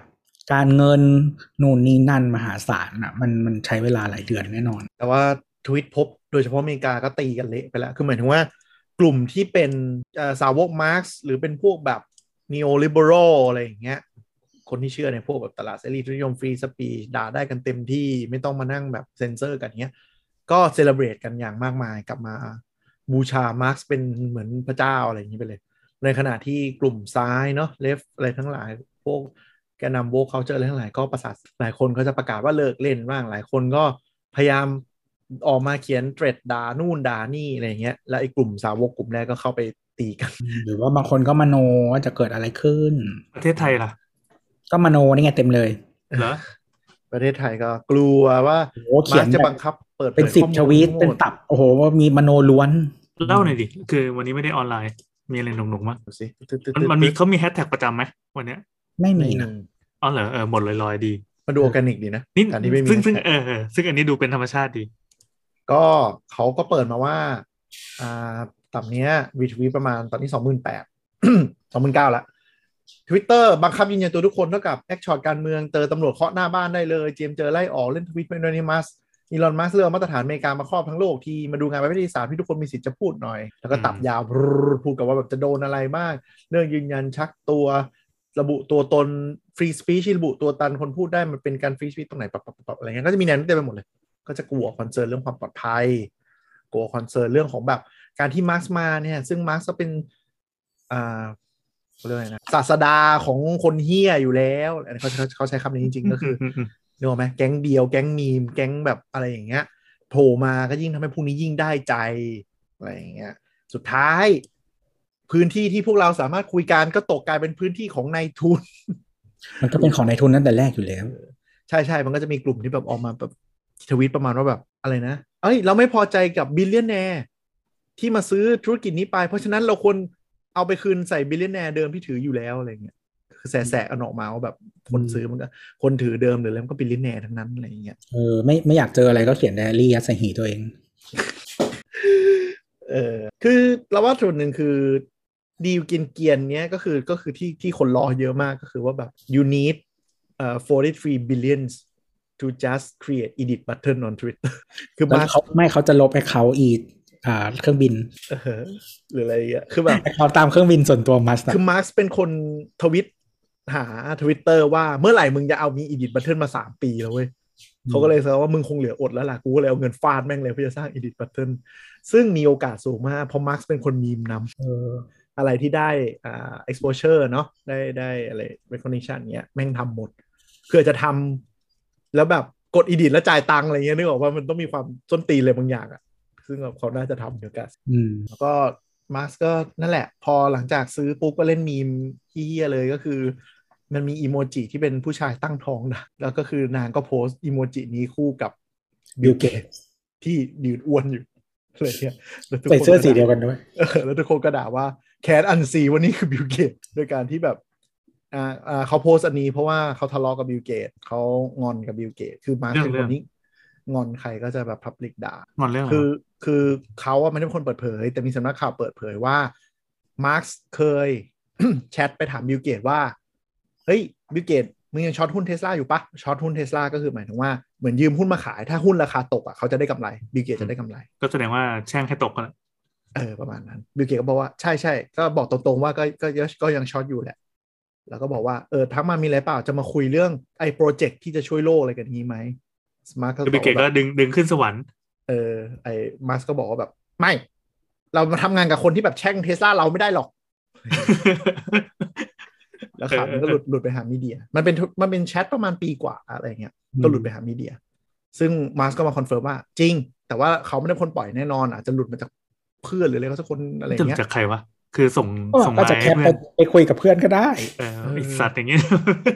[SPEAKER 3] การเงินนู่นนี่นั่นมหาศาลอ่ะมันมันใช้เวลาหลายเดือนแน่นอน
[SPEAKER 2] แต่ว่าทวิตพบโดยเฉพาะอเมริกาก็ตีกันเละไปแล้ว คือหมายถึงว่า กลุ่มที่เป็นเอ่อสาวกมาร์กซ์หรือเป็นพวกแบบ neo-liberal อะไรอย่างเงี้ย คนที่เชื่อในพวกแบบตลาดเสรีทุนนิยมฟรีสปีด่าได้กันเต็มที่ไม่ต้องมานั่งแบบเซ็นเซอร์กันเงี้ย ก็เซเลบรตกันอย่างมากมายกลับมาบูชามาร์กซ์เป็นเหมือนพระเจ้าอะไรอย่างนี้ไปเลย ในขณะที่กลุ่มซ้ายเนาะเลฟอะไรทั้งหลาย พวกแกนนำโวกเขาเจออะไรทั้งหลายก็ประสาทหลายคนก็จะประกาศว่าเลิกเล่นบ้างหลายคนก็พยายามออกมาเขียนเทรดด่านู่นด่านี่อะไรอย่างเงี้ยแล้วไอ้กลุ่มสาวกกลุ่มแรกก็เข้าไปตีกัน
[SPEAKER 3] หรือว่าบางคนก็มโนว่าจะเกิดอะไรขึ้น
[SPEAKER 4] ประเทศไทยล่ะ
[SPEAKER 3] ก็มโนนี่ไงเต็มเลย
[SPEAKER 4] เหรอ
[SPEAKER 2] ประเทศไทยก็กลัวว่า
[SPEAKER 3] โอ้โหเขียน
[SPEAKER 2] มาร์กจะ
[SPEAKER 3] แบบ
[SPEAKER 2] บังคับเปิดผย
[SPEAKER 3] เป็นสิบ
[SPEAKER 2] ข้อมูล
[SPEAKER 3] ทวีต
[SPEAKER 2] ทั้งหมด
[SPEAKER 3] เป็นตับ โอ้โหว่ามีมโนล้วน
[SPEAKER 4] เล่าหน่อยดิ คือวันนี้ไม่ได้ออนไลน์ มีอะไรหนุกๆมั้ย
[SPEAKER 2] ดูสิตึ๊ดๆๆๆ
[SPEAKER 4] มันมันมีเขามีแฮชแท็กประจำไหมวันเนี้ย
[SPEAKER 3] ไม่
[SPEAKER 2] ไม่
[SPEAKER 3] มี
[SPEAKER 2] มี
[SPEAKER 3] นะ
[SPEAKER 4] อ๋อเหรอเออหมดลอยๆดี
[SPEAKER 2] มันดูออร์แกนิกดีนะ
[SPEAKER 4] นี่
[SPEAKER 2] การที่ไม่มี
[SPEAKER 4] ซึ่งซึ่ง
[SPEAKER 2] แท็ก
[SPEAKER 4] เออเออซึ่งอันนี้ดูเป็นธรรมชาติดี
[SPEAKER 2] ก็เขาก็เปิดมาว่า อ่าต่ำเนี้ยวีทวีประมาณตอนนี้สองหมื่นแปด สองหมื่นเก้าละทวิตเตอร์บังคับยืนยันตัวทุกคนเท่ากับแอคช็อตการเมืองเจอตำรวจเคาะหน้าบ้านได้เลย เจมส์เจอไล่ออกเล่นทวิตไม่โดนิมัสอีลอนมัสเลือกมาตรฐานอเมริกามาครอบทั้งโลกทีมาดูงานไปไม่ได้สารที่ทุกคนมีสิทธิ์จะพูดหน่อย แล้วก็ตับ
[SPEAKER 4] อืม
[SPEAKER 2] ยาว บรรรรพูดกับว่าแบบจะโดนอะไรบ้าง เรื่องยืนยันชักตัวระบุตัวตนฟรีสปีชระบุตัวตันคนพูดได้มันเป็นการฟรีสปีชตรงไหนปรับปรับปรับปรับอะไรเงี้ยก็จะมีแนวนี้เต็มไปหมดเลย ก็จะกลัวคอนเซิร์นเรื่องความปลอดภัย กลัวคอนเซิร์นเรื่องของแบบการที่มาร์กมาเนี่ย ซึ่งมาร์กก็เป็นอ่าเขาเรียกว่าไงนะศาสดาของคนเฮี้ยอยู่แล้วอันนี้เขาเขาเขาใช้คำนี้จริงๆ ก็คือ
[SPEAKER 4] ม
[SPEAKER 2] นึกออกไหมแก๊งเดียวแก๊งมีม แก๊งแบบอะไรอย่างเงี้ยโผล่มาก็ยิ่งทำให้พวกนี้ยิ่งได้ใจ อะไรอย่างเงี้ย สุดท้าย พื้นที่ที่พวกเราสามารถคุยกันก็ตกกลายเป็นพื้นที่ของนายทุน
[SPEAKER 3] มันก็เป็นของนายทุนนั่นแต่แรกอยู่แล้ว
[SPEAKER 2] ใช่ใช่มันก็จะมีกลุ่มที่แบบออกมาแบบทวีตประมาณว่าแบบอะไรนะ เอ้ย เราไม่พอใจกับบิลเลียนแนร์ที่มาซื้อธุรกิจนี้ไป เพราะฉะนั้นเราควรเอาไปคืนใส่บิลเลียนแนร์เดิมที่ถืออยู่แล้วอะไรเงี้ยคือแสแสกันออกมาว่าแบบคนซื้อมันก็คนถือเดิมหรืออะไรมันก็บิลเลียนแนร์ทั้งนั้นอะไรอย่างเงี้ย
[SPEAKER 3] เออไม่ไม่อยากเจออะไรก็เขียนไดอารี่ยัดใส่หีตัวเอง
[SPEAKER 2] เออคือเราว่าส่วนหนึ่งคือดีลกินเกียนๆเนี้ยก็คือก็คือที่ที่คนรอเยอะมากก็คือว่าแบบ you need เอ่อ43 billions to just create edit button on Twitter คือ
[SPEAKER 3] แล้ว
[SPEAKER 2] มา
[SPEAKER 3] เขาไม่เขาจะลบแอคเคาท์อีกอ่าเครื่องบิน
[SPEAKER 2] เออหรืออะไรอย่างเงี้ย คือแบบ
[SPEAKER 3] แอคเคาท์ตามเครื่องบินส่วนตัวมัส
[SPEAKER 2] คือมาร์คเป็นคนทวิตหาทวิตเตอร์ว่าเมื่อไหร่มึงจะเอามีอีดิทบัตเทิลมาสามปีแล้วเว้ยเขาก็เลยแซวว่ามึงคงเหลืออดแล้วล่ะ กูก็เลยเอาเงินฟาดแม่งเลยเพื่อจะสร้างอีดิทบัตเทิลซึ่งมีโอกาสสูงมากเพราะมาร์คเป็นคนมีมนำ
[SPEAKER 3] เออ
[SPEAKER 2] อะไรที่ได้อ่า exposure เนอะได้ได้อะไร recognition เนี้ย แม่งทำหมดเพื่อจะทำแล้วแบบกดอีดิทแล้วจ่ายตังค์อะไรเงี้ยนึกออกว่ามันต้องมีความส้นตีนอะไรบางอย่างอะซึ่งแบบเขาน่าจะทำเดียวกัน
[SPEAKER 3] อืม
[SPEAKER 2] แล้วก็มาร์ก็นั่นแหละ พอหลังจากซื้อปุ๊บก็เล่นมีมเฮี้ยๆเลยก็คือ มันมีอีโมจิที่เป็นผู้ชายตั้งท้องนะแล้วก็คือนางก็โพสต์อีโมจินี้คู่กับ
[SPEAKER 3] บิลเกต
[SPEAKER 2] ที่ยืนอ้วนอยู่อะไรเงี้ยแล้วทุกคน
[SPEAKER 3] ใส่เสื้อสีเดียวกันด้วย
[SPEAKER 2] เออแล้วทุกคนก็ด่าว่าแค t อันซีวันนี้คือบิลเกตโดยการที่แบบอ่าอ่าเขาโพสต์อันนี้เพราะว่าเขาทะเลาะกับบิลเกตเขางอนกับบิลเกตคือมาร์ค
[SPEAKER 4] เรื่อ
[SPEAKER 2] เป็น
[SPEAKER 4] ง
[SPEAKER 2] คนนี้งอนใครก็จะแบบพับลิกด่า
[SPEAKER 4] งอนเรื่องอะไร
[SPEAKER 2] คือ
[SPEAKER 4] วะ
[SPEAKER 2] คือเขาอะไม่ได้เป็นคนเปิดเผย แต่มีสำนักข่าวเปิดเผยว่ามาร์คเคย แชทไปถามบิลเกตว่า เฮ้ยบิลเกตมึงยังช็อตหุ้นเทสลาอยู่ปะช็อตหุ้นเทสลาก็คือหมายถึงว่าเหมือนยืมหุ้นมาขายถ้าหุ้นราคาตกอะเขาจะได้กำไรบิลเกตจะได้กำไร
[SPEAKER 4] ก็แสดงว่าแช่งให้ตกกันแหละ
[SPEAKER 2] เออประมาณนั้นบิลเกตก็บอกว่าใช่ใช่ก็บอกตรงๆว่าก็ก็ยังก็ยังช็อตอยู่แหละ แล้วก็บอกว่าเออทักมามีอะไรเปล่าจะมาคุยเรื่องไอ้โปรเจกต์ที่จะช่วยโลกอะไรกันนี้ไหมสมาร์ทก็
[SPEAKER 4] คือบิลเกตก็
[SPEAKER 2] แบบ
[SPEAKER 4] ดึงดึงขึ้นสวรรค์
[SPEAKER 2] เออไอ้มาร์ก็บอกว่าแบบ ไม่ เรามาทำงานกับคนที่แบบแช่งเทสลาเราไม่ได้หรอก แล้วข่าวมันก็หลุดหลุดไปหามีเดีย มันเป็นมันเป็นแชทประมาณปีกว่าอะไรเงี้ยก็หลุดไปหามีเดีย ซึ่งมาร์ก็มาคอนเฟิร์มว่าจริง แต่ว่าเขาไม่ได้เป็นคนปล่อยแน่นอนอาจจะหลุดมาจากเพื่อนหรืออะไรก็สักคนอะไร
[SPEAKER 4] จะหลุด
[SPEAKER 2] เงี้ย
[SPEAKER 4] จากใครวะคือส่ง
[SPEAKER 3] ก็
[SPEAKER 4] ส่ง
[SPEAKER 3] ก็
[SPEAKER 4] ไล
[SPEAKER 3] จะ
[SPEAKER 4] น์
[SPEAKER 3] แคป
[SPEAKER 4] ให้เพื่
[SPEAKER 3] ไป
[SPEAKER 4] อน
[SPEAKER 3] ไปคุยกับเพื่อนก็ได้
[SPEAKER 4] เออไอสัตว์อย่างเงี้ย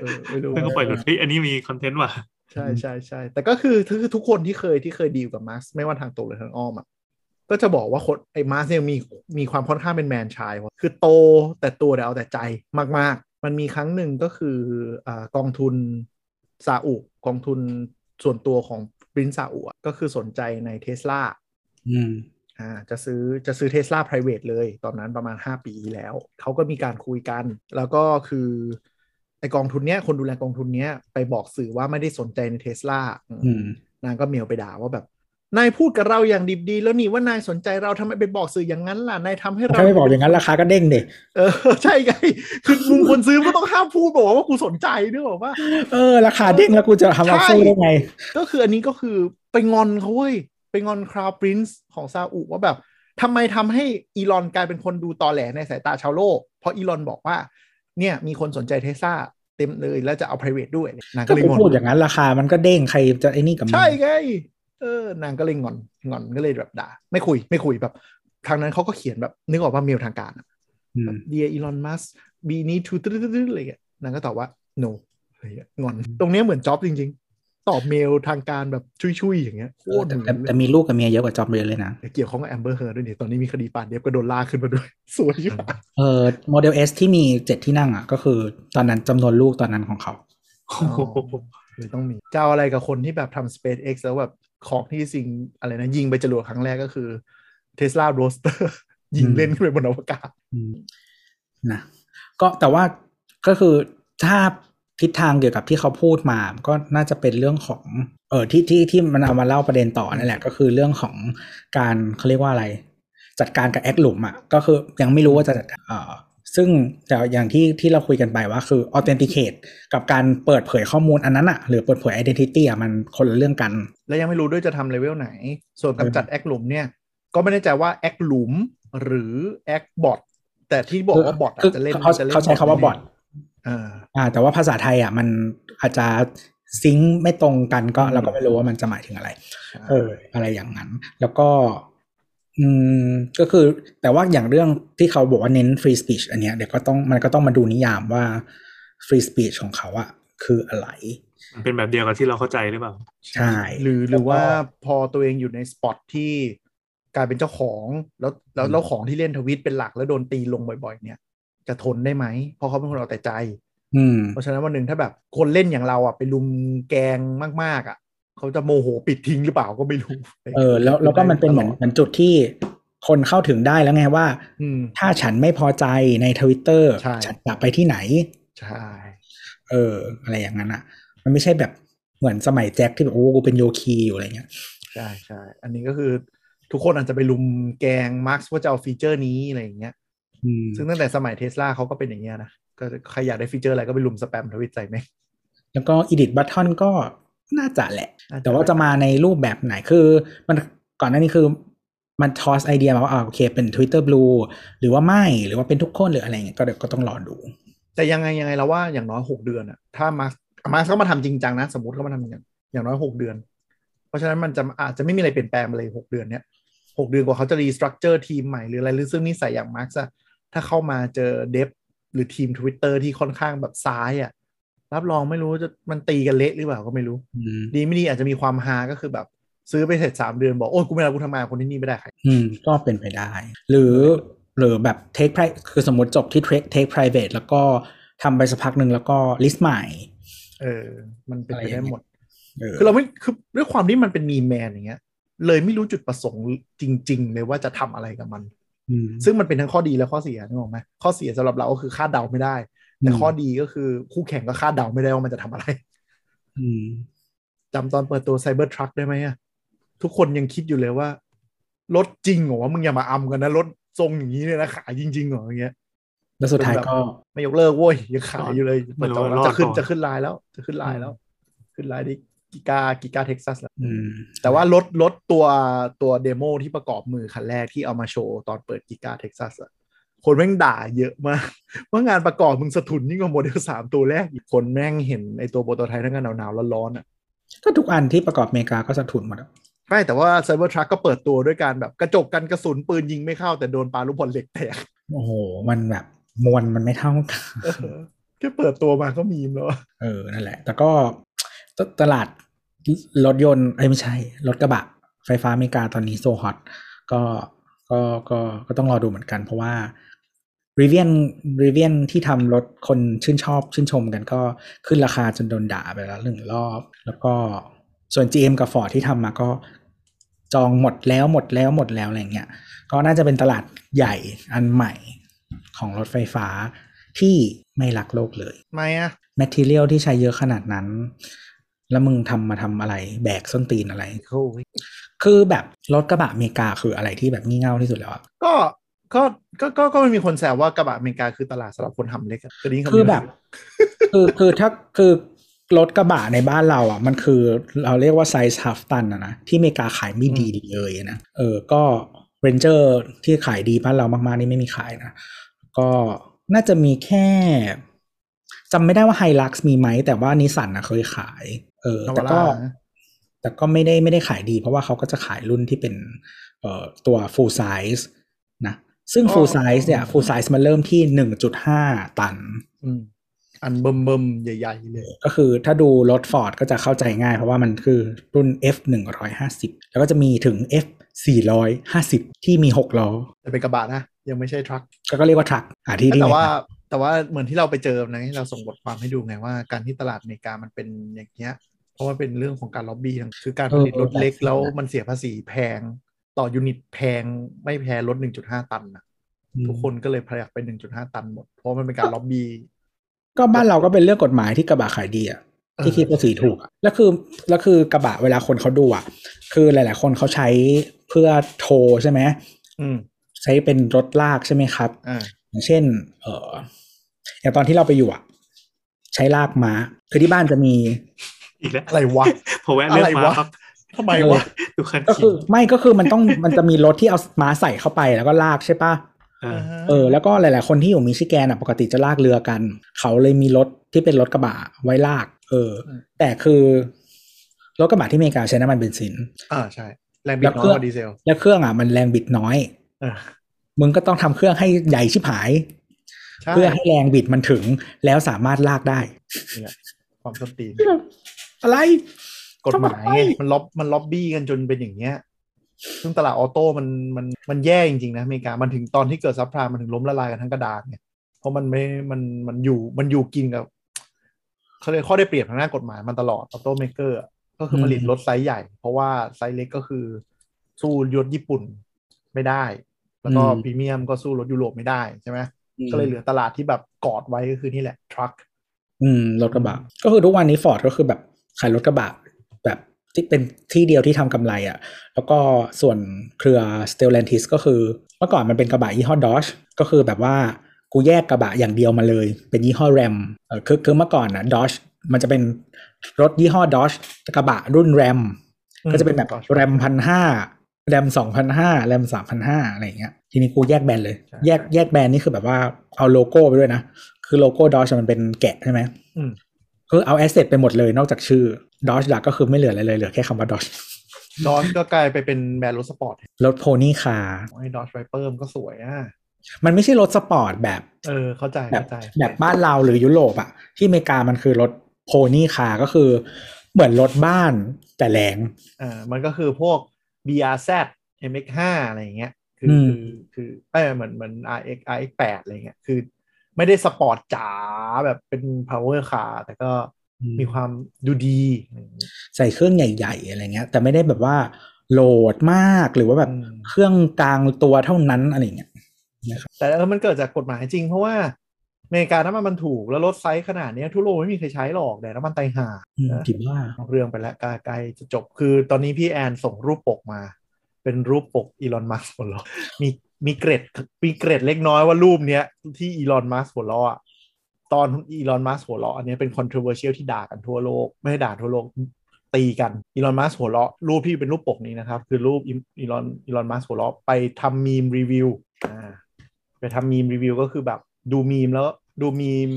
[SPEAKER 2] เออไม่รู้
[SPEAKER 4] เพื่อนก็ปล่อยหลุดเฮ้ยอันนี้มีคอนเทนต์ว่ะ
[SPEAKER 2] ใช่ใช่ใช่แต่ก็คือคือทุกคนที่เคยที่เคยดีลกับมาร์สไม่ว่าทางตรงหรือทางอ้อมอ่ะก็จะบอกว่าคนไอ้มาร์สเนี่ยมีมีความค่อนข้างเป็นแมนชายว่ะคือโตแต่ตัวแต่เอาแต่ใจมาก ๆ มันมีครั้งหนึ่งก็คืออ่ากองทุนซาอุกองทุนส่วนตัวของปรินซาอุอะก็คือสนใจในเทสลา
[SPEAKER 3] อืม
[SPEAKER 2] อ่าจะซื้อจะซื้อเทสลา private เลย ตอนนั้นประมาณ 5 ปีที่แล้ว เขาก็มีการคุยกัน แล้วก็คือไอกองทุนเนี้ยคนดูแลกองทุนเนี้ยไปบอกสื่อว่าไม่ได้สนใจในเทสลา
[SPEAKER 3] อืม
[SPEAKER 2] นางก็เมียวไปด่าว่าแบบ นายพูดกับเราอย่างดิบดี แล้วนี่ว่านายสนใจเราทำไมไปบอกสื่ออย่างนั้นล่ะ นายทำให้เรา
[SPEAKER 3] ถ้าไม่บอกอย่างนั้นราคาก็เด้งเด็
[SPEAKER 2] เอ อ ใช่ไง คือมึงคนซื้อก็ต้องห้ามพูดบอกว่ากูสนใจด้วยบอกว่า
[SPEAKER 3] เออ ราคาเด้งแล้วกูจะทำเอาสู้ได้ไง
[SPEAKER 2] ก็คืออันนี้ก็คือไปงอนเขาเว้ย ไปงอนคราวปรินซ์ของซาอุว่าแบบทำไมทำให้อีลอนกลายเป็นคนดูตอแหลในสายตาชาวโลก เพราะอีลอนบอกว่า เนี่ยมีคนสนใจเทสลาเต็มเลยแล้วจะเอา private ด้วยนาง
[SPEAKER 3] ก็
[SPEAKER 2] ก็เลย
[SPEAKER 3] กู
[SPEAKER 2] งอ
[SPEAKER 3] พูดอน ย่างนั้นราคามันก็เด้งใครจะไอ้นี่กับมัน
[SPEAKER 2] ใช่ไงเออนางก็เลยงอนงอนก็เลยแบบด่า ไม่คุยไม่คุยแบบ ทางนั้นเขาก็เขียนแบบนึกออกว่าเมลทางการอะ
[SPEAKER 3] อืม
[SPEAKER 2] เดียอีลอนมัสบีนี้ทูตึ๊ดตึ๊ดอะไรเงี้ยนางก็ตอบว่า no อะไรเงี้ยงอน ตรงเนี้ยเหมือนจ็อบจริง ๆ ตอบเมลทางการแบบชุยๆ อย่างเงี้ยโคตร
[SPEAKER 3] แต่
[SPEAKER 2] เหมือ
[SPEAKER 3] แต่
[SPEAKER 2] นเล
[SPEAKER 3] แต่
[SPEAKER 2] ย
[SPEAKER 3] มีลูกกับเมียเยอะกว่าจอมเรนเลยนะ
[SPEAKER 2] เกี่ยวข้องกับแอมเบอร์เฮอร์ด้วยเนี่ยตอนนี้มีคดีป่านเดียบก็โดนล่ากขึ้นมาด้วย สวยอยู่
[SPEAKER 3] เออโมเดล S ที่มีเจ็ดที่นั่งอ่ะ ก็คือตอนนั้นจำนวนลูกตอนนั้นของเขา
[SPEAKER 4] โอ้โห
[SPEAKER 2] หรือต้องมีเจ้าอะไรกับคนที่แบบทำ SpaceX แล้วแบบของที่สิ่งอะไรนะ ยิงไปจรวดครั้งแรกก็คือ Tesla Roadster ยิงเล่นขึ้นไปบนอวกาศ
[SPEAKER 3] อืมนะก็แต่ว่าก็คือถ้าทิศทางเกี่ยวกับที่เขาพูดมาก็น่าจะเป็นเรื่องของ เออที่ที่ที่มันเอามาเล่าประเด็นต่อนั่นแหละ ก็คือเรื่องของการเขาเรียกว่าอะไร จัดการกับแอคหลุมอ่ะก็คือยังไม่รู้ว่าจะจัดการเออซึ่งแต่อย่างที่ที่เราคุยกันไปว่าคือ authenticate กับการเปิดเผยข้อมูลอันนั้นอ่ะหรือเปิดเผย identity อ่ะมันคนละเรื่องกัน
[SPEAKER 2] และยังไม่รู้ด้วยจะทำเลเวลไหน ส่วนกำจัดแอคหลุมเนี่ย ก็ไม่แน่ใจว่าแอคหลุมหรือแอคบอทแต่ที่บอกว่าบอท
[SPEAKER 3] คือ
[SPEAKER 2] จะเล่น
[SPEAKER 3] เขา
[SPEAKER 2] จะล่น
[SPEAKER 3] เขาใช้คำว่าบอท
[SPEAKER 2] เออ
[SPEAKER 3] อ่าแต่ว่าภาษาไทยอ่ะมันอาจจะซิงค์ไม่ตรงกันก็เราก็ไม่รู้ว่ามันจะหมายถึงอะไร เออ อะไรอย่างนั้น แล้วก็ อืมก็คือ แต่ว่าอย่างเรื่องที่เขาบอกว่าเน้น free speech อันเนี้ยเดี๋ยวก็ต้องมันก็ต้องมาดูนิยามว่า free speech ของเขาอะคืออะไร
[SPEAKER 4] มันเป็นแบบเดียวกับที่เราเข้าใจหรือเปล่า
[SPEAKER 3] ใช่
[SPEAKER 2] หรือหรือว่าพอตัวเองอยู่ในสปอตที่กลายเป็นเจ้าของแล้วแล้วแล้วของที่เล่นทวิตเป็นหลักแล้วโดนตีลงบ่อย ๆ เนี่ย จะทนได้ไหมเพราะเขาเป็นคนเอาแต่ใจ
[SPEAKER 3] อืม
[SPEAKER 2] เพราะฉะนั้นวันหนึ่งถ้าแบบคนเล่นอย่างเราอ่ะไปลุมแกงมากๆอ่ะเขาจะโมโหปิดทิ้งหรือเปล่าก็ไม่รู้
[SPEAKER 3] เออ แล้วแล้วก็มันเป็นเหมือนเหมือนจุดที่คนเข้าถึงได้แล้วไงว่า
[SPEAKER 2] อืม
[SPEAKER 3] ถ้าฉันไม่พอใจในทวิตเตอร์
[SPEAKER 2] ใช่
[SPEAKER 3] ฉันจะไปที่ไหน
[SPEAKER 2] ใช่
[SPEAKER 3] เออ อะไรอย่างนั้นอ่ะ มันไม่ใช่แบบเหมือนสมัยแจ็คที่แบบโอ้กูเป็นโยคีอยู่อะไรเงี้ย
[SPEAKER 2] ใช่ใช่อันนี้ก็คือทุกคนอาจจะไปลุมแกงมาร์กว่าจะเอาฟีเจอร์นี้อะไรอย่างเงี้ย
[SPEAKER 3] อืม
[SPEAKER 2] ซึ่งตั้งแต่สมัยเทสลาเขาก็เป็นอย่างเงี้ยนะก็ใครอยากได้ฟีเจอร์อะไรก็ไปลุมสแปมทวิตใส่ไหมง
[SPEAKER 3] แล้วก็ Edit Button ก็น่าจะแหละ
[SPEAKER 2] น่
[SPEAKER 3] แต่ว่าจะมาในรูปแบบไหนคือ มันก่อนหน้านี้คือมันทอสไอเดียมาว่าอ่าโอเคเป็น Twitter Blue หรือว่าไม่หรือว่าเป็นทุกคนหรืออะไรเงี้ยก็เดี๋ยวก็ต้องรอดู
[SPEAKER 2] แต่ยังไงยังไงเราว่าอย่างน้อยหกเดือนอ่ะถ้ามาร์กมาร์กเขามาทำจริงจังนะสมมติเขามาทำอย่างอย่างน้อยหกเดือน เพราะฉะนั้นมันจะอาจจะไม่มีอะไรเปลี่ยนแปลงเลยหกเดือนเนี้ยหกเดือนกว่าเขาจะรีสตรัคเจอร์ทีมใหม่หรืออะไรหรือซึ่งนิสัยอย่างมาร์กอะถ้าเข้ามาเจอเดฟหรือทีม Twitter ที่ค่อนข้างแบบซ้ายอ่ะรับรองไม่รู้จะมันตีกันเละหรือเปล่าก็ไม่รู้
[SPEAKER 3] อืม
[SPEAKER 2] ดีไม่ดีอาจจะมีความฮาก็คือแบบ ซื้อไปเสร็จสามเดือนบอก โอ้ยกูไม่รับกูทำงานคนที่นี่ไม่ได้ใคร
[SPEAKER 3] อืมก็เป็นไปได้ หรือหรือแบบ Take Private คือสมมติจบที่ Take Take Private แล้วก็ทำไปสักพักหนึ่งแล้วก็ list ใหม่
[SPEAKER 2] เออ มันเป็นไปได้หมด
[SPEAKER 3] เออ
[SPEAKER 2] คือเราไม่คือด้วยความที่มันเป็นมีแมนอย่างเงี้ย เลยไม่รู้จุดประสงค์จริง ๆ เลยว่าจะทำอะไรกับมัน
[SPEAKER 3] อืม
[SPEAKER 2] ซึ่งมันเป็นทั้งข้อดีและข้อเสียนึกออกไหมข้อเสียสำหรับเราก็คือคาดเดาไม่ได้ แต่ข้อดีก็คือคู่แข่งก็คาดเดาไม่ได้ว่ามันจะทำอะไร
[SPEAKER 3] อืม
[SPEAKER 2] จำตอนเปิดตัวไซเบอร์ทรัคได้ไหมอะทุกคนยังคิดอยู่เลยว่ารถจริงเหรอวะมึงอย่ามาอํกันนะรถทรงอย่างนี้เนี่ยนะขายจริงๆเหรออย่างเงี้ย
[SPEAKER 3] แล้วสุดท้ายก็
[SPEAKER 2] ไม่ยกเลิกโว้ย ยังขายอยู่เลย
[SPEAKER 4] ไม่
[SPEAKER 2] เปิด
[SPEAKER 4] รู้
[SPEAKER 2] จองแล้ว
[SPEAKER 4] รอด
[SPEAKER 2] จะขึ้น
[SPEAKER 4] ก่อน
[SPEAKER 2] จะขึ้นไลน์แล้ว จะขึ้นไลน์แล้ว ขึ้นไลน์ดิกิกากิกาเท็กซัสแล้ว
[SPEAKER 3] อืม
[SPEAKER 2] แต่ว่ารถรถตัวตัวเดโมที่ประกอบมือคันแรกที่เอามาโชว์ตอนเปิดกิกาเท็กซัสอะคนแม่งด่าเยอะมาก ว่างานประกอบมึงสะทุนยิ่งกว่าโมเดลสามตัวแรกอีกคนแม่งเห็นไอตัวโปรโตไทป์ทั้งกันหนาวๆร้อนๆอ่ะ
[SPEAKER 3] ก็ทุกอันที่ประกอบอเมริกาก็สะทุนหมดอะ
[SPEAKER 2] ใช่แต่ว่าไซเบอร์ทรัคก็เปิดตัวด้วยการแบบกระจกกันกระสุนปืนยิงไม่เข้าแต่โดนปาลูกบอลเหล็กแตก
[SPEAKER 3] โอ้โห มันแบบมวลมันไม่เท่ากัน
[SPEAKER 2] เออแค่เปิดตัวมาก็มีมแล้วอะ
[SPEAKER 3] เออ นั่นแหละ แต่ก็ตตลาดรถยนต์เอ้ยไม่ใช่ รถกระบะ ไฟฟ้าอเมริกาตอนนี้โซฮอตก็ก็ก็ก็ต้องรอดูเหมือนกัน เพราะว่ารีเวียนรีเวียนที่ทำรถคนชื่นชอบชื่นชมกันก็ขึ้นราคาจนโดนด่าไปแล้วหนึ่งรอบ แล้วก็ส่วน GM กับ Ford ที่ทำมาก็จองหมดแล้วหมดแล้วหมดแล้วอะไรอย่างเงี้ย ก็น่าจะเป็นตลาดใหญ่อันใหม่ของรถไฟฟ้าที่ไม่รักโลกเลย
[SPEAKER 2] ไม่อะ
[SPEAKER 3] แมทเทียลที่ใช้เยอะขนาดนั้น แล้วมึงทำมาทำอะไร แบกส้นตีนอะไร คือแบบรถกระบะอเมริกาคืออะไรที่แบบงี่เง่าที่สุดแล้วอะ
[SPEAKER 2] ก็ก็ก็ก็ก็มันมีคนแซวว่ากระบะอเมริกาคือตลาดสำหรับคนทำเล็กอะตัวนี้ำนี้
[SPEAKER 3] คือแบบ คือคือถ้าคือรถกระบะในบ้านเราอ่ะ มันคือเราเรียกว่าไซส์ฮัฟตันอะนะ ที่อเมริกาขายไม่ดีเลยนะ เออ ก็เรนเจอร์ที่ขายดีบ้านเรามากๆ นี่ไม่มีขายนะ ก็น่าจะมีแค่จำไม่ได้ว่าไฮลักซ์มีไหม แต่ว่านิสสันนะเคยขาย เออ
[SPEAKER 2] นว
[SPEAKER 3] แต่
[SPEAKER 2] ล
[SPEAKER 3] ก็
[SPEAKER 2] ล่านะ
[SPEAKER 3] แต่ก็ไม่ได้ไม่ได้ขายดีเพราะว่าเขาก็จะขายรุ่นที่เป็นเอ่อตัว full size นะ ซึ่ง full size เนี่ย full size มันเริ่มที่ 1.5 ตัน
[SPEAKER 2] อืมอันเบิ่มเบิ่มๆใหญ่ ๆ เลย
[SPEAKER 3] ก็คือถ้าดูรถ Ford ก็จะเข้าใจง่ายเพราะว่ามันคือรุ่น F 150แล้วก็จะมีถึง F 450 ที่มี 6 ล้อ
[SPEAKER 2] แต่เป็นกระบะนะ ยังไม่ใช่ทรัค
[SPEAKER 3] ก็ก็เรียกว่าทรัคอ่ะที่ที่
[SPEAKER 2] แต่ว่า แต่ว่าเหมือนที่เราไปเจอนะที่เราส่งบทความให้ดูไงว่าการที่ตลาดอเมริกามันเป็นอย่างเงี้ย เพราะว่าเป็นเรื่องของการล็อบบี้ทั้งคือการผลิตรถเล็กแล้วมันเสียภาษีแพงต่อยูนิตแพงไม่แพ้รถ 1.5 ตันนะทุกคนก็เลยพยักไป 1.5 ตันหมด เพราะมันเป็นการล็อบบี้
[SPEAKER 3] ก็บ้านเราก็เป็นเรื่องกฎหมายที่กระบะขายดีอ่ะที่คิดภาษีถูกอะแล้วคือแล้วคือกระบะเวลาคนเขาดูอ่ะ คือหลาย ๆ คนเขาใช้เพื่อโทรใช่ไหม
[SPEAKER 2] อืม
[SPEAKER 3] ใช้เป็นรถลากใช่ไหมครับ
[SPEAKER 2] อ่า
[SPEAKER 3] อย่างเช่น เอออย่างตอนที่เราไปอยู่อ่ะ ใช้ลากม้า คือที่บ้านจะมี
[SPEAKER 4] อีกแล้ว
[SPEAKER 2] อะไรวะ
[SPEAKER 4] ผมแวะเรื่อง
[SPEAKER 2] อะไร
[SPEAKER 4] มาว
[SPEAKER 2] ะ
[SPEAKER 4] ครับ
[SPEAKER 2] ทำไมวะ
[SPEAKER 4] ดูคัน
[SPEAKER 3] ก็คื
[SPEAKER 4] ขี่
[SPEAKER 3] อไม่ก็คือมันต้องมันจะมีรถที่เอาม้าใส่เข้าไปแล้วก็ลากใช่ปะ
[SPEAKER 4] เออ
[SPEAKER 3] เออแล้วก็หลาย ๆ คนที่อยู่มิชิแกนอ่ะปกติจะลากเรือกัน เขาเลยมีรถที่เป็นรถกระบะไว้ลาก เออ
[SPEAKER 2] อืม
[SPEAKER 3] แต่คือรถกระบะที่อเมริกาใช้น้ำมันเบนซิน
[SPEAKER 2] อ่าใช่ แรงบิดน้อยกว่าดีเซล
[SPEAKER 3] แล้วเครื่องอ่ะมันแรงบิดน้อย
[SPEAKER 2] เออ
[SPEAKER 3] มึงก็ต้องทำเครื่องให้ใหญ่ชิบหาย
[SPEAKER 2] ใช่
[SPEAKER 3] เพื่อให้แรงบิดมันถึงแล้วสามารถลากได้
[SPEAKER 2] นี่แหละความสนตีน
[SPEAKER 3] อะไร
[SPEAKER 2] กฎหมายไงมันล็อบมันล็อบบี้กันจนเป็นอย่างเงี้ย ซึ่งตลาดออโต้มันมันมันแย่จริงๆนะอเมริกามันถึงตอนที่เกิดซับพลามมันถึงล้มละลายกันทั้งกระดานเนี่ยเพราะมันไม่มันมันอยู่มันอยู่กินกับเขาเลยกข้อได้เปรียบทางด้านกฎหมายมันตลอดออโต้เมเกอร์ก็คือผลิต
[SPEAKER 3] อืม
[SPEAKER 2] รถไซส์ใหญ่ เพราะว่าไซส์เล็กก็คือสู้ยศญี่ปุ่นไม่ได้ แล้วก็พรีเมียมก็สู้รถยุโรปไม่ได้ใช่ไหม ก็เลยเหลือตลาดที่แบบกอดไว้ก็คือนี่แหละ ทรัค
[SPEAKER 3] อืมรถกระบะ ก็คือทุกวันนี้ฟอร์ดก็คือแบบขายรถกระบะ แบบที่เป็นที่เดียวที่ทำกำไรอะ่ะ แล้วก็ส่วนเครือ s t e l a n t i s ก็คือ เมื่อก่อนมันเป็นกระบะยี่ห้อ Dodge ก็คือแบบว่ากูแยกกระบะอย่างเดียวมาเลย เป็นยี่ห้อ Ram เออคือคือเมื่อก่อนนะ Dodge มันจะเป็นรถยี่ห้อ Dodge กระบะรุ่น Ram ก็จะเป็นแบบแรมพันห้าแรมสองพันห้าแรมสามพันห้าอะไรอย่างเงี้ย ทีนี้กูแยกแบรนด์เลย แยกแยกแบรนด์นี่คือแบบว่าเอาโลโก้ไปด้วยนะ คือโลโก้ดอชมันเป็นแกะใช่ไหม
[SPEAKER 2] อืม
[SPEAKER 3] คือเอาแอสเซทไปหมดเลยนอกจากชื่อดอชดักก็คือไม่เหลืออะไรเลยเหลือแค่คำว่าดอช
[SPEAKER 2] ดอ g ก็กลายไปเป็นแบรนด์รถสปอร์ต
[SPEAKER 3] รถโพนี่คา
[SPEAKER 2] ไอ้ดอ g ไรเปอร์มันก็สวยอ่ะ
[SPEAKER 3] มันไม่ใช่รถสปอร์ตแบบ
[SPEAKER 2] เออ เข้าใจ
[SPEAKER 3] แบบ
[SPEAKER 2] เข้าใจ
[SPEAKER 3] แบบบ้านเราหรือยุโรปอะที่อเมริกามันคือรถโพนี่คาก็คือเหมือนรถบ้านแต่แรง
[SPEAKER 2] อ่า มันก็คือพวก BRZ MX5 อะไรอย่างเงี้ย คือ
[SPEAKER 3] ม
[SPEAKER 2] คือคือไม่เหมือนเหมือน RX RX8 อะไรเงี้ย คือ ไม่ได้สปอร์ตจ๋าแบบเป็น power car แต่ก็มีความดูดีอะไรอย่างเงี้ย
[SPEAKER 3] ใส่เครื่องใหญ่ ๆ อะไรเงี้ย แต่ไม่ได้แบบว่าโหลดมากหรือว่าแบบ
[SPEAKER 2] อืม
[SPEAKER 3] เครื่องกลางตัวเท่านั้นอะไรเงี้ย
[SPEAKER 2] แต่เออมันเกิดจากกฎหมายจริง เพราะว่าอเมริกาน้ำมันมันถูกแล้วรถไซส์ขนาดเนี้ยทั่วโลกไม่มีใครใช้หรอกแต่น้ำมันไตรห่า
[SPEAKER 3] อืม
[SPEAKER 2] นะ
[SPEAKER 3] คิดว่า
[SPEAKER 2] นอกเรื่องไปแล้วใกล้ใกล้จะจบคือตอนนี้พี่แอนส่งรูปปกมา เป็นรูปปกอีลอนมัสก์หัวเราะมีมีเกร็ดมีเกร็ดเล็กน้อยว่ารูปเนี้ย ที่อีลอนมัสก์หัวเราะอะตอนอีลอนมัสก์หัวเราะอันเนี้ยเป็น controversial ที่ด่ากันทั่วโลก ไม่ได้ด่าทั่วโลกตีกันอีลอนมัสก์หัวเราะรูปที่เป็นรูปปกนี้นะครับ คือรูปอีลอนอีลอนมัสก์หัวเราะไปทำมีมรีวิวอ่าไปทำมีมรีวิวก็คือแบบดูมีมแล้วดูมีม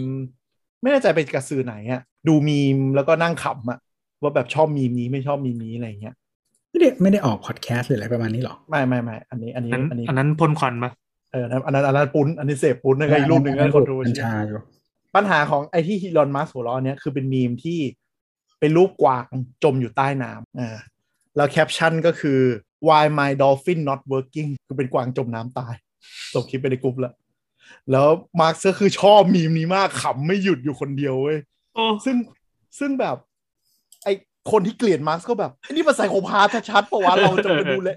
[SPEAKER 2] ไม่แน่ใจเป็นกระสือไหนอะดูมีมแล้วก็นั่งขำอะ ว่าแบบชอบมีมนี้ไม่ชอบมีมนี้อะไรอย่างเงี้ย
[SPEAKER 3] ไม่ได้ไม่ได้ออกพอดแคสต์หรืออะไรประมาณนี้หรอ
[SPEAKER 2] ไม่ไม่ไม่อันนี้อันนี้
[SPEAKER 4] นั้น
[SPEAKER 2] อันนี้
[SPEAKER 4] อันนั้นพ่นควันปะ
[SPEAKER 2] เอออันนั้นอันนั้นปุ้นอันนี้เสพปุ้นนะครอีกรูปหนึ่งก็คนดู
[SPEAKER 3] กัญชาอยู่
[SPEAKER 2] ปัญหาของไอ้ที่ฮีรอนมาสหัวล้อเนี่ยคือเป็นมีมที่เป็นรูปกวางจมอยู่ใต้น้ำอ่าแล้วแคปชั่นก็คือ why my dolphin not working คือเป็นกวางจมน้ำตายส่งคลิปไปในกลุ่มแล้วแล้วมาร์คก็คือชอบมีมนี้มากขำไม่หยุดอยู่คนเดียวเว้ย
[SPEAKER 4] โอ้
[SPEAKER 2] ซึ่งซึ่งแบบไอคนที่เกลียดมาร์กก็แบบไอ้นี่มาใส่โคพาร์ทชัดๆปะวะเราจะมาดูแล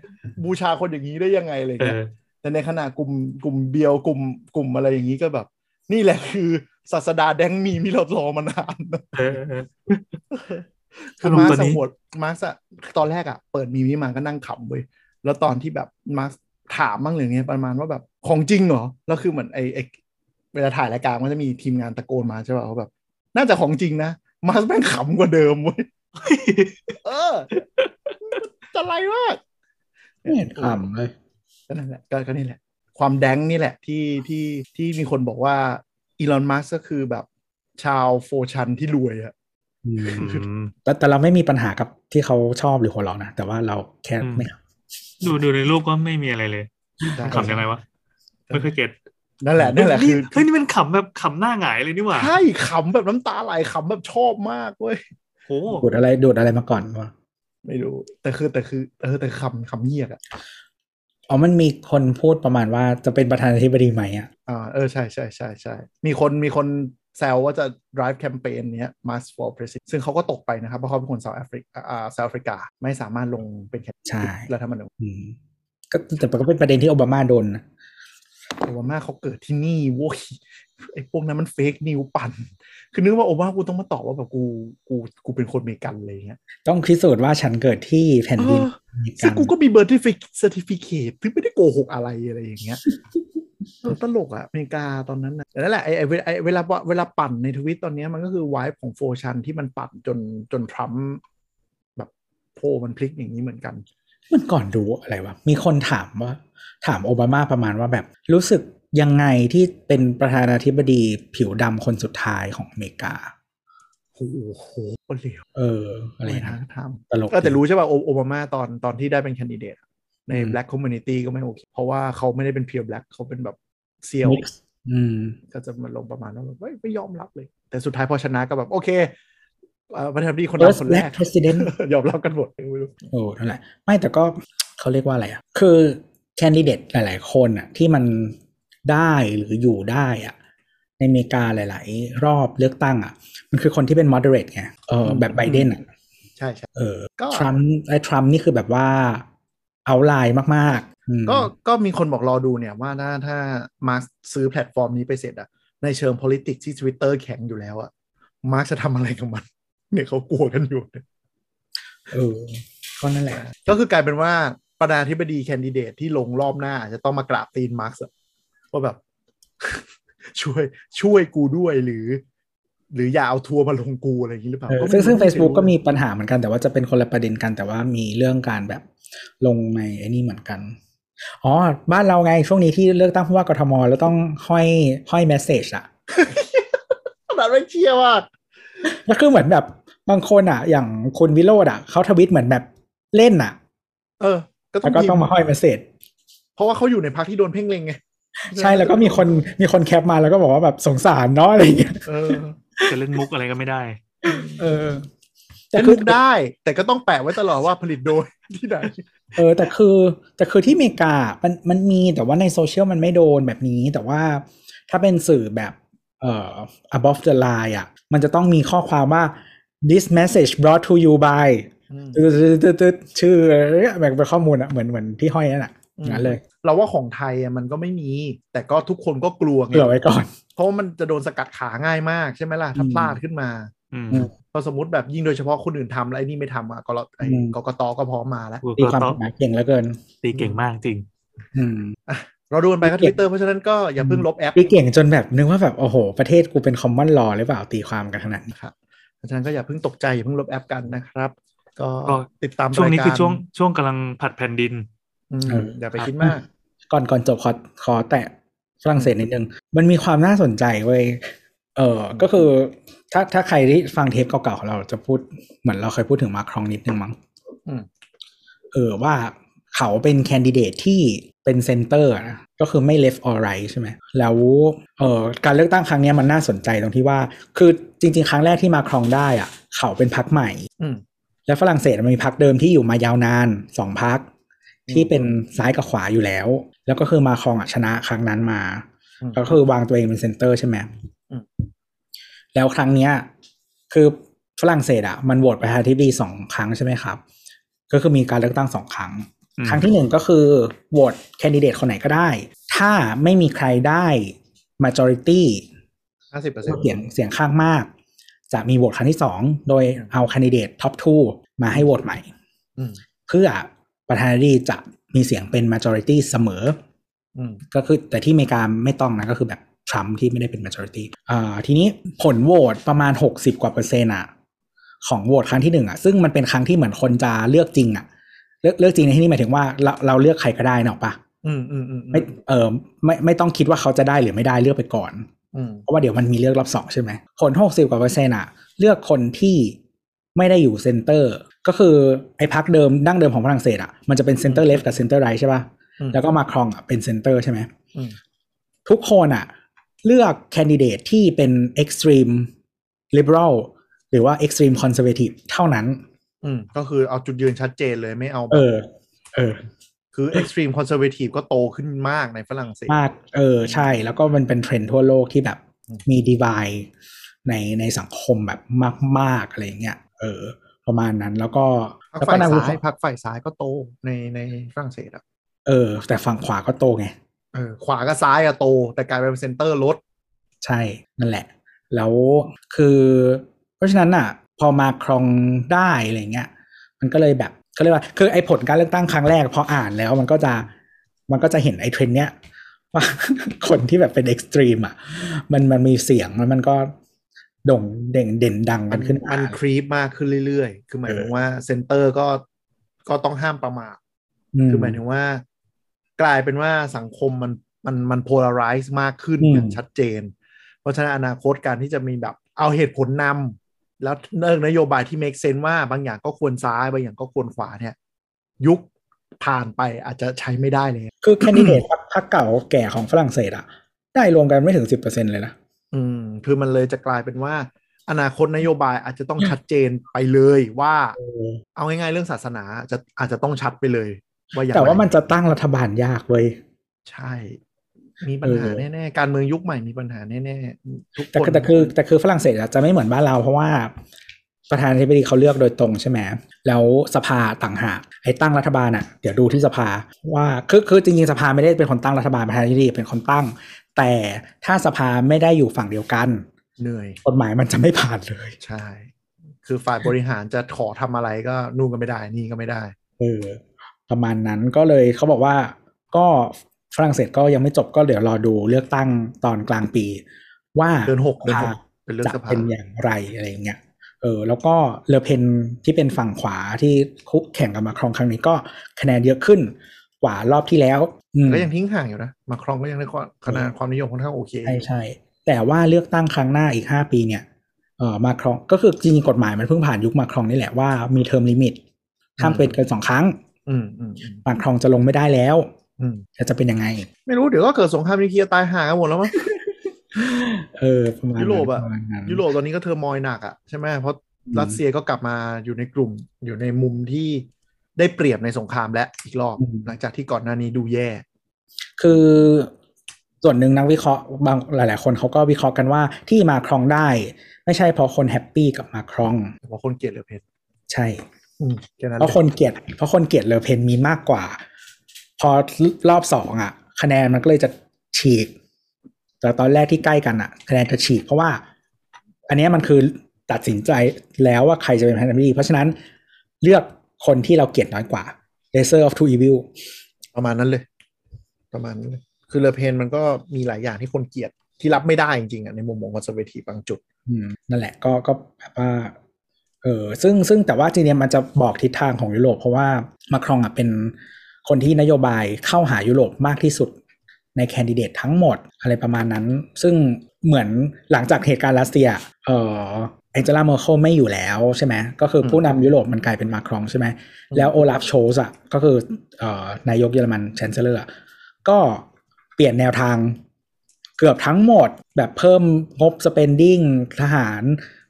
[SPEAKER 2] บูชาคนอย่างนี้ได้ยังไงอะไร
[SPEAKER 4] เอ
[SPEAKER 2] เงี้ย
[SPEAKER 4] อ
[SPEAKER 2] แต่ในขณะกลุ่มกลุ่มเบียวกลุ่มกลุ่มอะไรอย่างนี้ก็แบบ นี่แหละคือศาสดาแดงมีมิเรารอมานาน
[SPEAKER 4] เออเออ
[SPEAKER 2] คือ
[SPEAKER 4] อารม
[SPEAKER 2] มาร์
[SPEAKER 4] ณ์ตัว
[SPEAKER 2] ส
[SPEAKER 4] นี้
[SPEAKER 2] หัวมาร์กอะตอนแรกอะเปิดมีมนี้มาก็นั่งขำเว้ยแล้วตอนที่แบบมาร์กถามบ้างหรือเงี้ยประมาณว่าแบบของจริงเหรอแล้วคือเหมือนไอไอเวลาถ่ายรายการมันจะมีทีมงานตะโกนมาใช่ป่ะเขาแบบ น่าจะของจริงนะมาร์กแม่งขำกว่าเดิมเว้ย เออ จะไรมาก
[SPEAKER 3] ไม่เห็นขำเลย
[SPEAKER 2] ก็นั่นแหละก็ก็นี่แหละ ความแดงนี่แหละที่ที่ที่มีคนบอกว่าอีลอนมัสก็คือแบบชาวโฟชันที่รวยอะ
[SPEAKER 4] อืม
[SPEAKER 3] แต่แต่เราไม่มีปัญหากับที่เขาชอบหรือหัวเราะนะ แต่ว่าเราแค่
[SPEAKER 4] อืม
[SPEAKER 3] ไม่ข
[SPEAKER 4] ดูดูในรูปก็ไม่มีอะไรเลย
[SPEAKER 2] ได้
[SPEAKER 4] ขำยังไงวะไม่เคยเก็ต
[SPEAKER 2] นั่นแหละนั่นแหละคือ
[SPEAKER 4] เฮ้ยนี่มันขำแบบขำหน้าหงายเลยนี่หว่า
[SPEAKER 2] ใช่ขำแบบน้ำตาไหลขำแบบชอบมากเว้ย
[SPEAKER 4] โอ้โห
[SPEAKER 3] ำดูดอะไรดูดอะไรมาก่อนวะ
[SPEAKER 2] ไม่รู้ แต่คือแต่คือเออแต่ขำขำเหี้ยอะ
[SPEAKER 3] อ๋อมันมีคนพูดประมาณว่าจะเป็นประธานาธิบดีไหมอ่ะ
[SPEAKER 2] อ่าเออใช่ใช่ใช่ใช่มีคนมีคนแซวว่าจะ drive แคมเปญเนี้ย Mars for President ซึ่งเขาก็ตกไปนะครับ เพราะเขาเป็นคนเซาท์แอฟริกอ่าเซาท์แอฟริกา ไม่สามารถลงเป็นแคนดิ
[SPEAKER 3] ใช่
[SPEAKER 2] เดตรัฐธรรมนูญ
[SPEAKER 3] อืมก็แต่มันก็เป็นประเด็นที่โอบามาโดนนะ
[SPEAKER 2] โอบามาเขาเกิดที่นี่โว้ยไอ้พวกนั้นมันเฟกนิวปั่น คือนึกว่าโอบามากูต้องมาตอบว่าแบบกูกูกูเป็นคนอเมริกันเลยเงี้ย
[SPEAKER 3] ต้องพิสูจน์ว่าฉันเกิดที่แผ่นดิน
[SPEAKER 2] เออ
[SPEAKER 3] อเมริ
[SPEAKER 2] ซึ่งกู
[SPEAKER 3] กั
[SPEAKER 2] ก็มีเบอร์ที่ฟิกเซอร์ติฟิเคทถึงไม่ได้โกหกอะไรอะไรอย่างเงี้ย เออตลกอะอเมริกาตอนนั้นนะแต่นั่นแหละไอ้ไอ้เวไอ้เวลาเวลาปั่นในทวิตตอนเนี้ยมันก็คือวายของโฟชันที่มันปั่นจนจนทรัมป์แบบโพลมันพลิกอย่างนี้เหมือนกัน
[SPEAKER 3] นมันก่อนดูอะไรวะ มีคนถามว่า ถามโอบามาประมาณว่าแบบ รู้สึกยังไงที่เป็นประธานาธิบดีผิวดำคนสุดท้ายของอเมริกา
[SPEAKER 2] โอ้โหคนเหลว
[SPEAKER 3] เออ อะไรนะ
[SPEAKER 2] ทำ
[SPEAKER 3] ตลก
[SPEAKER 2] เออแต่รู้ใช่ป่ะโอโอบามาตอนตอนที่ได้เป็นแคนดิเดต ใน
[SPEAKER 3] อืม
[SPEAKER 2] Black Community ก็ไม่โอเค เพราะว่าเขาไม่ได้เป็นเพียว Black เขาเป็นแบบเซียว
[SPEAKER 3] Mix อืม
[SPEAKER 2] ก็จะมาลงประมาณว่าแบบเฮ้ยไม่ยอมรับเลย แต่สุดท้ายพอชนะก็แบบ โอเคเอ่อประธานาธิบดีคนนั้น
[SPEAKER 3] First
[SPEAKER 2] คนแร
[SPEAKER 3] Black
[SPEAKER 2] ก
[SPEAKER 3] President
[SPEAKER 2] ยอมรับกันหมดไม่รู้
[SPEAKER 3] โอ้นั่นแหละ ไม่แต่ก็ เขาเรียกว่าอะไรอ่ะ คือแคนดิเดตหลาย ๆ คนอ่ะ ที่มันได้หรืออยู่ได้อ่ะ ในอเมริกาหลาย ๆ รอบเลือกตั้งอ่ะ มันคือคนที่เป็น moderate ไง เออ แบบไบเดนอ่ะ
[SPEAKER 2] ใช่ใช่
[SPEAKER 3] เออ
[SPEAKER 2] ก็
[SPEAKER 3] ทรัมป์ไอ้ทรัมป์นี่คือแบบว่าเอาลายมากๆอืม
[SPEAKER 2] ก็ก็มีคนบอกรอดูเนี่ยว่าถ้าถ้ามาร์คซื้อแพลตฟอร์มนี้ไปเสร็จอะในเชิง politics ที่ Twitter แข็งอยู่แล้วอะมาร์คจะทำอะไรกับมันเนี่ยเขากลัวกันอยู่
[SPEAKER 3] เออ ก็นั่นแหละ
[SPEAKER 2] ก็คือกลายเป็นว่าประธานาธิบดีแคนดิเดตที่ลงรอบหน้าอาจจะต้องมากราบตีนมาร์กซ์ว่าแบบ ช่วยช่วยกูด้วยหรือ หรืออย่าเอาทัวร์มาลงกูอะไรอย่างนี้หรือเปล่า
[SPEAKER 3] เออ
[SPEAKER 2] ก็ไม่
[SPEAKER 3] ซึ่งซึ่ง
[SPEAKER 2] รู้
[SPEAKER 3] Facebook ก็มีปัญหาเหมือนกันแต่ว่าจะเป็นคนละประเด็นกันแต่ว่ามีเรื่องการแบบลงในไอ้นี่เหมือนกัน อ๋อ บ้านเราไงช่วงนี้ที่เลือกตั้งผู้ว่ากทม แล้วต้องห้อยห้อยเมสเซจอะ
[SPEAKER 2] ขนาดไม่เชื่อว่า
[SPEAKER 3] ก็คือเหมือนแบบบางคนอะอย่างคุณวิโรดอะเขาทวิตเหมือนแบบเล่นอะ
[SPEAKER 2] เออ ก็ต้อง
[SPEAKER 3] แล้วก็ต้อง
[SPEAKER 2] พิ
[SPEAKER 3] มาห้อยเมสเซจ
[SPEAKER 2] เพราะว่าเขาอยู่ในพักที่โดนเพ่งเล็งไง
[SPEAKER 3] ใช่แล้วก็มีคนมีคนแคปมาแล้วก็บอกว่าแบบสงสารเนาะอะไรอย่างเงี้ย
[SPEAKER 2] เออ
[SPEAKER 4] จะเล่นมุกอะไรก็ไม่ได้
[SPEAKER 3] เออ
[SPEAKER 2] แต่ลุกได้ แต่ก็ต้องแปะไว้ตลอดว่าผลิตโดยที่ ไหน
[SPEAKER 3] เออแต่คือแต่คือที่อเมริกามันมันมีแต่ว่าในโซเชียลมันไม่โดนแบบนี้ แต่ว่าถ้าเป็นสื่อแบบเอ่อ above the line อ่ะ มันจะต้องมีข้อความว่า this message brought to you by
[SPEAKER 2] อืม
[SPEAKER 3] ตึ๊ดตึ๊ดตึ๊ดตึ๊ดชื่อแบบเป็นข้อมูลอ่ะเหมือนเหมือนที่ห้อยนั่นอ่ะ
[SPEAKER 2] อื
[SPEAKER 3] อ
[SPEAKER 2] ม
[SPEAKER 3] ย่างนั้นเลย
[SPEAKER 2] เราว่าของไทยอะมันก็ไม่มี แต่ก็ทุกคนก็กลัวไง
[SPEAKER 3] เผื่อไว้ก่อน
[SPEAKER 2] เพราะว่ามันจะโดนสกัดขาง่ายมากใช่ไหมล่ะถ้าพลาดขึ้นมา
[SPEAKER 4] อืม
[SPEAKER 3] อืม
[SPEAKER 2] พอสมมติแบบยิ่งโดยเฉพาะคนอื่นทำแล้วไอ้นี่ไม่ทำอ่ะกรไอ้
[SPEAKER 3] อืม
[SPEAKER 2] กกตก็พร้อมมาแล้ว
[SPEAKER 4] กู
[SPEAKER 3] ตี
[SPEAKER 4] ก็
[SPEAKER 3] ความ
[SPEAKER 4] ต้อก ง
[SPEAKER 3] ฎหมายเก่งแล้วเกิน
[SPEAKER 4] ตีเก่งมากจริง
[SPEAKER 3] อืม
[SPEAKER 2] เราดูกันไปครับท
[SPEAKER 3] เก่ง
[SPEAKER 2] วิตเตอร์เพราะฉะนั้นก็อย่าเพิ่งลบแอป
[SPEAKER 3] พี่เก่งจนแบบนึกว่าแบบ โอ้โห ประเทศกูเป็นคอมมอนลอหรือเปล่าตีความกันขนาดนี้
[SPEAKER 2] นะครับเพราะฉะนั้นก็อย่าเพิ่งตกใจ อย่าเพิ่งลบแอปกันนะครับ ก็
[SPEAKER 4] ก็
[SPEAKER 2] ติดตาม
[SPEAKER 4] ช่วงนี้
[SPEAKER 2] รายการ
[SPEAKER 4] คือช่วงช่วงกำลังผัดแผ่นดิน
[SPEAKER 2] อืมอย่าไปคิดมาก
[SPEAKER 3] ก่อนก่อนจบขอขอแตะฝรั่งเศสนิดนึง มันมีความน่าสนใจเว้ย เออก็คือถ้าถ้าใครที่ฟังเทปเก่าๆของเราจะพูดเหมือนเราเคยพูดถึงมาครองนิดนึงมั้ง
[SPEAKER 2] อืม
[SPEAKER 3] เออว่าเขาเป็นแคนดิเดตที่เป็นเซนเตอร์นะก็คือไม่ left or right ใช่ไหมแล้วเออการเลือกตั้งครั้งเนี้ยมันน่าสนใจตรงที่ว่า คือจริง ๆ ครั้งแรกที่มาครองได้อ่ะ เขาเป็นพักใหม่
[SPEAKER 2] อืม
[SPEAKER 3] และฝรั่งเศสมันมีพักเดิมที่อยู่มายาวนานสองพัก
[SPEAKER 2] อืม
[SPEAKER 3] ที่เป็นซ้ายกับขวาอยู่แล้ว แล้วก็คือมาครองอ่ะชนะครั้งนั้นมา
[SPEAKER 2] อืม
[SPEAKER 3] ก็คือวางตัวเองเป็นเซนเตอร์ใช่ไหม
[SPEAKER 2] อืม
[SPEAKER 3] แล้วครั้งเนี้ย คือฝรั่งเศสอ่ะมันโหวตประธานาธิบดีสองครั้งใช่ไหมครับ ก็คือมีการเลือกตั้งสองครั้ง
[SPEAKER 4] อืม
[SPEAKER 3] ครั้งที่หนึ่งก็คือโหวตแคนดิเดตคนไหนก็ได้ ถ้าไม่มีใครได้ majority
[SPEAKER 2] ห้าสิบเปอร์เซ็นต์
[SPEAKER 3] เสียงเสียงข้างมาก จะมีโหวตครั้งที่สองโดยเอาคนดิเดตท็อป2มาให้โหวตใหม่
[SPEAKER 2] อืม
[SPEAKER 3] เพื่อประธานาธิบดีจะมีเสียงเป็น majority เสมอ
[SPEAKER 2] อืม
[SPEAKER 3] ก็คือแต่ที่อเมริกาไม่ต้องนะก็คือแบบทรัมป์ที่ไม่ได้เป็น majority อ่าทีนี้ผลโหวตประมาณ 60 กว่าเปอร์เซ็นต์อะของโหวตครั้งที่หนึ่งอะซึ่งมันเป็นครั้งที่เหมือนคนจะเลือกจริงอะเลือกเลือกจริงในที่นี้หมายถึงว่าเราเราเลือกใครก็ได้เนกอะปะ
[SPEAKER 2] อืมอืมอืม
[SPEAKER 3] ไม่เออไม่ไม่ต้องคิดว่าเขาจะได้หรือไม่ได้เลือกไปก่อน
[SPEAKER 2] อืม
[SPEAKER 3] เพราะว่าเดี๋ยวมันมีเลือกรอบสองใช่ไหมผลหกสิบกว่าเปอร์เซ็นต์อะเลือกคนที่ไม่ได้อยู่เซนเตอร์ ก็คือไอ้พักเดิมดั้งเดิมของฝรั่งเศสอะมันจะเป็นเซนเตอร์เลฟกับเซนเตอร์ไรใช่ป่ะ
[SPEAKER 2] อืม
[SPEAKER 3] แล้วก็มาครองอะเป็นเซนเตอร์ใช่ไหม
[SPEAKER 2] อืม
[SPEAKER 3] ทุกคนอะเลือกแคนดิเดตที่เป็นเอ็กซ์ตรีมลิเบอรัลหรือว่าเอ็กซ์ตรีมคอนเซอร์เวทีฟเท่านั้น
[SPEAKER 2] อืมก็คือเอาจุดยืนชัดเจนเลยไม่เอาแบ
[SPEAKER 3] เอบ อ เออ
[SPEAKER 2] คือ extreme conservative ก็โตขึ้นมากในฝรั่งเศส
[SPEAKER 3] มากเออใช่ แล้วก็มันเป็นเทรนด์ทั่วโลกที่แบบมีดีไวในในสังคมแบบมาก ๆ อะไรอย่างเงี้ยเออ ประมาณนั้นแล้วก็
[SPEAKER 2] พรรค
[SPEAKER 3] แล้วก็
[SPEAKER 2] ฝ่าย
[SPEAKER 3] นักวิเค
[SPEAKER 2] ซ้าย
[SPEAKER 3] ราะห์
[SPEAKER 2] พรรคฝ่ายซ้ายก็โตในในฝรั่งเศสอะ
[SPEAKER 3] เออ แต่ฝั่งขวาก็โตไง
[SPEAKER 2] เออขวากับซ้ายอะโต แต่กลายเป็นเซนเตอร์ลด
[SPEAKER 3] ใช่นั่นแหละ แล้วคือ เพราะฉะนั้นอ่ะ พอมาครองได้อะไรเงี้ย มันก็เลยแบบก็เรียกว่าคือไอ้ผลการเลือกตั้งครั้งแรกพออ่านแล้วมันก็จะมันก็จะเห็นไอ้เทรนด์เนี้ยว่า คนที่แบบเป็นเอ็กซ์ตรีมอ่ะมันมันมีเสียงแล้วมันก็โด่งเด่งเด่นดัง
[SPEAKER 2] มั
[SPEAKER 3] กัน นขึ้น
[SPEAKER 2] มั
[SPEAKER 3] มาน
[SPEAKER 2] ครีปมากขึ้นเรื่อยๆ คือหมายถึงว่าเซนเตอร์ก็ก็ต้องห้ามประมาท คือหมายถึงว่า กลายเป็นว่าสังคมมันมันมันโพลาไรซ์มากขึ้นอย่างชัดเจน เพราะฉะนั้นอนาคตการที่จะมีแบบเอาเหตุผลนำแล้วเลิกนโยบายที่ make sense ว่าบางอย่างก็ควรซ้ายบางอย่างก็ควรขวาเนี่ย ยุคผ่านไปอาจจะใช้ไม่ได้เลย
[SPEAKER 3] คือแคนดิเดตพรรคเก่าแก่ของฝรั่งเศสอ่ะ ได้รวมกันไม่ถึงสิบเปอร์เซ็นเลยนะ
[SPEAKER 2] อืมคือมันเลยจะกลายเป็นว่า อนาคตนโยบายอาจจะต้องชัดเจนไปเลยว่า เอาง่ายๆเรื่องศาสนาจะอาจจะต้องชัดไปเลย ว่าอย่างไร
[SPEAKER 3] แต่ว่ามันจะตั้งรัฐบาลยากเว้ย
[SPEAKER 2] ใช่ มีปัญหา
[SPEAKER 3] เออ
[SPEAKER 2] แน่ๆ การเมืองยุคใหม่มีปัญหาแน่ๆ ทุก
[SPEAKER 3] แต่
[SPEAKER 2] คน
[SPEAKER 3] แต่คือแต่คือฝรั่งเศสอะจะไม่เหมือนบ้านเราเพราะว่าประธานาธิบดีเขาเลือกโดยตรงใช่ไหมแล้วสภาต่างหากไอ้ตั้งรัฐบาลอะเดี๋ยวดูที่สภาว่าคือคือจริงๆสภาไม่ได้เป็นคนตั้งรัฐบาลประธานาธิบดีเป็นคนตั้ง แต่ถ้าสภาไม่ได้อยู่ฝั่งเดียวกัน
[SPEAKER 2] เหนื่อย
[SPEAKER 3] กฎหมายมันจะไม่ผ่านเลย
[SPEAKER 2] ใช่ คือฝ่ายบริหารจะขอทำอะไรก็นู่นก็ไม่ได้ นี่ก็ไม่ได้
[SPEAKER 3] เออประมาณนั้นก็เลยเขาบอกว่าก็ฝรั่งเศสก็ยังไม่จบก็เดี๋ยวรอดูเลือกตั้งตอนกลางปี ว่า
[SPEAKER 2] เดือนหกเดือนหก
[SPEAKER 3] สภา
[SPEAKER 2] เป็นเรื่อง
[SPEAKER 3] จะ
[SPEAKER 2] สภา
[SPEAKER 3] เป็นอย่างไรอะไรอย่างเงี้ยเออแล้วก็เลอเพนที่เป็นฝั่งขวาที่คุกแข่งกับมาครองครั้งนี้ก็คะแนนเยอะขึ้นกว่ารอบที่แล้วอืม
[SPEAKER 2] ก็ยังทิ้งห่างอยู่นะ มาครองก็ยังได้คะแนน
[SPEAKER 3] เออ
[SPEAKER 2] ความนิยมค่อนข้างโอเค
[SPEAKER 3] ใช่ใช่แต่ว่าเลือกตั้งครั้งหน้าอีกห้าปีเนี่ยเออมาครองก็คือจริงๆกฎหมายมันเพิ่งผ่านยุคมาครองนี่แหละว่ามีเทอมลิมิตห้าม
[SPEAKER 2] อืม
[SPEAKER 3] เป็นเกินสองครั้ง
[SPEAKER 2] อืมอืมอืม
[SPEAKER 3] มาครองจะลงไม่ได้แล้ว
[SPEAKER 2] อืม
[SPEAKER 3] จะเป็นยังไง
[SPEAKER 2] ไม่รู้เดี๋ยวก็เกิดสงครามนิวเคลียร์ตายห่ากันหมดแล้วมั้ง
[SPEAKER 3] เออประมาณ
[SPEAKER 2] ยุโรปอะ
[SPEAKER 3] ปมาณนั้น
[SPEAKER 2] ยุโรปตอนนี้ก็เทอร์มอยหนักอะใช่ไหมเพราะรัสเซียก็กลับมาอยู่ในกลุ่ม อยู่ในมุมที่ได้เปรียบในสงครามและอีกรอบหลังจากที่ก่อนหน้านี้ดูแย่
[SPEAKER 3] คือส่วนหนึ่งนักวิเคราะห์บางหลาย ๆ คนเขาก็วิเคราะห์กันว่าที่มาครองได้ ไม่ใช่เพราะคนแฮปปี้กับมาครอง
[SPEAKER 2] แต่ว่าคนเกลียดเหลือเพชร
[SPEAKER 3] ใช่
[SPEAKER 2] อืมแค่นั้น
[SPEAKER 3] เพราะคนเกลียดเพราะคนเกลียดเลอเพนมีมากกว่า พอรอบสองอ่ะ คะแนนมันก็เลยจะฉีกแต่ตอนแรกที่ใกล้กันอ่ะ คะแนนจะฉีกเพราะว่า อันเนี้ยมันคือตัดสินใจแล้วว่าใครจะเป็นประธานาธิบดีเพราะฉะนั้นเลือกคนที่เราเกลียดน้อยกว่า Lesser of two evil
[SPEAKER 2] ประมาณนั้นเลย ประมาณนั้นเลย คือเลอเพนมันก็มีหลายอย่างที่คนเกลียดที่รับไม่ได้จริงๆอ่ะในมุมมองคอนเซอร์เวทีฟบางจุด
[SPEAKER 3] อืมนั่นแหละก็ก็แบบว่าเออซึ่งซึ่งแต่ว่าจริงๆมันจะบอกทิศทางของยุโรป เพราะว่ามาครองอ่ะเป็นคนที่นโยบายเข้าหายุโรปมากที่สุดในแคนดิเดตทั้งหมดอะไรประมาณนั้น ซึ่งเหมือนหลังจากเหตุการณ์รัสเซียเออแองเจลาเมอร์เคิลไม่อยู่แล้วใช่ไหมก็คือผู้นำยุโรปมันกลายเป็นมาครองใช่ไหม
[SPEAKER 2] อืม
[SPEAKER 3] แล้วโอลาฟโชสอ่ะก็คือเอ่อนายกเยอรมันแชนเซลเลอร์ ก็เปลี่ยนแนวทางเกือบทั้งหมดแบบเพิ่มงบ spending ทหาร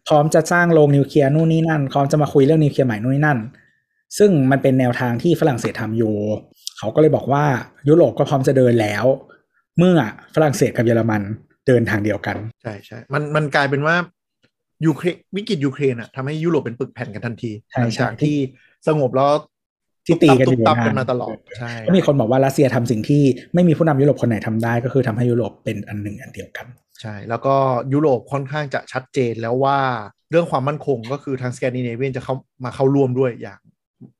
[SPEAKER 3] พร้อมจะสร้างโรงนิวเคลียร์นู่นนี่นั่น พร้อมจะมาคุยเรื่องนิวเคลียร์ใหม่นู่นนี่นั่น ซึ่งมันเป็นแนวทางที่ฝรั่งเศสทำอยู่ เขาก็เลยบอกว่ายุโรปก็พร้อมจะเดินแล้ว เมื่อฝรั่งเศสกับเยอรมันเดินทางเดียวกัน
[SPEAKER 2] ใช่ใช่มันมันกลายเป็นว่ายูเครนวิกฤตยูเครนอ่ะทำให้ยุโรปเป็นปึกแผ่นกันทันที
[SPEAKER 3] ใช่
[SPEAKER 2] หลั
[SPEAKER 3] ใช่
[SPEAKER 2] จากที่สงบแล้ว
[SPEAKER 3] ที่ตีกันอ
[SPEAKER 2] ตุ๊บ
[SPEAKER 3] ยู่
[SPEAKER 2] ตับ
[SPEAKER 3] น
[SPEAKER 2] กันมาตลอดใช่
[SPEAKER 3] แล้วมีคนบอกว่ารัสเซียทำสิ่งที่ไม่มีผู้นำยุโรปคนไหนทำได้ก็คือทำให้ยุโรปเป็นอันหนึ่งอันเดียวกัน
[SPEAKER 2] ใช่ แล้วก็ยุโรปค่อนข้างจะชัดเจนแล้วว่าเรื่องความมั่นคงก็คือทางสแกนดิเนเวียนจะเข้ามาเข้าร่วมด้วยอย่าง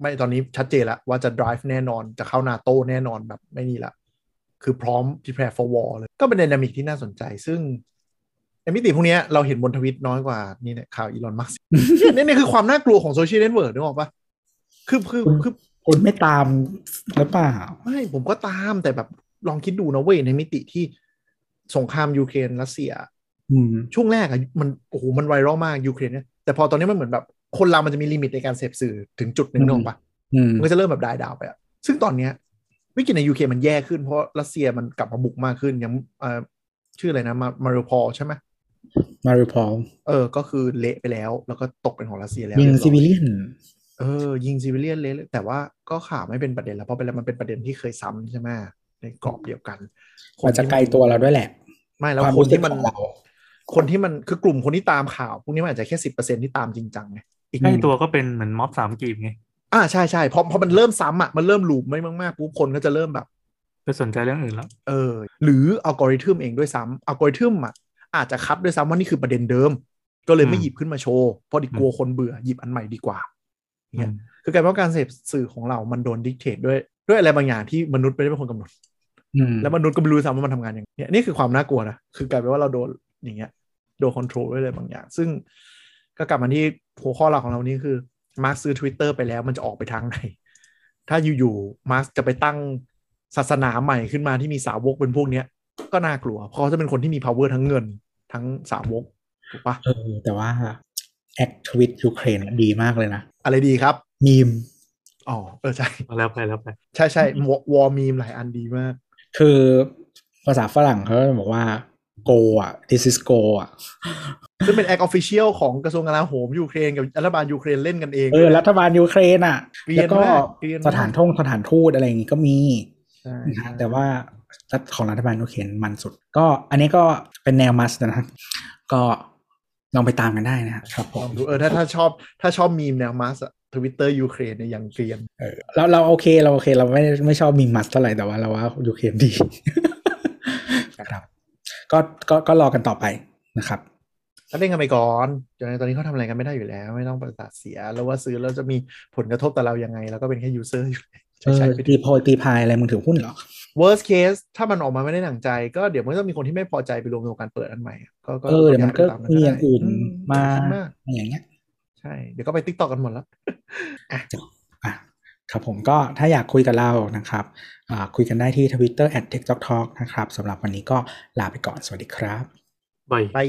[SPEAKER 2] ไม่ตอนนี้ชัดเจนแล้วว่าจะ drive แน่นอนจะเข้านาโตแน่นอนแบบไม่นี่ละ คือพร้อม prepare for war เลย ก็เป็นดินามิกที่น่าสนใจ ซึ่งในมิติพวกเนี้ยเราเห็นบนทวิตน้อยกว่านี่เนี่ยข่าวอีลอนมัส เนี่ยเนี่ยเนี่ยคือความน่ากลัวของโซเชียลเน็ตเวิร์กนึกออกปะคือคือคือ
[SPEAKER 3] คุณไม่ตามหรือเปล่า
[SPEAKER 2] ไม่ผมก็ตามแต่แบบลองคิดดูนะเว้ยในมิติที่สงครามยูเครนรัสเซีย
[SPEAKER 3] อืม
[SPEAKER 2] ช่วงแรกอะมันโอ้โหมันไวรัลมากยูเครนเนี่ยแต่พอตอนนี้มันเหมือนแบบคนเรามันจะมีลิมิตในการเสพสื่อถึงจุดหนึ่งนึกออกปะ
[SPEAKER 3] อืม
[SPEAKER 2] มันก็จะเริ่มแบบดายดาวไปอะซึ่งตอนเนี้ยวิกฤตในยูเคมันแย่ขึ้นเพราะรัสเซียมันกลับมาบุกมากขึ้นอย่างเอ่อชื่ออะไรนะมามาริพอลใช่ไหม
[SPEAKER 3] มาริพอล
[SPEAKER 2] เออ ก็คือเละไปแล้ว แล้วก็ตกเป็นของรัสเซียแล้ว
[SPEAKER 3] ยิง
[SPEAKER 2] เรียบร้อย
[SPEAKER 3] ซิวิเลียน
[SPEAKER 2] เอ เออ ยิงซีเวเลียนเละเลยแต่ว่าก็ข่าวไม่เป็นประเด็นแล้วเพราะเป็นมันเป็นประเด็นที่เคยซ้ำใช่ไหมในกรอบเดียวกันค
[SPEAKER 3] มันจะ
[SPEAKER 2] ที่
[SPEAKER 3] ไกลตัวเราด้วยแหละ
[SPEAKER 2] ไม่แล้ว
[SPEAKER 3] ความ
[SPEAKER 2] คน
[SPEAKER 3] รู้สึก
[SPEAKER 2] ที่มัน
[SPEAKER 3] ของเรา
[SPEAKER 2] คนที่มันคือกลุ่มคนที่ตามข่าวพวกนี้มันอาจจะแค่สิบเปอร์เซ็นที่ตามจริงจังไงอีก
[SPEAKER 4] ใกล้ตัวก็เป็นเหมือนม็อบสามกีบไง
[SPEAKER 2] อ่าใช่ใช่พอพอมันเริ่มซ้ำอ่ะมันเริ่มหลูมไม่มากๆปุ๊บคนก็จะเริ่มแบบ
[SPEAKER 4] ไปสนใจเรื่องอื่นแล้ว
[SPEAKER 2] เออหรืออัลกอริทึมเองด้วยซ้ำอัลกอริทึมอ่ะอาจจะคัดด้วยซ้ำว่านี่คือประเด็นเดิม ก็เลยไม่
[SPEAKER 4] อืม
[SPEAKER 2] หยิบขึ้นมาโชว์เพราะดิกลัวคนเบื่อหยิบอันใหม่ดีกว่า เนี่ย คือกลายเป็นว่าการเสพสื่อของเรามันโดนดิกเทตด้วยด้วยอะไรบางอย่างที่มนุษย์ไม่ได้เป็นคนกำหนด
[SPEAKER 3] อืม
[SPEAKER 2] แล้วมนุษย์ก็ไม่รู้ซ้ำว่ามันทำงานอย่างเนี้ยนี่คือความน่ากลัวนะ คือกลายเป็นว่าเราโดนอย่างเงี้ยโดนคอนโทรลด้วยอะไรบางอย่าง ซึ่งก็กลับมาที่หัวข้อหลักของเรานี้คือมาร์คซื้อ Twitter ไปแล้วมันจะออกไปทางไหน ถ้าอยู่ๆมาร์คจะไปตั้งศาสนาใหม่ขึ้นมาที่มีสาวกเป็นพวกเนี้ย ก็น่ากลัว เพราะเขาจะเป็นคนที่มี power ทั้งเงินทั้งสาวกถูกปะ
[SPEAKER 3] เออแต่ว่าแอคทวิตยูเครนดีมากเลยนะ
[SPEAKER 2] อะไรดีครับ
[SPEAKER 3] มีม
[SPEAKER 2] อ๋อเออใช่
[SPEAKER 4] พอแล้วไปแล้วไป
[SPEAKER 2] ใช่ใช่วอมีมหลายอันดีมาก
[SPEAKER 3] คือภาษาฝรั่งเขาจะบอกว่า go อ่ะ this is go อ่ะ
[SPEAKER 2] ซึ่งเป็น act official ของกระทรวงกลาโหมยูเครนกับรัฐบาลยูเครนเล่นกันเอง
[SPEAKER 3] เออ รัฐบาลยูเครนอ่ะ
[SPEAKER 2] เกรียน
[SPEAKER 3] แล้วก็
[SPEAKER 2] มากเกรียนมาก
[SPEAKER 3] สถานท่องสถานทูตอะไรอย่างงี้ก็มี
[SPEAKER 2] ใช่
[SPEAKER 3] นะ
[SPEAKER 2] ใช่
[SPEAKER 3] ฮะแต่ว่ารัฐของรัฐบาลยูเครนมันสุด ก็อันนี้ก็เป็นแนวมัสนะฮะก็ลองไปตามกันได้นะครับผ
[SPEAKER 2] ลอ
[SPEAKER 3] ม
[SPEAKER 2] งดูเออถ้าถ้าชอบถ้าชอบมีมแนวมาสทวิตเตอร์ยูเครนเนี่ยยังเกรียน
[SPEAKER 3] เออเราเราโอเคเราโอเคเราไม่ไม่ชอบมีมัสเท่าไหร่แต่ว่าเราว่ายูเครนดี ครับก็ก็ก็รอกันต่อไปนะครับ
[SPEAKER 2] ถ้าเล่นกันไปก่อนจนตอนนี้เขาทำอะไรกันไม่ได้อยู่แล้ว ไม่ต้องประสาทเสีย แล้วว่าซื้อแล้วจะมีผลกระทบต่อเรายังไง แล้วก็เป็นแค่ยูเซอร์อยู่
[SPEAKER 3] เอ
[SPEAKER 2] ใช้
[SPEAKER 3] อ
[SPEAKER 2] ใช้ไป
[SPEAKER 3] ตี
[SPEAKER 2] ดิ
[SPEAKER 3] โพยตีพายอะไรมึงถือหุ้นเหรอ
[SPEAKER 2] worst case ถ้ามันออกมาไม่ได้หนังใจ ก็เดี๋ยวมันก็ต้องมีคนที่ไม่พอใจไปรวมตัวกันเปิดอันใหม่อะก็ก็
[SPEAKER 3] เออเดี๋ยวมันก็
[SPEAKER 2] ตา
[SPEAKER 3] มี
[SPEAKER 2] ได้
[SPEAKER 3] อย่างอื่นมา
[SPEAKER 2] อย่คิดก
[SPEAKER 3] อะไรอย่างเงี้ย
[SPEAKER 2] ใช่เดี๋ยวก็ไปติ๊กตอกกันหมดแล้ว
[SPEAKER 3] อ่ะครับผมก็ถ้าอยากคุยกับเรานะครับอ่าคุยกันได้ที่ Twitter @techtalktalk นะครับสำหรับวันนี้ก็ลาไปก่อนสวัสดีครับ
[SPEAKER 4] ไป
[SPEAKER 2] ไป